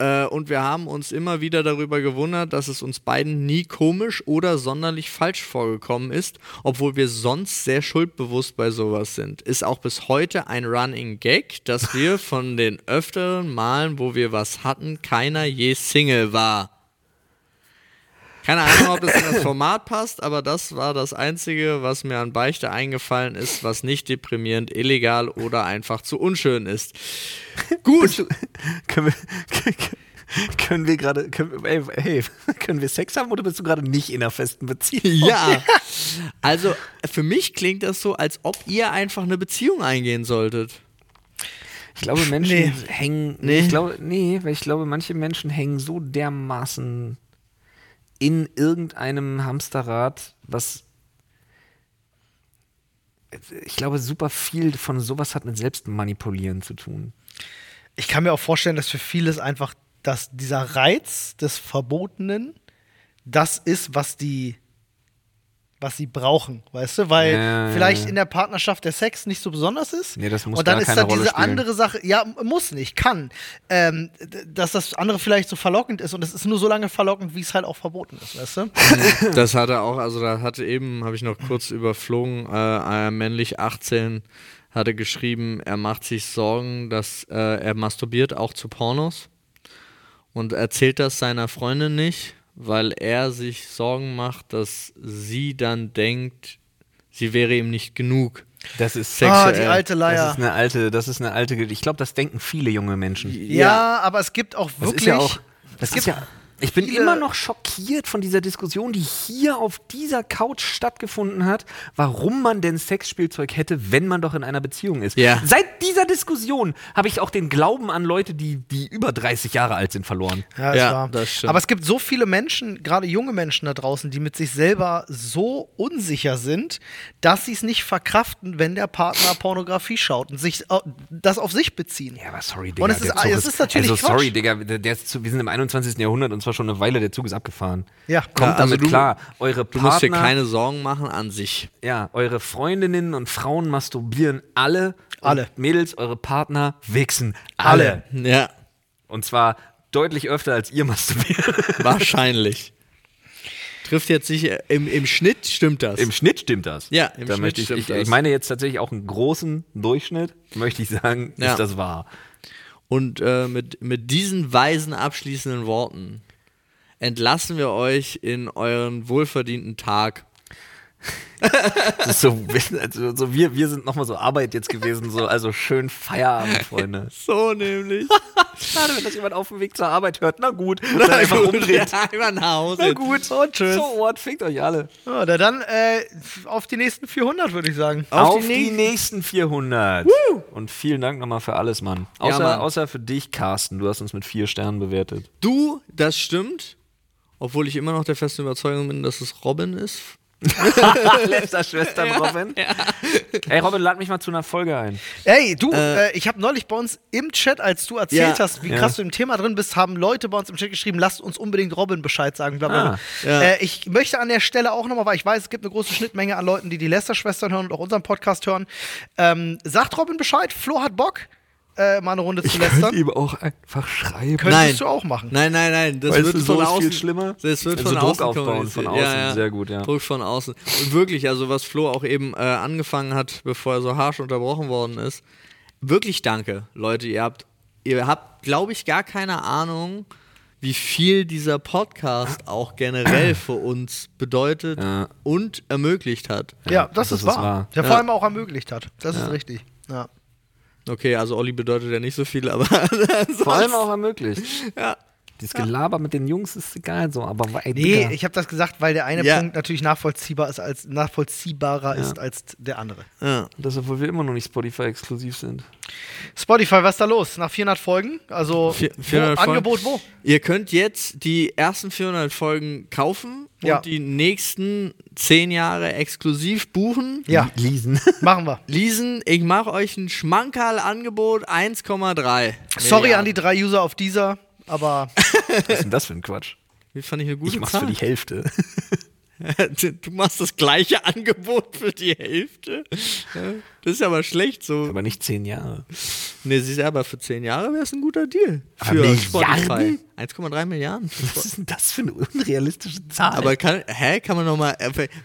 Speaker 2: Äh, und wir haben uns immer wieder darüber gewundert, dass es uns beiden nie komisch oder sonderlich falsch vorgekommen ist, obwohl wir sonst sehr schuldbewusst bei sowas sind. Ist auch bis heute ein Running Gag, dass wir von den öfteren Malen, wo wir was hatten, keiner je Single war. Keine Ahnung, ob es in das Format passt, aber das war das Einzige, was mir an Beichte eingefallen ist, was nicht deprimierend, illegal oder einfach zu unschön ist. Gut.
Speaker 1: Können wir, können wir gerade, können, ey, hey, können wir Sex haben oder bist du gerade nicht in einer festen Beziehung?
Speaker 2: Ja. Also für mich klingt das so, als ob ihr einfach eine Beziehung eingehen solltet.
Speaker 1: Ich glaube, Menschen
Speaker 3: Nee.
Speaker 1: hängen. Nee.
Speaker 2: Nee.
Speaker 1: Ich glaube, nee, weil ich glaube, manche Menschen hängen so dermaßen in irgendeinem Hamsterrad, was. Ich glaube, super viel von sowas hat mit Selbstmanipulieren zu tun.
Speaker 3: Ich kann mir auch vorstellen, dass für vieles einfach, dass dieser Reiz des Verbotenen das ist, was die was sie brauchen, weißt du, weil
Speaker 1: Ja, ja,
Speaker 3: vielleicht
Speaker 1: ja.
Speaker 3: in der Partnerschaft der Sex nicht so besonders ist.
Speaker 1: Nee, das muss
Speaker 3: Und dann
Speaker 1: gar
Speaker 3: ist
Speaker 1: keine
Speaker 3: da diese
Speaker 1: Rolle spielen.
Speaker 3: andere Sache, ja, m- muss nicht, kann, ähm, d- dass das andere vielleicht so verlockend ist und es ist nur so lange verlockend, wie es halt auch verboten ist, weißt du?
Speaker 2: Das hatte auch, also da hatte eben, habe ich noch kurz überflogen, äh, äh, männlich 18 hatte geschrieben, er macht sich Sorgen, dass äh, er masturbiert auch zu Pornos und erzählt das seiner Freundin nicht, weil er sich Sorgen macht, dass sie dann denkt, sie wäre ihm nicht genug.
Speaker 1: Das ist
Speaker 3: Ah,
Speaker 2: sexuell.
Speaker 3: die alte
Speaker 1: äh, Das
Speaker 3: Leier.
Speaker 1: ist eine alte, das ist eine alte. Ge- Ich glaube, das denken viele junge Menschen.
Speaker 3: Ja, aber es gibt auch
Speaker 1: Das
Speaker 3: wirklich.
Speaker 1: ist ja auch. Das ist
Speaker 3: gibt
Speaker 1: ja. Ich bin
Speaker 3: viele-
Speaker 1: immer noch schockiert von dieser Diskussion, die hier auf dieser Couch stattgefunden hat, warum man denn Sexspielzeug hätte, wenn man doch in einer Beziehung ist.
Speaker 2: Ja.
Speaker 1: Seit dieser Diskussion habe ich auch den Glauben an Leute, die, die über 30 Jahre alt sind, verloren.
Speaker 3: Ja, ist
Speaker 2: Ja,
Speaker 3: wahr.
Speaker 2: das stimmt.
Speaker 3: Aber es gibt so viele Menschen, gerade junge Menschen da draußen, die mit sich selber so unsicher sind, dass sie es nicht verkraften, wenn der Partner Pornografie schaut und sich au- das auf sich beziehen.
Speaker 1: Ja, aber sorry, Digga.
Speaker 3: Und es
Speaker 1: der
Speaker 3: ist-
Speaker 1: Zug
Speaker 3: es ist natürlich
Speaker 1: Also, sorry,
Speaker 3: Quatsch.
Speaker 1: Digga, der der ist zu, wir sind im 21. Jahrhundert und zwar schon eine Weile, der Zug ist abgefahren.
Speaker 3: Ja.
Speaker 1: Kommt
Speaker 2: Ja, also
Speaker 1: damit
Speaker 2: du-
Speaker 1: klar. Eure
Speaker 2: Du
Speaker 1: Partner,
Speaker 2: musst dir keine Sorgen machen an sich.
Speaker 1: ja, eure Freundinnen und Frauen masturbieren alle. Und
Speaker 3: Alle.
Speaker 1: Mädels, eure Partner wichsen alle.
Speaker 3: Alle.
Speaker 2: Ja,
Speaker 1: Und zwar deutlich öfter als ihr masturbiert.
Speaker 2: wahrscheinlich. Trifft jetzt nicht, im, im Schnitt stimmt das.
Speaker 1: Im Schnitt stimmt das.
Speaker 2: Ja, im
Speaker 1: da
Speaker 2: Schnitt
Speaker 1: möchte ich,
Speaker 2: stimmt
Speaker 1: ich,
Speaker 2: das.
Speaker 1: ich meine jetzt tatsächlich auch einen großen Durchschnitt, möchte ich sagen,
Speaker 2: Ja.
Speaker 1: ist das wahr.
Speaker 2: Und äh, mit, mit diesen weisen abschließenden Worten entlassen wir euch in euren wohlverdienten Tag.
Speaker 1: Das ist so, also, so wir, wir sind nochmal so Arbeit jetzt gewesen, so, also schön Feierabend, Freunde.
Speaker 2: So nämlich.
Speaker 1: Schade, wenn das jemand auf dem Weg zur Arbeit hört. Na gut, na dann einfach umdreht.
Speaker 2: Einmal nach
Speaker 1: Na
Speaker 2: Hause.
Speaker 1: gut,
Speaker 3: Und tschüss.
Speaker 1: So what, fickt euch alle.
Speaker 3: Ja, na dann äh, auf die nächsten 400, würde ich sagen.
Speaker 1: Auf, die nächsten 400. Und vielen Dank nochmal für alles, Mann. Außer,
Speaker 2: Mann.
Speaker 1: außer für dich, Carsten. Du hast uns mit vier Sternen bewertet.
Speaker 2: Du, das stimmt. Obwohl ich immer noch der festen Überzeugung bin, dass es Robin ist.
Speaker 1: Letzter Schwester Robin. Ey, Robin, lad mich mal zu einer Folge ein.
Speaker 3: Ey, du, äh, ich habe neulich bei uns im Chat, als du erzählt
Speaker 2: Ja.
Speaker 3: hast, wie
Speaker 1: Ja.
Speaker 3: krass du im Thema drin bist, haben Leute bei uns im Chat geschrieben, lasst uns unbedingt Robin Bescheid sagen. Bla bla bla.
Speaker 1: Ah,
Speaker 2: ja.
Speaker 3: äh, ich möchte an der Stelle auch nochmal, weil ich weiß, es gibt eine große Schnittmenge an Leuten, die die Lester-Schwestern hören und auch unseren Podcast hören. Ähm, sagt Robin Bescheid, Flo hat Bock, äh, mal eine Runde zu lästern.
Speaker 1: ihm auch einfach schreiben.
Speaker 3: Könntest
Speaker 2: Nein.
Speaker 3: du auch machen.
Speaker 2: Nein, nein, nein. Das
Speaker 1: Weißt
Speaker 2: wird
Speaker 1: du, so
Speaker 2: von
Speaker 1: ist viel
Speaker 2: außen
Speaker 1: schlimmer.
Speaker 2: Das wird
Speaker 1: Also
Speaker 2: von
Speaker 1: Druck
Speaker 2: außen
Speaker 1: aufbauen,
Speaker 2: kommuniziert.
Speaker 1: von außen, sehr gut, ja.
Speaker 2: Druck von außen. Und wirklich, also was Flo auch eben äh, angefangen hat, bevor er so harsch unterbrochen worden ist. Wirklich danke, Leute. Ihr habt, ihr habt, glaube ich, gar keine Ahnung, wie viel dieser Podcast auch generell für uns bedeutet
Speaker 1: Ja.
Speaker 2: und ermöglicht hat.
Speaker 3: Ja, das, ist, wahr. Der
Speaker 2: Ja.
Speaker 3: vor allem auch ermöglicht hat. Das ist richtig. Ja.
Speaker 2: Okay, also Olli bedeutet ja nicht so viel, aber
Speaker 1: Vor allem auch ermöglicht. ja. Dieses Gelaber mit den Jungs ist egal so, aber ey,
Speaker 3: Nee,
Speaker 1: Digga.
Speaker 3: ich habe das gesagt, weil der eine
Speaker 2: Ja.
Speaker 3: Punkt natürlich nachvollziehbar ist als, nachvollziehbarer ist als der andere.
Speaker 2: ja.
Speaker 1: das, obwohl wir immer noch nicht Spotify-exklusiv sind.
Speaker 3: Spotify, was ist da los? Nach 400 Folgen? Also,
Speaker 2: Vier-
Speaker 3: wo-
Speaker 2: 400 Folgen.
Speaker 3: Angebot wo?
Speaker 2: Ihr könnt jetzt die ersten 400 Folgen kaufen und
Speaker 3: Ja.
Speaker 2: die nächsten 10 Jahre exklusiv buchen.
Speaker 3: Ja,
Speaker 1: Lesen.
Speaker 3: machen wir.
Speaker 2: Leasen, ich mache euch ein Schmankerl-Angebot 1,3.
Speaker 3: Sorry
Speaker 2: Milliarden.
Speaker 3: an die drei User auf dieser, aber
Speaker 1: Was ist denn das für ein Quatsch?
Speaker 2: Die fand ich eine gute
Speaker 1: Ich mach's
Speaker 2: Zahl.
Speaker 1: für die Hälfte.
Speaker 2: Du machst das gleiche Angebot für die Hälfte. Ja, Das ist aber schlecht so.
Speaker 1: Aber nicht zehn Jahre.
Speaker 2: Nee, siehst du, aber für 10 Jahre wäre es ein guter Deal.
Speaker 1: Aber
Speaker 2: Für
Speaker 1: Milliarden?
Speaker 2: Spotify. 1,3 Milliarden. für Spo-
Speaker 1: Was ist denn das für eine unrealistische Zahl?
Speaker 2: Aber kann, hä, kann man nochmal,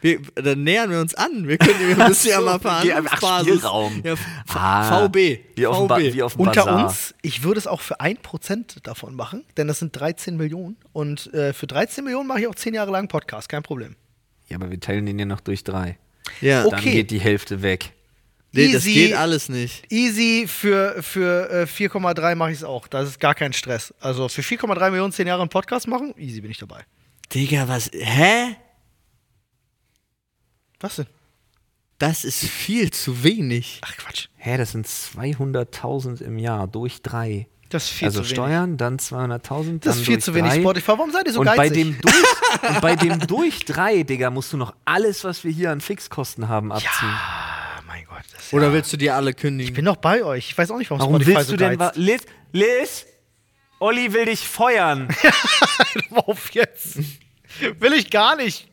Speaker 2: wir, dann nähern wir uns an. Wir können, wir müssen ja mal ein paar
Speaker 1: Ge- ach,
Speaker 2: Handlungsbasis-
Speaker 1: Spielraum.
Speaker 2: Ja, v-
Speaker 1: Ah,
Speaker 2: VB.
Speaker 1: Wie auf, dem Ba-
Speaker 2: VB.
Speaker 1: wie auf dem
Speaker 3: Unter
Speaker 1: Bazar.
Speaker 3: uns, ich würde es auch für 1% davon machen, denn das sind 13 Millionen. Und äh, für 13 Millionen mache ich auch 10 Jahre lang einen Podcast, kein Problem.
Speaker 1: Ja, aber wir teilen den ja noch durch drei.
Speaker 2: ja,
Speaker 1: Dann
Speaker 3: Okay.
Speaker 1: geht die Hälfte weg.
Speaker 2: nee, das
Speaker 3: easy.
Speaker 2: geht alles nicht.
Speaker 3: Easy für, für äh, 4,3 mache ich es auch. Das ist gar kein Stress. Also für 4,3 Millionen 10 Jahre einen Podcast machen, easy bin ich dabei.
Speaker 2: Digga, was, hä?
Speaker 3: Was denn?
Speaker 2: Das ist viel zu wenig.
Speaker 3: Ach Quatsch.
Speaker 1: Hä, das sind 200.000 im Jahr durch drei.
Speaker 3: Das ist viel
Speaker 1: also
Speaker 3: zu wenig.
Speaker 1: Steuern, dann 200.000.
Speaker 3: Das
Speaker 1: dann
Speaker 3: ist viel
Speaker 1: durch
Speaker 3: zu wenig
Speaker 1: drei.
Speaker 3: Spotify. Warum seid ihr so
Speaker 1: und
Speaker 3: geizig?
Speaker 1: bei, dem durch, und bei dem durch drei, Digga, musst du noch alles, was wir hier an Fixkosten haben, abziehen.
Speaker 3: Ah, mein Gott. Das ist ja
Speaker 2: Oder willst du die alle
Speaker 3: ich
Speaker 2: kündigen?
Speaker 3: bin doch bei euch. Ich weiß auch nicht, warum,
Speaker 1: Warum
Speaker 3: Spotify
Speaker 1: willst
Speaker 3: so
Speaker 1: du denn. wa-
Speaker 3: geizt.
Speaker 1: Liz, Liz, Olli will dich feuern.
Speaker 3: Auf jetzt. Will ich gar nicht.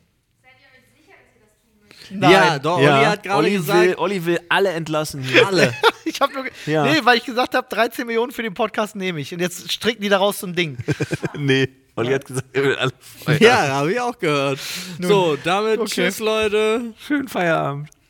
Speaker 3: Nein.
Speaker 2: Ja, doch, Olli hat gerade
Speaker 1: Olli
Speaker 2: gesagt,
Speaker 1: Will, Olli will alle entlassen hier.
Speaker 2: alle.
Speaker 3: Ich habe nur. ge-
Speaker 1: Ja.
Speaker 3: Nee, weil ich gesagt habe, 13 Millionen für den Podcast nehme ich. Und jetzt stricken die daraus so ein Ding.
Speaker 1: nee. Olli hat gesagt, er will alle feuern.
Speaker 2: Ja, habe ich auch gehört. so, damit
Speaker 3: okay.
Speaker 2: tschüss, Leute.
Speaker 1: Schönen Feierabend.